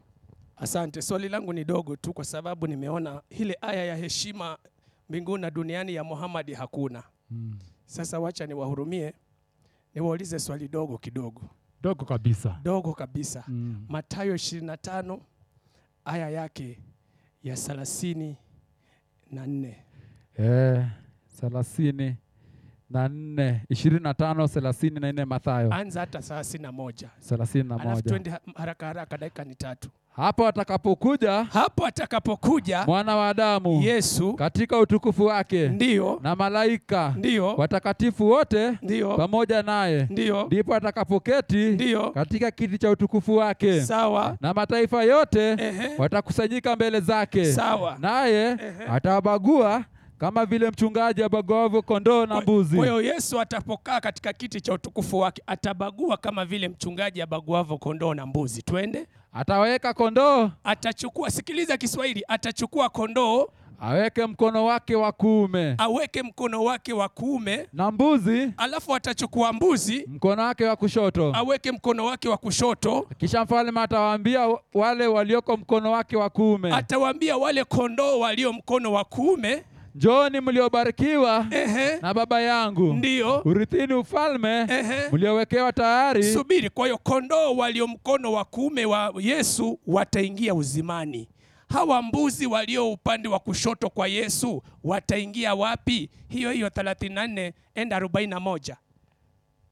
Speaker 4: Asante. Swali langu ni dogo tu, kwa sababu nimeona ile aya ya heshima mbinguni na duniani ya Muhammad hakuna. Hmm. Sasa wacha niwahurumie, niwaulize swali dogo kidogo,
Speaker 5: dogo kabisa
Speaker 4: dogo kabisa.
Speaker 5: mm.
Speaker 4: Mathayo 25 aya yake ya thelathini na nne
Speaker 5: eh, thelathini na nne ishirini na tano thelathini na nne Mathayo
Speaker 4: anza hata thelathini na moja
Speaker 5: thelathini na
Speaker 4: alafu
Speaker 5: moja
Speaker 4: twende ha- haraka haraka, dakika ni tatu.
Speaker 5: hapo atakapokuja
Speaker 4: Hapo atakapokuja
Speaker 5: mwana wa Adamu
Speaker 4: Yesu,
Speaker 5: katika utukufu wake
Speaker 4: ndio
Speaker 5: na malaika
Speaker 4: ndio
Speaker 5: watakatifu wote
Speaker 4: ndio
Speaker 5: pamoja naye
Speaker 4: ndio
Speaker 5: ndipo atakapoketi
Speaker 4: ndio,
Speaker 5: katika kiti cha utukufu wake
Speaker 4: sawa,
Speaker 5: na mataifa yote
Speaker 4: ehe,
Speaker 5: watakusanyika mbele zake
Speaker 4: sawa.
Speaker 5: naye atawabagua kama vile mchungaji abaguavyo kondoo na
Speaker 4: Kwa-
Speaker 5: mbuzi.
Speaker 4: Kwa hiyo Yesu atapokaa katika kiti cha utukufu wake atabagua kama vile mchungaji abaguavyo kondoo na mbuzi. Twende,
Speaker 5: Ataweka kondoo
Speaker 4: atachukua. Sikiliza Kiswahili, atachukua kondoo
Speaker 5: aweke mkono wake wa kuume
Speaker 4: aweke mkono wake wa kuume,
Speaker 5: na mbuzi
Speaker 4: alafu atachukua mbuzi
Speaker 5: mkono wake wa kushoto.
Speaker 4: aweke mkono wake wa kushoto.
Speaker 5: Kisha mfalme atawaambia wa- wale walioko mkono wake wa kuume,
Speaker 4: Atawaambia wale kondoo walio mkono wa kuume,
Speaker 5: njooni mliobarikiwa
Speaker 4: ehe,
Speaker 5: na Baba yangu,
Speaker 4: ndiyo,
Speaker 5: urithini ufalme
Speaker 4: ehe,
Speaker 5: mliowekewa tayari
Speaker 4: subiri. Kwa hiyo kondoo walio mkono wa kuume wa Yesu wataingia uzimani. Hawa mbuzi walio upande wa kushoto kwa Yesu wataingia wapi? Hiyo hiyo 34 enda 41,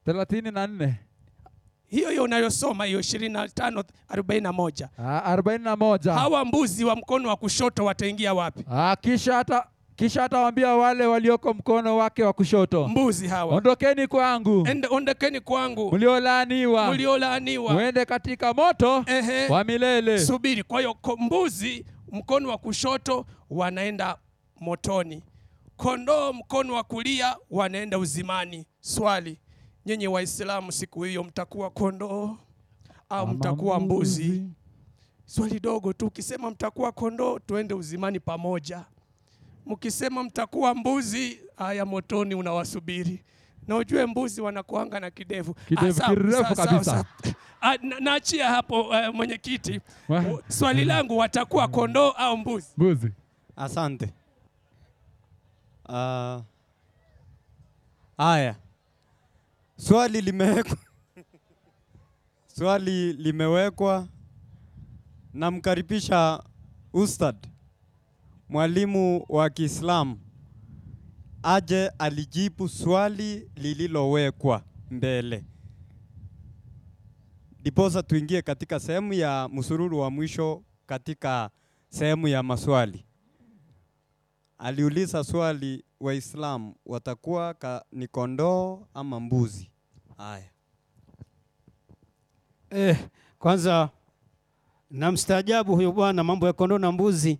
Speaker 5: thelathini na nne
Speaker 4: hiyo hiyo unayosoma hiyo 25 41.
Speaker 5: arobaini na moja.
Speaker 4: Hawa mbuzi wa mkono wa kushoto wataingia wapi?
Speaker 5: Ah, kisha hata kisha atawaambia wale walioko mkono wake wa kushoto,
Speaker 4: Mbuzi hawa
Speaker 5: ondokeni kwangu
Speaker 4: Ende- ondekeni kwangu
Speaker 5: mliolaaniwa,
Speaker 4: mliolaaniwa.
Speaker 5: mwende katika moto
Speaker 4: Ehe,
Speaker 5: wa milele.
Speaker 4: subiri. Kwa hiyo ko- mbuzi mkono wa kushoto wanaenda motoni, kondoo mkono wa kulia wanaenda uzimani. Swali, nyinyi Waislamu siku hiyo mtakuwa kondoo au mtakuwa mbuzi? Swali dogo tu, ukisema mtakuwa kondoo, tuende uzimani pamoja. Mkisema mtakuwa mbuzi, haya motoni unawasubiri. Na ujue mbuzi wanakuanga na kidevu
Speaker 5: Kidevu
Speaker 4: Ah, sawa,
Speaker 5: kirefu
Speaker 4: sawa, sawa,
Speaker 5: kabisa.
Speaker 4: sawa. Ah, na- Naachia hapo uh, mwenyekiti.
Speaker 5: Wa-
Speaker 4: U- Swali langu watakuwa kondoo au mbuzi?
Speaker 5: mbuzi.
Speaker 6: Asante. Uh, aya, swali limewekwa swali limewekwa. Namkaribisha Ustad, mwalimu wa Kiislamu, aje alijibu swali lililowekwa mbele, ndiposa tuingie katika sehemu ya msururu wa mwisho katika sehemu ya maswali aliuliza swali Waislamu watakuwa ka, ni kondoo ama mbuzi? Haya,
Speaker 1: Eh, kwanza
Speaker 7: na mstaajabu huyo bwana mambo ya kondoo na mbuzi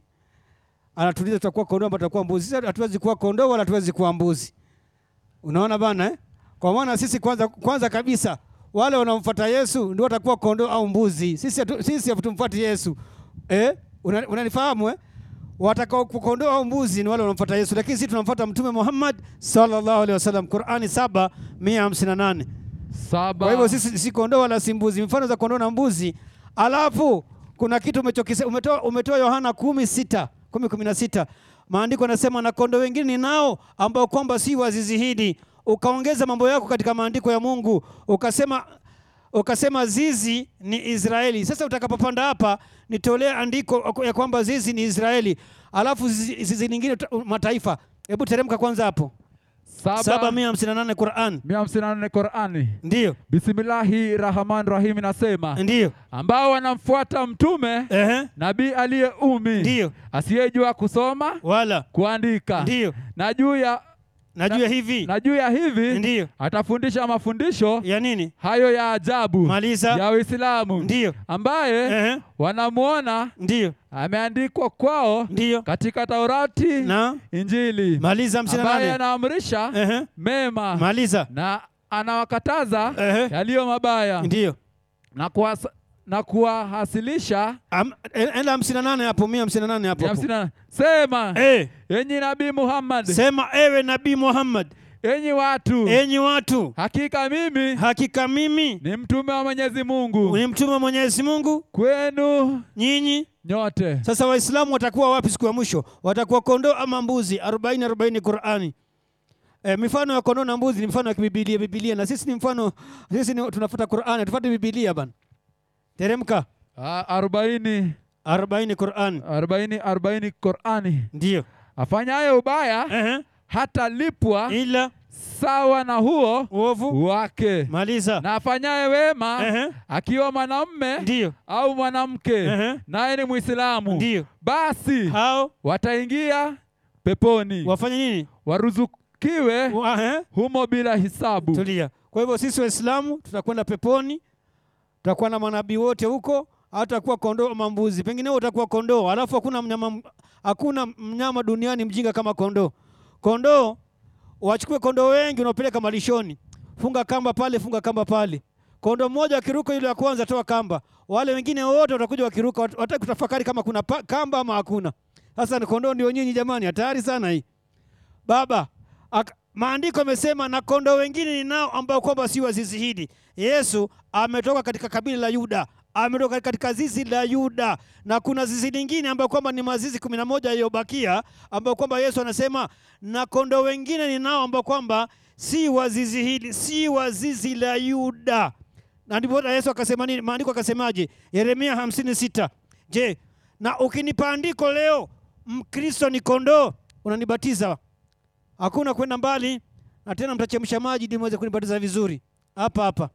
Speaker 7: anatuliza tutakuwa kondoo ama tutakuwa mbuzi Sisi hatuwezi kuwa kondoo wala hatuwezi kuwa mbuzi unaona bana eh? kwa maana sisi kwanza, kwanza kabisa wale wanaomfuata yesu ndio watakuwa kondoo au mbuzi sisi, hatu, sisi hatumfuati yesu eh? Una- unanifahamu eh? watakao kondoo au mbuzi ni wale wanaomfuata yesu lakini sisi tunamfuata mtume muhammad sallallahu alaihi wasallam qurani saba mia hamsini na nane
Speaker 5: saba
Speaker 7: kwa hivyo sisi si kondoo wala si mbuzi, mfano za kondoo na mbuzi. Alafu kuna kitu umechokisema, umetoa umetoa Yohana kumi sita kumi kumi na sita maandiko yanasema na kondoo wengine ninao ambao kwamba si wa zizi hili. Ukaongeza mambo yako katika maandiko ya Mungu ukasema ukasema zizi ni Israeli. Sasa utakapopanda hapa, nitolee andiko ya kwamba zizi ni Israeli, alafu zizi, zizi lingine uta- mataifa. Hebu teremka kwanza hapo
Speaker 5: saba
Speaker 7: 758 Qur'an.
Speaker 5: mia hamsini na nane Qurani.
Speaker 7: Ndiyo,
Speaker 5: Bismillahi rahmani rahim inasema
Speaker 7: ndiyo,
Speaker 5: ambao wanamfuata mtume
Speaker 7: ehe,
Speaker 5: nabii aliye umi
Speaker 7: ndiyo,
Speaker 5: asiyejua kusoma
Speaker 7: wala
Speaker 5: kuandika
Speaker 7: ndiyo
Speaker 5: na juu ya
Speaker 7: najua hivi
Speaker 5: Ah. na juu ya hivi
Speaker 7: ndiyo
Speaker 5: atafundisha mafundisho
Speaker 7: ya nini
Speaker 5: hayo ya ajabu
Speaker 7: maliza
Speaker 5: ya Uislamu
Speaker 7: ndiyo
Speaker 5: ambaye
Speaker 7: ehe
Speaker 5: wanamwona
Speaker 7: ndiyo
Speaker 5: ameandikwa kwao
Speaker 7: ndiyo
Speaker 5: katika Taurati
Speaker 7: na
Speaker 5: Injili
Speaker 7: maliza hamsini na
Speaker 5: ambaye
Speaker 7: nane
Speaker 5: anaamrisha
Speaker 7: ehe
Speaker 5: mema
Speaker 7: maliza
Speaker 5: na anawakataza
Speaker 7: ehe
Speaker 5: yaliyo mabaya
Speaker 7: ndiyo
Speaker 5: na kuwasa- na kuwahasilisha
Speaker 7: Am- e- enda hamsini na nane hapo mia hamsini na nane hapo hapo.
Speaker 5: hamsini na- sema
Speaker 7: Eh,
Speaker 5: enyi nabii Muhammad
Speaker 7: sema ewe nabii Muhammad
Speaker 5: enyi watu
Speaker 7: enyi watu
Speaker 5: hakika mimi
Speaker 7: hakika mimi
Speaker 5: ni mtume wa Mwenyezi Mungu
Speaker 7: ni mtume wa Mwenyezi Mungu
Speaker 5: kwenu
Speaker 7: nyinyi
Speaker 5: nyote
Speaker 7: sasa waislamu watakuwa wapi siku ya mwisho watakuwa kondoo ama mbuzi 40 40 qurani E, mifano ya kondoo na mbuzi ni mfano ya kibibilia bibilia na sisi ni mfano sisi ni, tunafuata qurani hatufuati bibilia bana teremka
Speaker 5: A- arobaini
Speaker 7: 40 qurani
Speaker 5: arobaini arobaini Qurani
Speaker 7: ndio
Speaker 5: afanyaye ubaya
Speaker 7: Ehe.
Speaker 5: hatalipwa
Speaker 7: ila
Speaker 5: sawa na huo
Speaker 7: uovu
Speaker 5: wake
Speaker 7: maliza
Speaker 5: na afanyaye wema
Speaker 7: Ehe.
Speaker 5: akiwa mwanamme
Speaker 7: ndio
Speaker 5: au mwanamke
Speaker 7: Ehe.
Speaker 5: naye ni Mwislamu
Speaker 7: ndio
Speaker 5: basi
Speaker 7: hao
Speaker 5: wataingia peponi
Speaker 7: wafanye nini
Speaker 5: waruzukiwe
Speaker 7: Wa- ehe.
Speaker 5: humo bila hisabu.
Speaker 7: tulia kwa hivyo sisi waislamu tutakwenda peponi tutakuwa na manabii wote huko hatakuwa kondoo ama mbuzi pengine wewe utakuwa kondoo alafu hakuna mnyama hakuna mnyama duniani mjinga kama kondoo kondoo wachukue kondoo wengi unapeleka malishoni funga kamba pale funga kamba pale kondoo mmoja akiruka yule wa kwanza toa kamba wale wengine wote watakuja wakiruka wat- wataki kutafakari kama kuna pa, kamba ama hakuna sasa ni kondoo ndio nyinyi jamani hatari sana hii baba ak- maandiko yamesema na kondoo wengine ninao ambao kwamba si wa zizi hili yesu ametoka katika kabila la yuda ametoka katika zizi la yuda na kuna zizi lingine ambayo kwamba ni mazizi kumi na moja yaliyobakia ambayo kwamba yesu anasema na kondoo wengine ninao ambao kwamba si wa zizi hili si wa zizi la yuda na ndipo yesu akasema nini maandiko akasemaje yeremia 56 je na ukinipa andiko leo mkristo ni kondoo unanibatiza hakuna kwenda mbali na tena mtachemsha maji ili mweze kunibatiza vizuri hapa hapa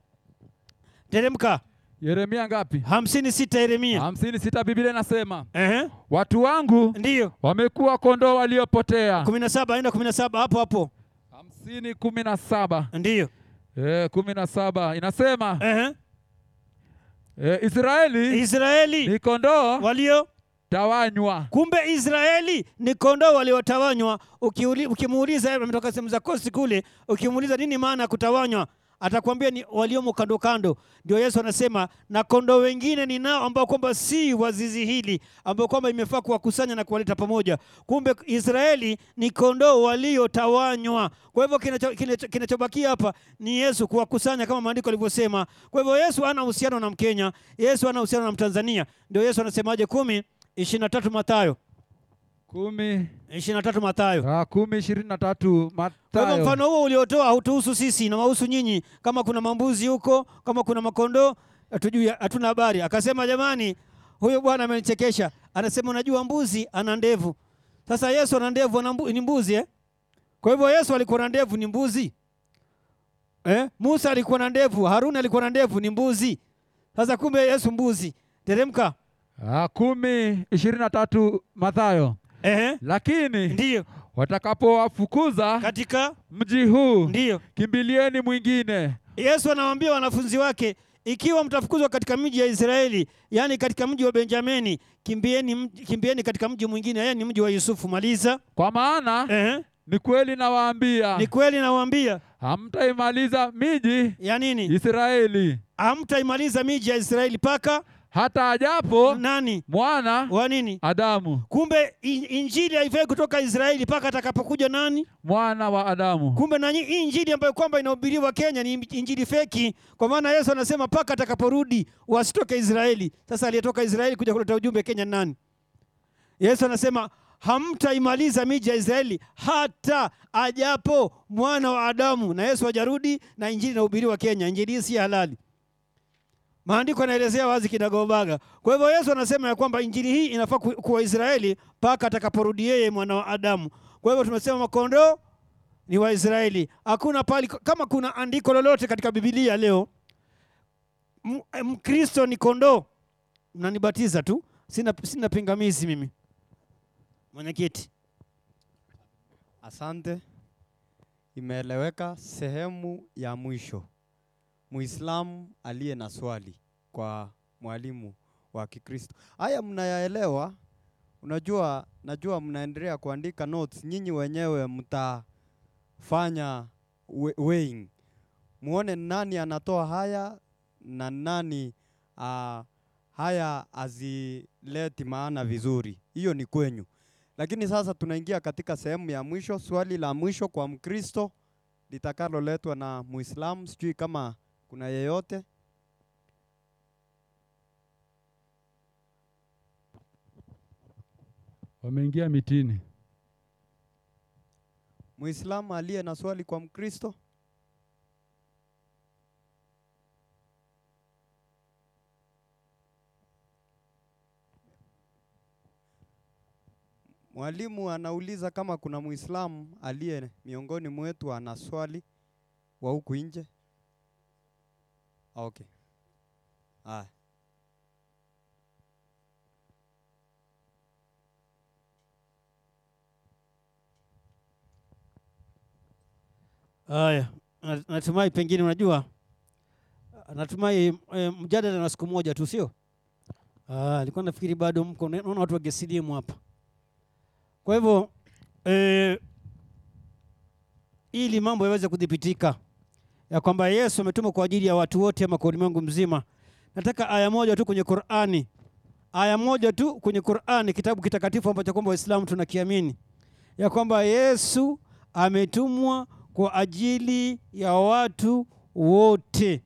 Speaker 7: teremka
Speaker 5: Yeremia ngapi?
Speaker 7: hamsini sita yeremia
Speaker 5: hamsini sita. Biblia inasema
Speaker 7: Ehe.
Speaker 5: watu wangu
Speaker 7: ndiyo
Speaker 5: wamekuwa kondoo waliopotea.
Speaker 7: kumi na saba enda kumi na saba hapo hapo
Speaker 5: hamsini kumi na saba
Speaker 7: ndiyo
Speaker 5: Eh, kumi na saba inasema
Speaker 7: Ehe.
Speaker 5: eh, Israeli
Speaker 7: israeli
Speaker 5: ni kondoo
Speaker 7: walio
Speaker 5: tawanywa.
Speaker 7: kumbe israeli ni kondoo waliotawanywa Ukiuli- ukimuuliza yeye ametoka sehemu za kosti kule ukimuuliza nini maana ya kutawanywa atakwambia ni waliomo kando kando ndio yesu anasema na kondoo wengine ninao ambao kwamba si wazizi hili ambao kwamba imefaa kuwakusanya na kuwaleta pamoja kumbe israeli ni kondoo waliotawanywa kwa hivyo kinacho- kinacho- kinachobakia hapa ni yesu kuwakusanya kama maandiko alivyosema kwa hivyo yesu ana uhusiano na mkenya yesu ana uhusiano na mtanzania ndio yesu anasemaje kumi ishirini na tatu mathayo
Speaker 5: kumi
Speaker 7: ishirini na tatu mathayo
Speaker 5: ah, kumi ishirini na tatu
Speaker 7: kwa hivyo
Speaker 5: Mathayo.
Speaker 7: mfano huo uliotoa hautuhusu sisi na wahusu nyinyi. Kama kuna mambuzi huko, kama kuna makondoo, hatujui, hatuna habari. Akasema jamani, huyo bwana amenichekesha, anasema unajua mbuzi ana ndevu. Sasa Yesu ana ndevu, ana mbu, ni mbuzi eh? Kwa hivyo Yesu alikuwa na ndevu, ni mbuzi eh? Musa alikuwa na ndevu, Haruni alikuwa na ndevu, ni mbuzi. Sasa kumbe Yesu mbuzi. Teremka.
Speaker 5: Ah, kumi ishirini na tatu Mathayo.
Speaker 7: Ehe,
Speaker 5: Lakini
Speaker 7: ndiyo
Speaker 5: watakapowafukuza
Speaker 7: katika
Speaker 5: mji huu
Speaker 7: ndiyo
Speaker 5: kimbilieni mwingine
Speaker 7: Yesu anawaambia wanafunzi wake, ikiwa mtafukuzwa katika miji ya Israeli, yani katika mji wa Benjamini, kimbieni, mj- kimbieni katika mji mwingine, yani mji wa Yusufu. Maliza.
Speaker 5: Kwa maana
Speaker 1: Eh,
Speaker 7: Ehe.
Speaker 5: ni kweli nawaambia,
Speaker 7: Ni kweli nawaambia
Speaker 5: hamtaimaliza miji
Speaker 7: ya nini,
Speaker 5: Israeli
Speaker 7: hamtaimaliza miji ya Israeli mpaka
Speaker 5: hata ajapo
Speaker 7: nani
Speaker 5: mwana
Speaker 7: wa nini?
Speaker 5: Adamu,
Speaker 7: Kumbe in- injili haifai kutoka Israeli mpaka atakapokuja nani?
Speaker 5: mwana wa Adamu.
Speaker 7: Kumbe na nyi- hii injili ambayo kwamba inahubiriwa Kenya ni injili feki, kwa maana Yesu anasema mpaka atakaporudi wasitoke Israeli. Sasa aliyetoka Israeli kuja kuleta ujumbe Kenya ni nani? Yesu anasema hamtaimaliza miji ya Israeli hata ajapo mwana wa Adamu, na Yesu hajarudi na injili inahubiriwa Kenya. Injili hii si halali. Maandiko yanaelezea wazi kinagobaga. Kwa hivyo Yesu anasema ya kwamba injili hii inafaa ku- kuwa Israeli mpaka atakaporudi yeye mwana wa Adamu. Kwa hivyo tumesema makondoo ni Waisraeli. Hakuna pali kama kuna andiko lolote katika Biblia leo m- Mkristo ni kondoo, mnanibatiza tu, sina, sina pingamizi mimi. Mwenyekiti,
Speaker 1: Asante, imeeleweka. Sehemu ya mwisho, Muislamu aliye na swali kwa mwalimu wa Kikristo. Haya mnayaelewa? Unajua, najua mnaendelea kuandika notes, nyinyi wenyewe mtafanya we- weighing, muone nani anatoa haya na nani ah, haya azileti maana vizuri. Hiyo ni kwenyu. Lakini sasa tunaingia katika sehemu ya mwisho, swali la mwisho kwa Mkristo litakaloletwa na Muislamu. Sijui kama kuna yeyote.
Speaker 5: Wameingia mitini.
Speaker 1: Muislamu aliye na swali kwa Mkristo. Mwalimu anauliza kama kuna Muislamu aliye miongoni mwetu ana swali wa huku nje. Ah, Okay. Ah, Haya.
Speaker 7: haya, na- natumai pengine, unajua, natumai e, mjadala na siku moja tu, sio? Ah, Alikuwa nafikiri bado mko, naona watu wagesilimu hapa. Kwa hivyo e, ili mambo yaweze kudhibitika ya kwamba Yesu ametumwa kwa ajili ya watu wote ama kwa ulimwengu mzima, nataka aya moja tu kwenye Qur'ani, aya moja tu kwenye Qur'ani, kitabu kitakatifu ambacho kwamba Waislamu tunakiamini ya kwamba Yesu ametumwa kwa ajili ya watu wote.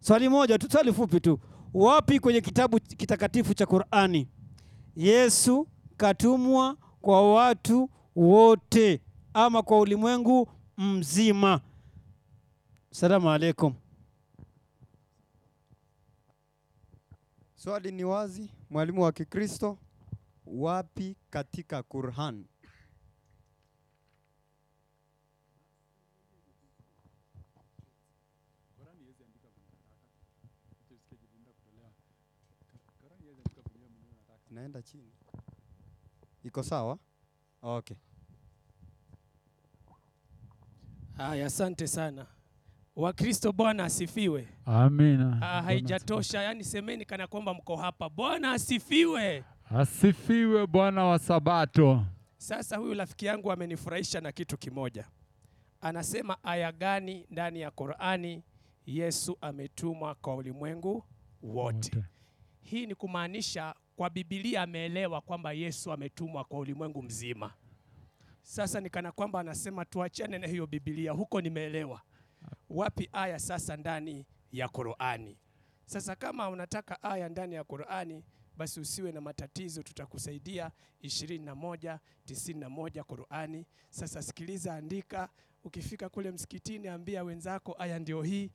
Speaker 7: Swali moja tu, swali fupi tu, wapi kwenye kitabu kitakatifu cha Qur'ani Yesu katumwa kwa watu wote ama kwa ulimwengu mzima? Salamu alaikum.
Speaker 1: Swali ni wazi, mwalimu wa Kikristo, wapi katika Qur'an? Naenda chini. Iko sawa? Okay.
Speaker 4: Haya, asante sana Wakristo. Bwana asifiwe.
Speaker 5: Amina.
Speaker 4: Ah, haijatosha, yani semeni kana kwamba mko hapa. Bwana asifiwe.
Speaker 5: Asifiwe Bwana wa Sabato.
Speaker 4: Sasa huyu rafiki yangu amenifurahisha na kitu kimoja. Anasema aya gani ndani ya Qur'ani Yesu ametumwa kwa ulimwengu wote? Hii ni kumaanisha kwa Biblia ameelewa kwamba Yesu ametumwa kwa ulimwengu mzima. Sasa ni kana kwamba anasema tuachane na hiyo Biblia, huko nimeelewa. Wapi aya sasa ndani ya Qur'ani? Sasa kama unataka aya ndani ya Qur'ani, basi usiwe na matatizo, tutakusaidia 21 91 Qur'ani. Sasa sikiliza, andika, ukifika kule msikitini ambia wenzako aya ndio hii.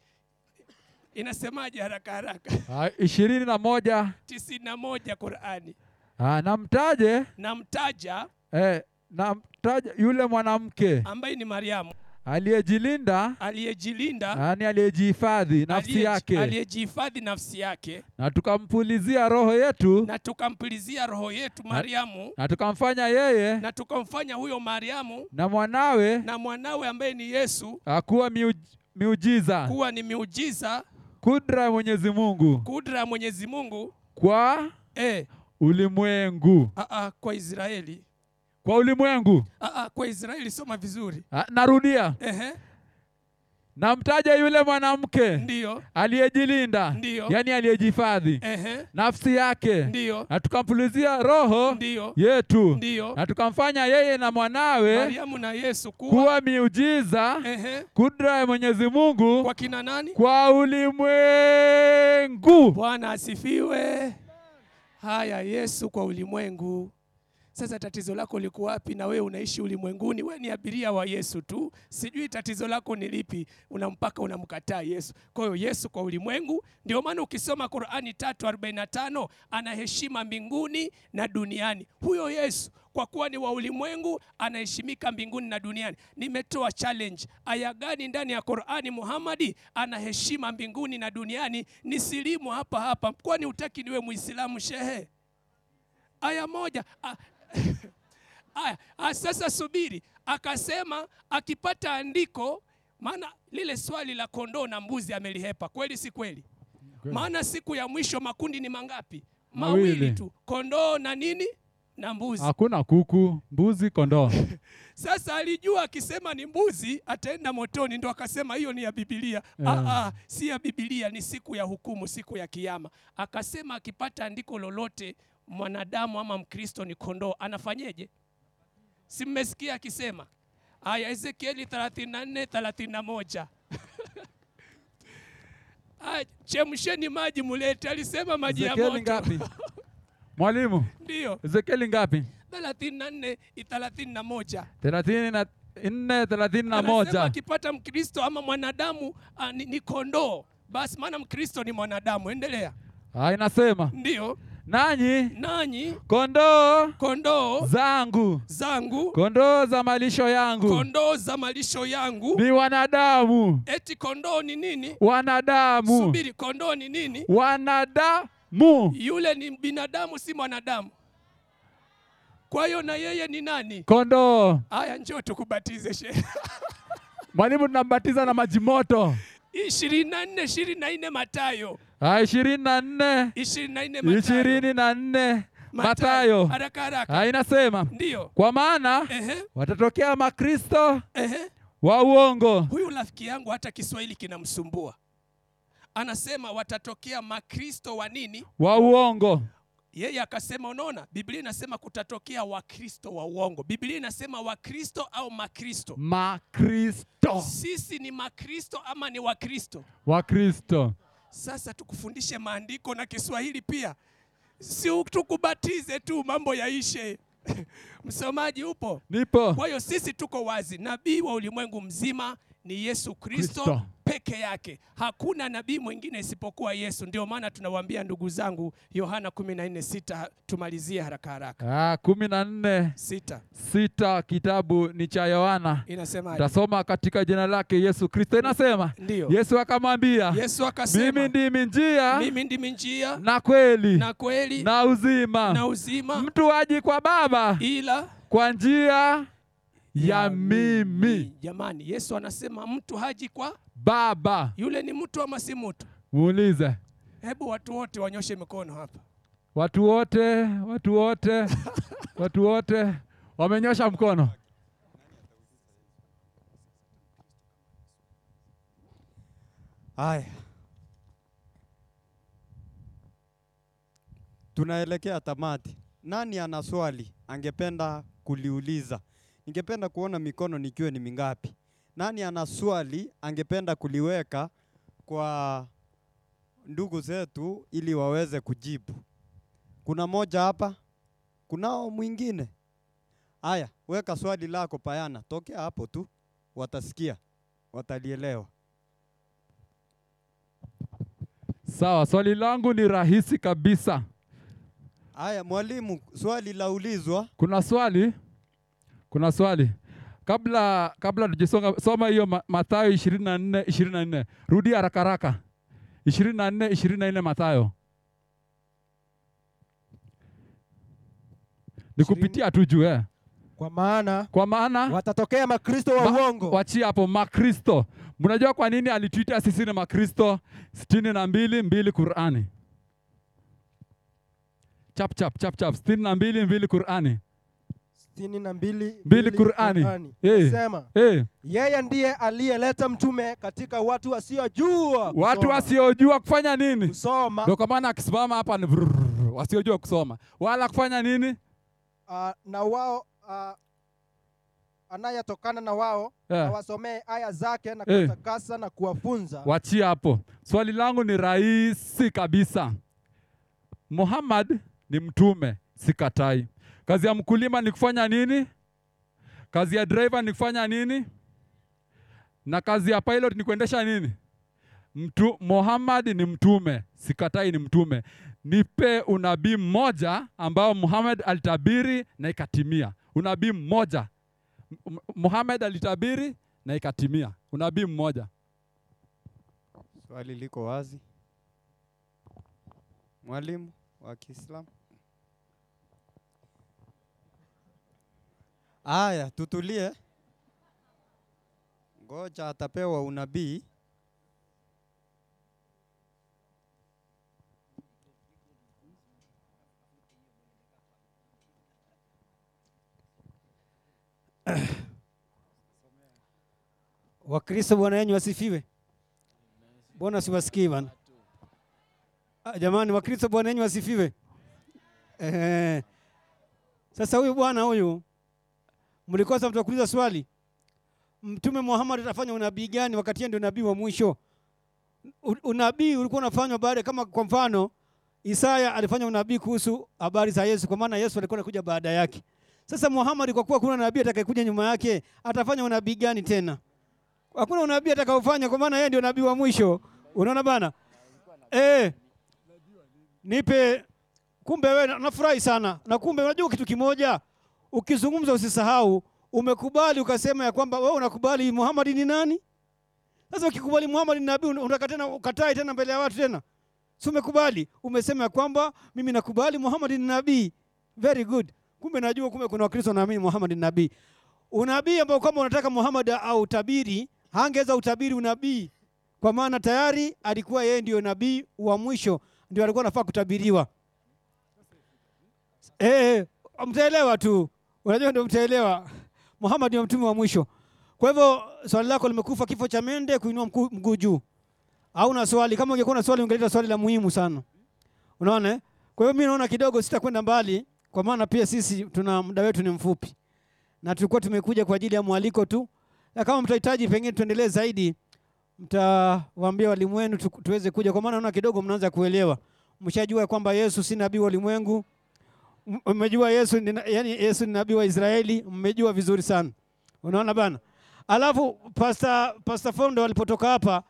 Speaker 4: Inasemaje haraka haraka?
Speaker 5: Ah, ishirini na moja
Speaker 4: 91 Qur'ani.
Speaker 5: ah, namtaje
Speaker 4: Namtaja
Speaker 5: eh, namtaje yule mwanamke
Speaker 4: ambaye ni Mariamu
Speaker 5: aliyejilinda
Speaker 4: aliyejilinda
Speaker 5: yani aliyejihifadhi nafsi
Speaker 4: aliyeji-
Speaker 5: yake
Speaker 4: aliyejihifadhi nafsi yake
Speaker 5: na tukampulizia roho yetu
Speaker 4: na tukampulizia roho yetu Mariamu
Speaker 5: na tukamfanya yeye
Speaker 4: na tukamfanya huyo Mariamu
Speaker 5: na mwanawe
Speaker 4: na mwanawe ambaye ni Yesu
Speaker 5: akuwa miuj, miujiza
Speaker 4: kuwa ni miujiza
Speaker 5: kudra ya Mwenyezi Mungu
Speaker 4: kudra ya mwenyezi mungu
Speaker 5: kwa
Speaker 4: eh,
Speaker 5: ulimwengu,
Speaker 4: a -a, kwa israeli
Speaker 5: kwa ulimwengu.
Speaker 4: a -a, Ah, kwa israeli soma vizuri
Speaker 5: Ah, Narudia,
Speaker 4: Ehe,
Speaker 5: namtaja yule mwanamke
Speaker 4: ndiyo
Speaker 5: aliyejilinda,
Speaker 4: Ndiyo.
Speaker 5: yani aliyejihifadhi
Speaker 4: Ehe,
Speaker 5: nafsi yake,
Speaker 4: ndiyo
Speaker 5: na tukampulizia roho
Speaker 4: ndiyo
Speaker 5: yetu,
Speaker 4: ndiyo
Speaker 5: na tukamfanya yeye na mwanawe
Speaker 4: mariamu na yesu kuwa
Speaker 5: kuwa miujiza,
Speaker 4: Ehe,
Speaker 5: kudra ya Mwenyezi Mungu
Speaker 4: Eh. kwa kina nani
Speaker 5: kwa ulimwengu.
Speaker 4: bwana asifiwe haya yesu kwa ulimwengu sasa tatizo lako liko wapi na wewe unaishi ulimwenguni wewe ni abiria wa yesu tu sijui tatizo lako ni lipi unampaka unamkataa yesu kwa hiyo yesu kwa ulimwengu ndio maana ukisoma qurani 345 ana heshima mbinguni na duniani huyo yesu kwa kuwa ni wa ulimwengu anaheshimika mbinguni na duniani nimetoa challenge aya gani ndani ya qurani muhamadi ana heshima mbinguni na duniani nisilimu hapa hapa kwani utaki niwe muislamu shehe aya moja a- aya a, sasa subiri akasema akipata andiko maana lile swali la kondoo na mbuzi amelihepa kweli si kweli maana siku ya mwisho makundi ni mangapi mawili,
Speaker 5: Mawili.
Speaker 4: tu kondoo na nini na mbuzi
Speaker 5: Hakuna kuku, mbuzi, kondoo.
Speaker 4: sasa alijua akisema ni mbuzi ataenda motoni, ndo akasema hiyo ni ya Bibilia.
Speaker 5: Eh.
Speaker 4: Ah, ah, si ya Bibilia, ni siku ya hukumu, siku ya Kiyama. Akasema akipata andiko lolote mwanadamu ama Mkristo ni kondoo, anafanyeje? Si mmesikia akisema aya Ezekieli 34 31 Ah, chemsheni maji mulete, alisema maji ya
Speaker 5: Ezekieli
Speaker 4: moto.
Speaker 5: ngapi? Mwalimu,
Speaker 4: Ndiyo
Speaker 5: Ezekieli ngapi?
Speaker 4: 34 31
Speaker 5: thelathini na nne thelathini na
Speaker 4: Anasema
Speaker 5: moja
Speaker 4: akipata Mkristo ama mwanadamu ah, ni, ni kondoo basi, maana Mkristo ni mwanadamu. Endelea.
Speaker 5: Ah, inasema
Speaker 4: Ndiyo,
Speaker 5: nanyi
Speaker 4: nanyi
Speaker 5: kondoo
Speaker 4: kondoo
Speaker 5: zangu
Speaker 4: zangu,
Speaker 5: kondoo za malisho yangu
Speaker 4: kondoo za malisho yangu.
Speaker 5: ni wanadamu
Speaker 4: Eti kondoo ni nini?
Speaker 5: wanadamu
Speaker 4: Subiri, kondoo ni nini?
Speaker 5: wanadamu
Speaker 4: Yule ni binadamu, si mwanadamu. Kwa hiyo na yeye ni nani?
Speaker 5: kondoo.
Speaker 4: Aya, njoo tukubatize shehe.
Speaker 5: Mwalimu, tunambatiza na maji moto.
Speaker 4: ishirini na nne ishirini na nne Matayo
Speaker 5: Ah, ishirini na nne
Speaker 4: ishirini na nne
Speaker 5: ishirini na nne Matayo.
Speaker 4: haraka haraka.
Speaker 5: Ah, inasema
Speaker 4: Ndiyo,
Speaker 5: kwa maana
Speaker 4: ehe,
Speaker 5: watatokea makristo
Speaker 4: ehe.
Speaker 5: wa uongo
Speaker 4: Huyu rafiki yangu hata Kiswahili kinamsumbua. Anasema watatokea makristo wa nini?
Speaker 5: wa uongo
Speaker 4: Yeye akasema, unaona, Biblia inasema kutatokea wakristo wa uongo. Biblia inasema wakristo au makristo.
Speaker 5: makristo
Speaker 4: Sisi ni makristo ama ni wakristo?
Speaker 5: wakristo
Speaker 4: Sasa tukufundishe maandiko na Kiswahili pia, si tukubatize tu mambo yaishe. Msomaji upo?
Speaker 5: nipo
Speaker 4: Kwa hiyo sisi tuko wazi, nabii wa ulimwengu mzima ni Yesu Kristo
Speaker 5: Kristo.
Speaker 4: peke yake. Hakuna nabii mwingine isipokuwa Yesu. Ndio maana tunawaambia ndugu zangu, Yohana 14:6, tumalizie haraka haraka.
Speaker 5: Ah, kumi na nne
Speaker 4: Sita
Speaker 5: sita kitabu ni cha Yohana.
Speaker 4: inasemaje?
Speaker 5: Tasoma katika jina lake Yesu Kristo, inasema
Speaker 4: Ndiyo,
Speaker 5: Yesu akamwambia,
Speaker 4: Yesu akasema
Speaker 5: mimi ndimi njia
Speaker 4: mimi ndimi njia
Speaker 5: na kweli
Speaker 4: na kweli
Speaker 5: na
Speaker 4: na
Speaker 5: uzima,
Speaker 4: uzima,
Speaker 5: mtu aji kwa Baba
Speaker 4: ila
Speaker 5: kwa njia ya mimi.
Speaker 4: Jamani, Yesu anasema mtu haji kwa
Speaker 5: Baba,
Speaker 4: yule, ni mtu ama si mtu?
Speaker 5: muulize
Speaker 4: Hebu watu wote wanyoshe mikono hapa.
Speaker 5: watu wote, watu wote, watu wote wamenyosha mkono.
Speaker 6: Haya, tunaelekea tamati. Nani ana swali angependa kuliuliza? Ningependa kuona mikono nikiwe ni mingapi. Nani ana swali angependa kuliweka kwa ndugu zetu ili waweze kujibu? Kuna moja hapa, kunao mwingine. Haya, weka swali lako payana, tokea hapo tu, watasikia, watalielewa.
Speaker 5: Sawa, swali langu ni rahisi kabisa.
Speaker 6: Haya, mwalimu, swali laulizwa.
Speaker 5: Kuna swali, kuna swali kabla kabla tujisonga, soma hiyo Ma- Mathayo 24 24, rudia haraka haraka, 24 24 Mathayo. Nikupitia tu juu eh.
Speaker 3: kwa maana
Speaker 5: kwa maana
Speaker 3: watatokea makristo wa
Speaker 5: Ma-
Speaker 3: uongo
Speaker 5: wachia hapo makristo mnajua kwa nini alituita sisi ni makristo sitini na mbili mbili qurani chap chap chap chap sitini na mbili mbili qurani
Speaker 3: sitini na mbili
Speaker 5: Mbili Qur'ani. Eh.
Speaker 3: Inasema,
Speaker 5: hey,
Speaker 3: yeye ndiye aliyeleta mtume katika watu wasiojua
Speaker 5: watu
Speaker 3: kusoma.
Speaker 5: wasiojua kufanya nini
Speaker 3: kusoma
Speaker 5: ndio kwa maana akisimama hapa ni vrrr, wasiojua kusoma wala kufanya nini
Speaker 3: ah, na wao ah, anayetokana na wao
Speaker 5: yeah.
Speaker 3: awasomee aya zake na
Speaker 5: Ah. Eh.
Speaker 3: kuwatakasa na kuwafunza
Speaker 5: Wachia hapo. Swali langu ni rahisi kabisa. Muhammad ni mtume, sikatai. Kazi ya mkulima ni kufanya nini? Kazi ya driver ni kufanya nini? Na kazi ya pilot ni kuendesha nini? Mtu, Muhammad ni mtume, sikatai ni mtume. Nipe unabii mmoja ambao Muhammad alitabiri na ikatimia. Unabii mmoja M- Muhammad alitabiri na ikatimia. Unabii mmoja.
Speaker 1: Swali liko wazi, mwalimu wa Kiislamu. Aya, tutulie, ngoja atapewa unabii.
Speaker 7: Wakristo bwana yenyu wasifiwe. Mbona siwasikii bana? Ah, Jamani, Wakristo bwana yenyu wasifiwe. Eh, sasa huyu bwana huyu mlikosa mtakuuliza swali, Mtume Muhammad atafanya unabii gani wakati yeye ndio nabii wa mwisho? U- Unabii ulikuwa unafanywa baada, kama kwa mfano Isaya alifanya unabii kuhusu habari za Yesu, kwa maana Yesu alikuwa anakuja baada yake. Sasa Muhammad, kwa kuwa kuna nabii atakayekuja nyuma yake, atafanya unabii gani tena? hakuna unabii atakaofanya, kwa maana yeye ndio nabii wa mwisho. Unaona bana eh, nipe kumbe wewe na- nafurahi sana na kumbe unajua kitu kimoja, ukizungumza usisahau, umekubali ukasema ya kwamba wewe unakubali Muhammad ni nani. Sasa ukikubali Muhammad ni nabii, una- unataka tena ukatai tena mbele ya watu tena, si umekubali, umesema ya kwamba mimi nakubali Muhammad ni nabii. Very good. Kumbe najua, kumbe kuna Wakristo wanaamini Muhammad ni nabii unabii ambao kwamba unataka Muhammad autabiri, hangeweza utabiri unabii, kwa maana tayari alikuwa yeye ndio nabii wa mwisho, ndio alikuwa anafaa kutabiriwa. Eh, mtaelewa tu, unajua ndio mtaelewa. Muhammad ndio mtume wa mwisho. Kwa hivyo swali lako limekufa kifo cha mende kuinua mku- mguu juu. Hauna swali. Kama ungekuwa na swali, ungeleta swali la muhimu sana. Unaona? eh? Kwa hiyo mimi naona kidogo sitakwenda mbali, kwa maana pia sisi tuna muda wetu ni mfupi na tulikuwa tumekuja kwa ajili ya mwaliko tu, na kama mtahitaji pengine tuendelee zaidi, mtawaambia walimu wenu tu, tuweze kuja, kwa maana naona kidogo mnaanza kuelewa. Mshajua kwamba Yesu si nabii wa ulimwengu, M- mmejua Yesu ni, na- yani Yesu ni nabii wa Israeli, mmejua vizuri sana. Unaona bana. Alafu Pastor, Pastor Fondo alipotoka hapa,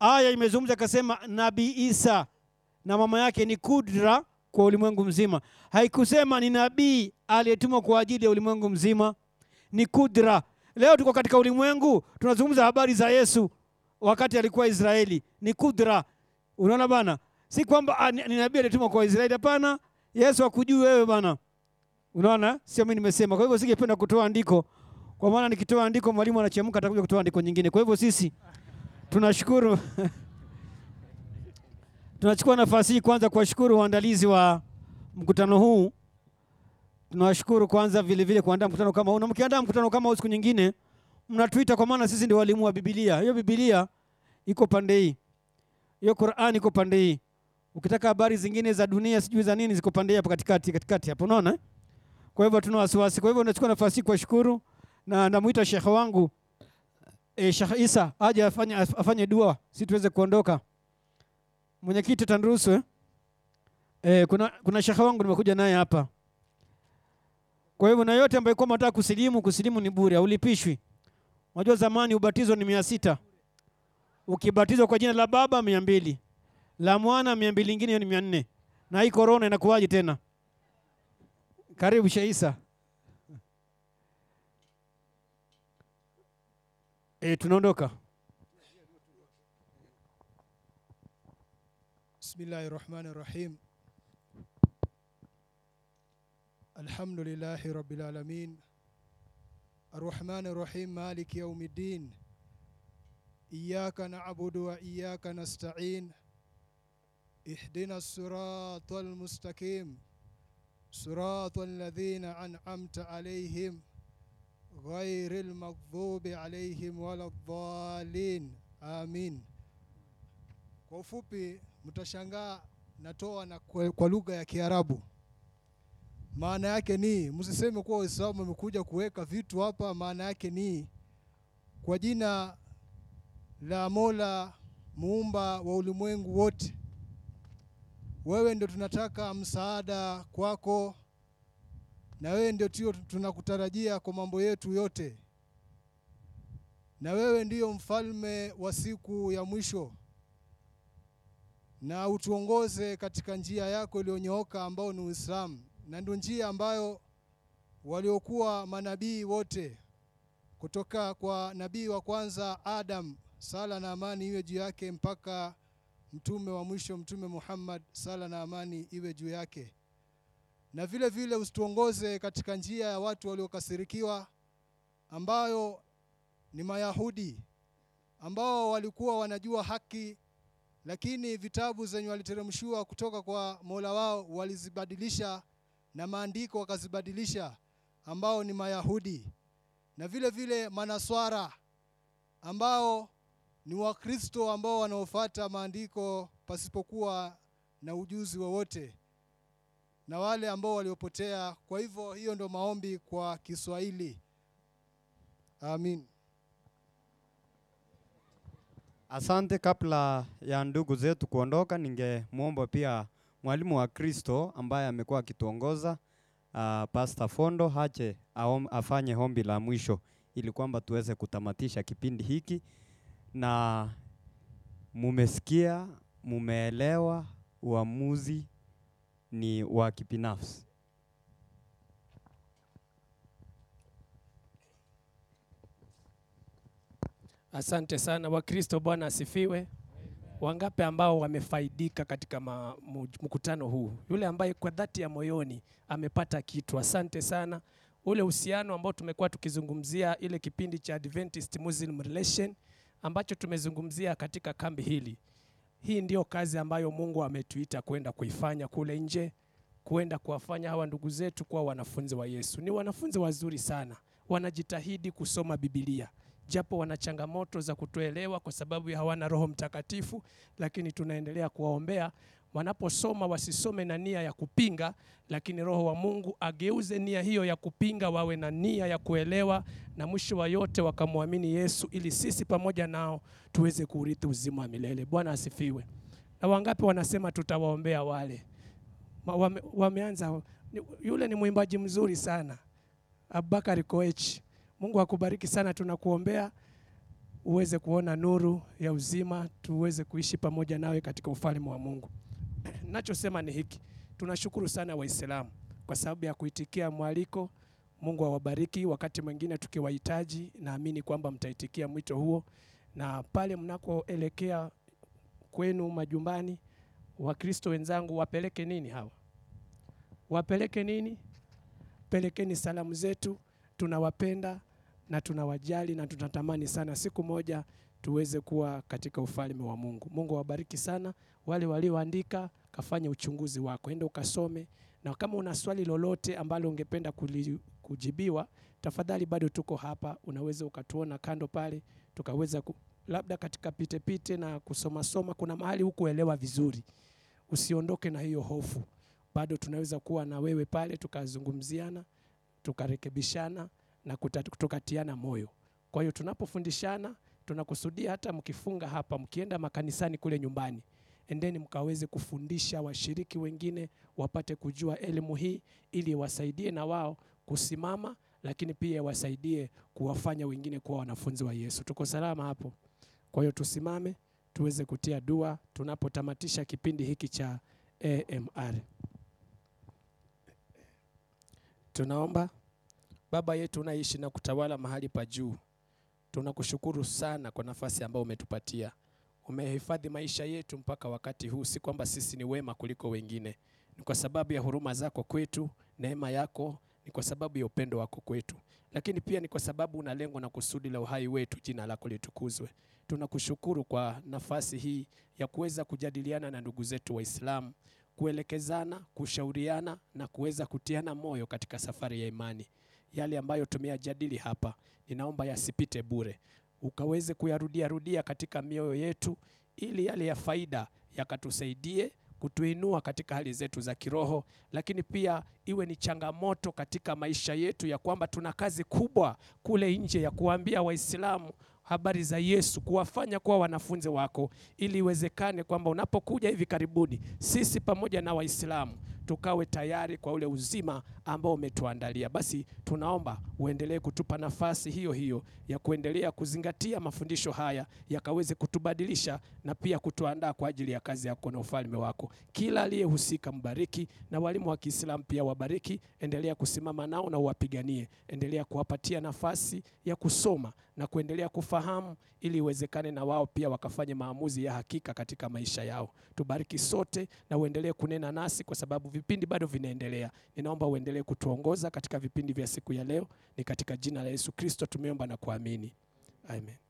Speaker 7: aya imezungumza akasema nabii Isa na mama yake ni kudra kwa ulimwengu mzima. Haikusema ni nabii aliyetumwa kwa ajili ya ulimwengu mzima, ni kudra. Leo tuko katika ulimwengu tunazungumza habari za Yesu wakati alikuwa Israeli, ni kudra. Unaona bana, si kwamba ah, ni ni nabii aliyetumwa kwa Israeli. Hapana, Yesu hakujui wewe bana. Unaona, sio mimi nimesema. Kwa hivyo singependa kutoa andiko, kwa maana nikitoa andiko mwalimu anachemka, atakuja kutoa andiko nyingine. Kwa hivyo sisi tunashukuru tunachukua nafasi hii kwanza kuwashukuru waandalizi wa mkutano huu. Tunawashukuru kwanza vile vile kuandaa mkutano kama huu, na mkiandaa mkutano kama huu siku nyingine mnatuita, kwa maana sisi ndio walimu wa Biblia. Hiyo Biblia iko pande hii, hiyo Qur'an iko pande hii. Ukitaka habari zingine za dunia sijui za nini ziko pande hii hapo katikati, katikati hapo, unaona? eh? Kwa hivyo tuna wasiwasi. Kwa hivyo nachukua nafasi hii kuwashukuru na namuita shekhe wangu eh, Sheikh Isa aje afanye, afanye dua si tuweze kuondoka. Mwenyekiti tanruhusu eh? Eh, kuna, kuna shekhe wangu nimekuja naye hapa. Kwa hivyo na yote ambayo kwamba nataka kusilimu, kusilimu ni bure, haulipishwi. Unajua zamani ubatizo ni mia sita ukibatizwa kwa jina la Baba mia mbili la Mwana mia mbili ingine hiyo ni mia nne na hii korona inakuwaje tena? Karibu Sheisa. E, tunaondoka.
Speaker 9: بسم الله الرحمن الرحيم الحمد لله رب العالمين
Speaker 3: الرحمن الرحيم مالك يوم الدين إياك نعبد وإياك نستعين اهدنا الصراط المستقيم صراط الذين أنعمت عليهم غير المغضوب عليهم ولا الضالين amin kwa ufupi mtashangaa natoa na kwa, kwa lugha ya kiarabu maana yake ni msiseme kuwa waislamu wamekuja kuweka vitu hapa maana yake ni kwa jina la mola muumba wa ulimwengu wote wewe ndio tunataka msaada kwako na wewe ndio tio tunakutarajia kwa mambo yetu yote na wewe ndiyo mfalme wa siku ya mwisho, na utuongoze katika njia yako iliyonyooka ambao ni Uislamu, na ndio njia ambayo waliokuwa manabii wote kutoka kwa nabii wa kwanza Adam, sala na amani iwe juu yake, mpaka mtume wa mwisho Mtume Muhammad, sala na amani iwe juu yake. Na vile vile usituongoze katika njia ya watu waliokasirikiwa ambayo ni Mayahudi ambao walikuwa wanajua haki, lakini vitabu zenye waliteremshiwa kutoka kwa Mola wao walizibadilisha na maandiko wakazibadilisha, ambao ni Mayahudi na vile vile Manaswara ambao ni Wakristo ambao wanaofuata maandiko pasipokuwa na ujuzi wowote na wale ambao waliopotea. Kwa hivyo hiyo ndo maombi kwa Kiswahili. Amin.
Speaker 6: Asante. Kabla ya ndugu zetu kuondoka, ningemwomba pia mwalimu wa Kristo ambaye amekuwa akituongoza uh, Pastor Fondo hache aom, afanye hombi la mwisho ili kwamba tuweze kutamatisha kipindi hiki, na mumesikia, mumeelewa, uamuzi ni wa kibinafsi.
Speaker 4: Asante sana Wakristo, Bwana asifiwe. Wangapi ambao wamefaidika katika ma, mu- mkutano huu? Yule ambaye kwa dhati ya moyoni amepata kitu, asante sana. Ule uhusiano ambao tumekuwa tukizungumzia ile kipindi cha Adventist Muslim Relation ambacho tumezungumzia katika kambi hili, hii ndiyo kazi ambayo Mungu ametuita kwenda kuifanya kule nje, kwenda kuwafanya hawa ndugu zetu kuwa wanafunzi wa Yesu. Ni wanafunzi wazuri sana, wanajitahidi kusoma Biblia japo wana changamoto za kutoelewa kwa sababu ya hawana Roho Mtakatifu, lakini tunaendelea kuwaombea wanaposoma, wasisome na nia ya kupinga, lakini Roho wa Mungu ageuze nia hiyo ya kupinga, wawe na nia ya kuelewa, na mwisho wa yote wakamwamini Yesu, ili sisi pamoja nao tuweze kuurithi uzima wa milele. Bwana asifiwe. Na wangapi wanasema tutawaombea wale Ma, wame, wameanza ni- yule ni mwimbaji mzuri sana Abubakar Koech. Mungu akubariki sana, tunakuombea uweze kuona nuru ya uzima, tuweze kuishi pamoja nawe katika ufalme wa Mungu. Nachosema ni hiki, tunashukuru sana Waislamu kwa sababu ya kuitikia mwaliko. Mungu awabariki. Wakati mwingine tukiwahitaji, naamini kwamba mtaitikia mwito huo, na pale mnakoelekea kwenu majumbani, Wakristo wenzangu, wapeleke nini hawa? Wapeleke nini? Pelekeni salamu zetu tunawapenda na tunawajali na tunatamani sana siku moja tuweze kuwa katika ufalme wa Mungu. Mungu awabariki sana wale walioandika, kafanye uchunguzi wako, enda ukasome, na kama una swali lolote ambalo ungependa kuli- kujibiwa, tafadhali bado tuko hapa, unaweza ukatuona kando pale, tukaweza ku, labda katika pitepite na kusomasoma, kuna mahali hukuelewa vizuri, usiondoke na hiyo hofu, bado tunaweza kuwa na wewe pale tukazungumziana tukarekebishana na kuta- tukatiana moyo. Kwa hiyo tunapofundishana, tunakusudia hata mkifunga hapa, mkienda makanisani kule nyumbani, endeni mkaweze kufundisha washiriki wengine wapate kujua elimu hii, ili wasaidie na wao kusimama, lakini pia wasaidie kuwafanya wengine kuwa wanafunzi wa Yesu. Tuko salama hapo. Kwa hiyo tusimame tuweze kutia dua tunapotamatisha kipindi hiki cha AMR. Tunaomba Baba yetu unaishi na kutawala mahali pa juu, tunakushukuru sana kwa nafasi ambayo umetupatia. Umehifadhi maisha yetu mpaka wakati huu, si kwamba sisi ni wema kuliko wengine, ni kwa sababu ya huruma zako kwetu, neema yako ni kwa sababu ya upendo wako kwetu, lakini pia ni kwa sababu una lengo na kusudi la uhai wetu. Jina lako litukuzwe. Tunakushukuru kwa nafasi hii ya kuweza kujadiliana na ndugu zetu Waislamu, kuelekezana, kushauriana na kuweza kutiana moyo katika safari ya imani. Yale ambayo tumeyajadili hapa, ninaomba yasipite bure, ukaweze kuyarudia rudia katika mioyo yetu, ili yale ya faida yakatusaidie kutuinua katika hali zetu za kiroho, lakini pia iwe ni changamoto katika maisha yetu, ya kwamba tuna kazi kubwa kule nje ya kuwaambia Waislamu habari za Yesu, kuwafanya kuwa wanafunzi wako, ili iwezekane kwamba unapokuja hivi karibuni, sisi pamoja na Waislamu tukawe tayari kwa ule uzima ambao umetuandalia. Basi tunaomba uendelee kutupa nafasi hiyo hiyo ya kuendelea kuzingatia mafundisho haya, yakaweze kutubadilisha na pia kutuandaa kwa ajili ya kazi yako na ufalme wako. Kila aliyehusika mbariki, na walimu wa Kiislamu pia wabariki. Endelea kusimama nao na uwapiganie, endelea kuwapatia nafasi ya kusoma na kuendelea kufahamu, ili iwezekane na wao pia wakafanye maamuzi ya hakika katika maisha yao. Tubariki sote na uendelee kunena nasi, kwa sababu vipindi bado vinaendelea. Ninaomba uendelee kutuongoza katika vipindi vya siku ya leo. Ni katika jina la Yesu Kristo tumeomba na kuamini, amen.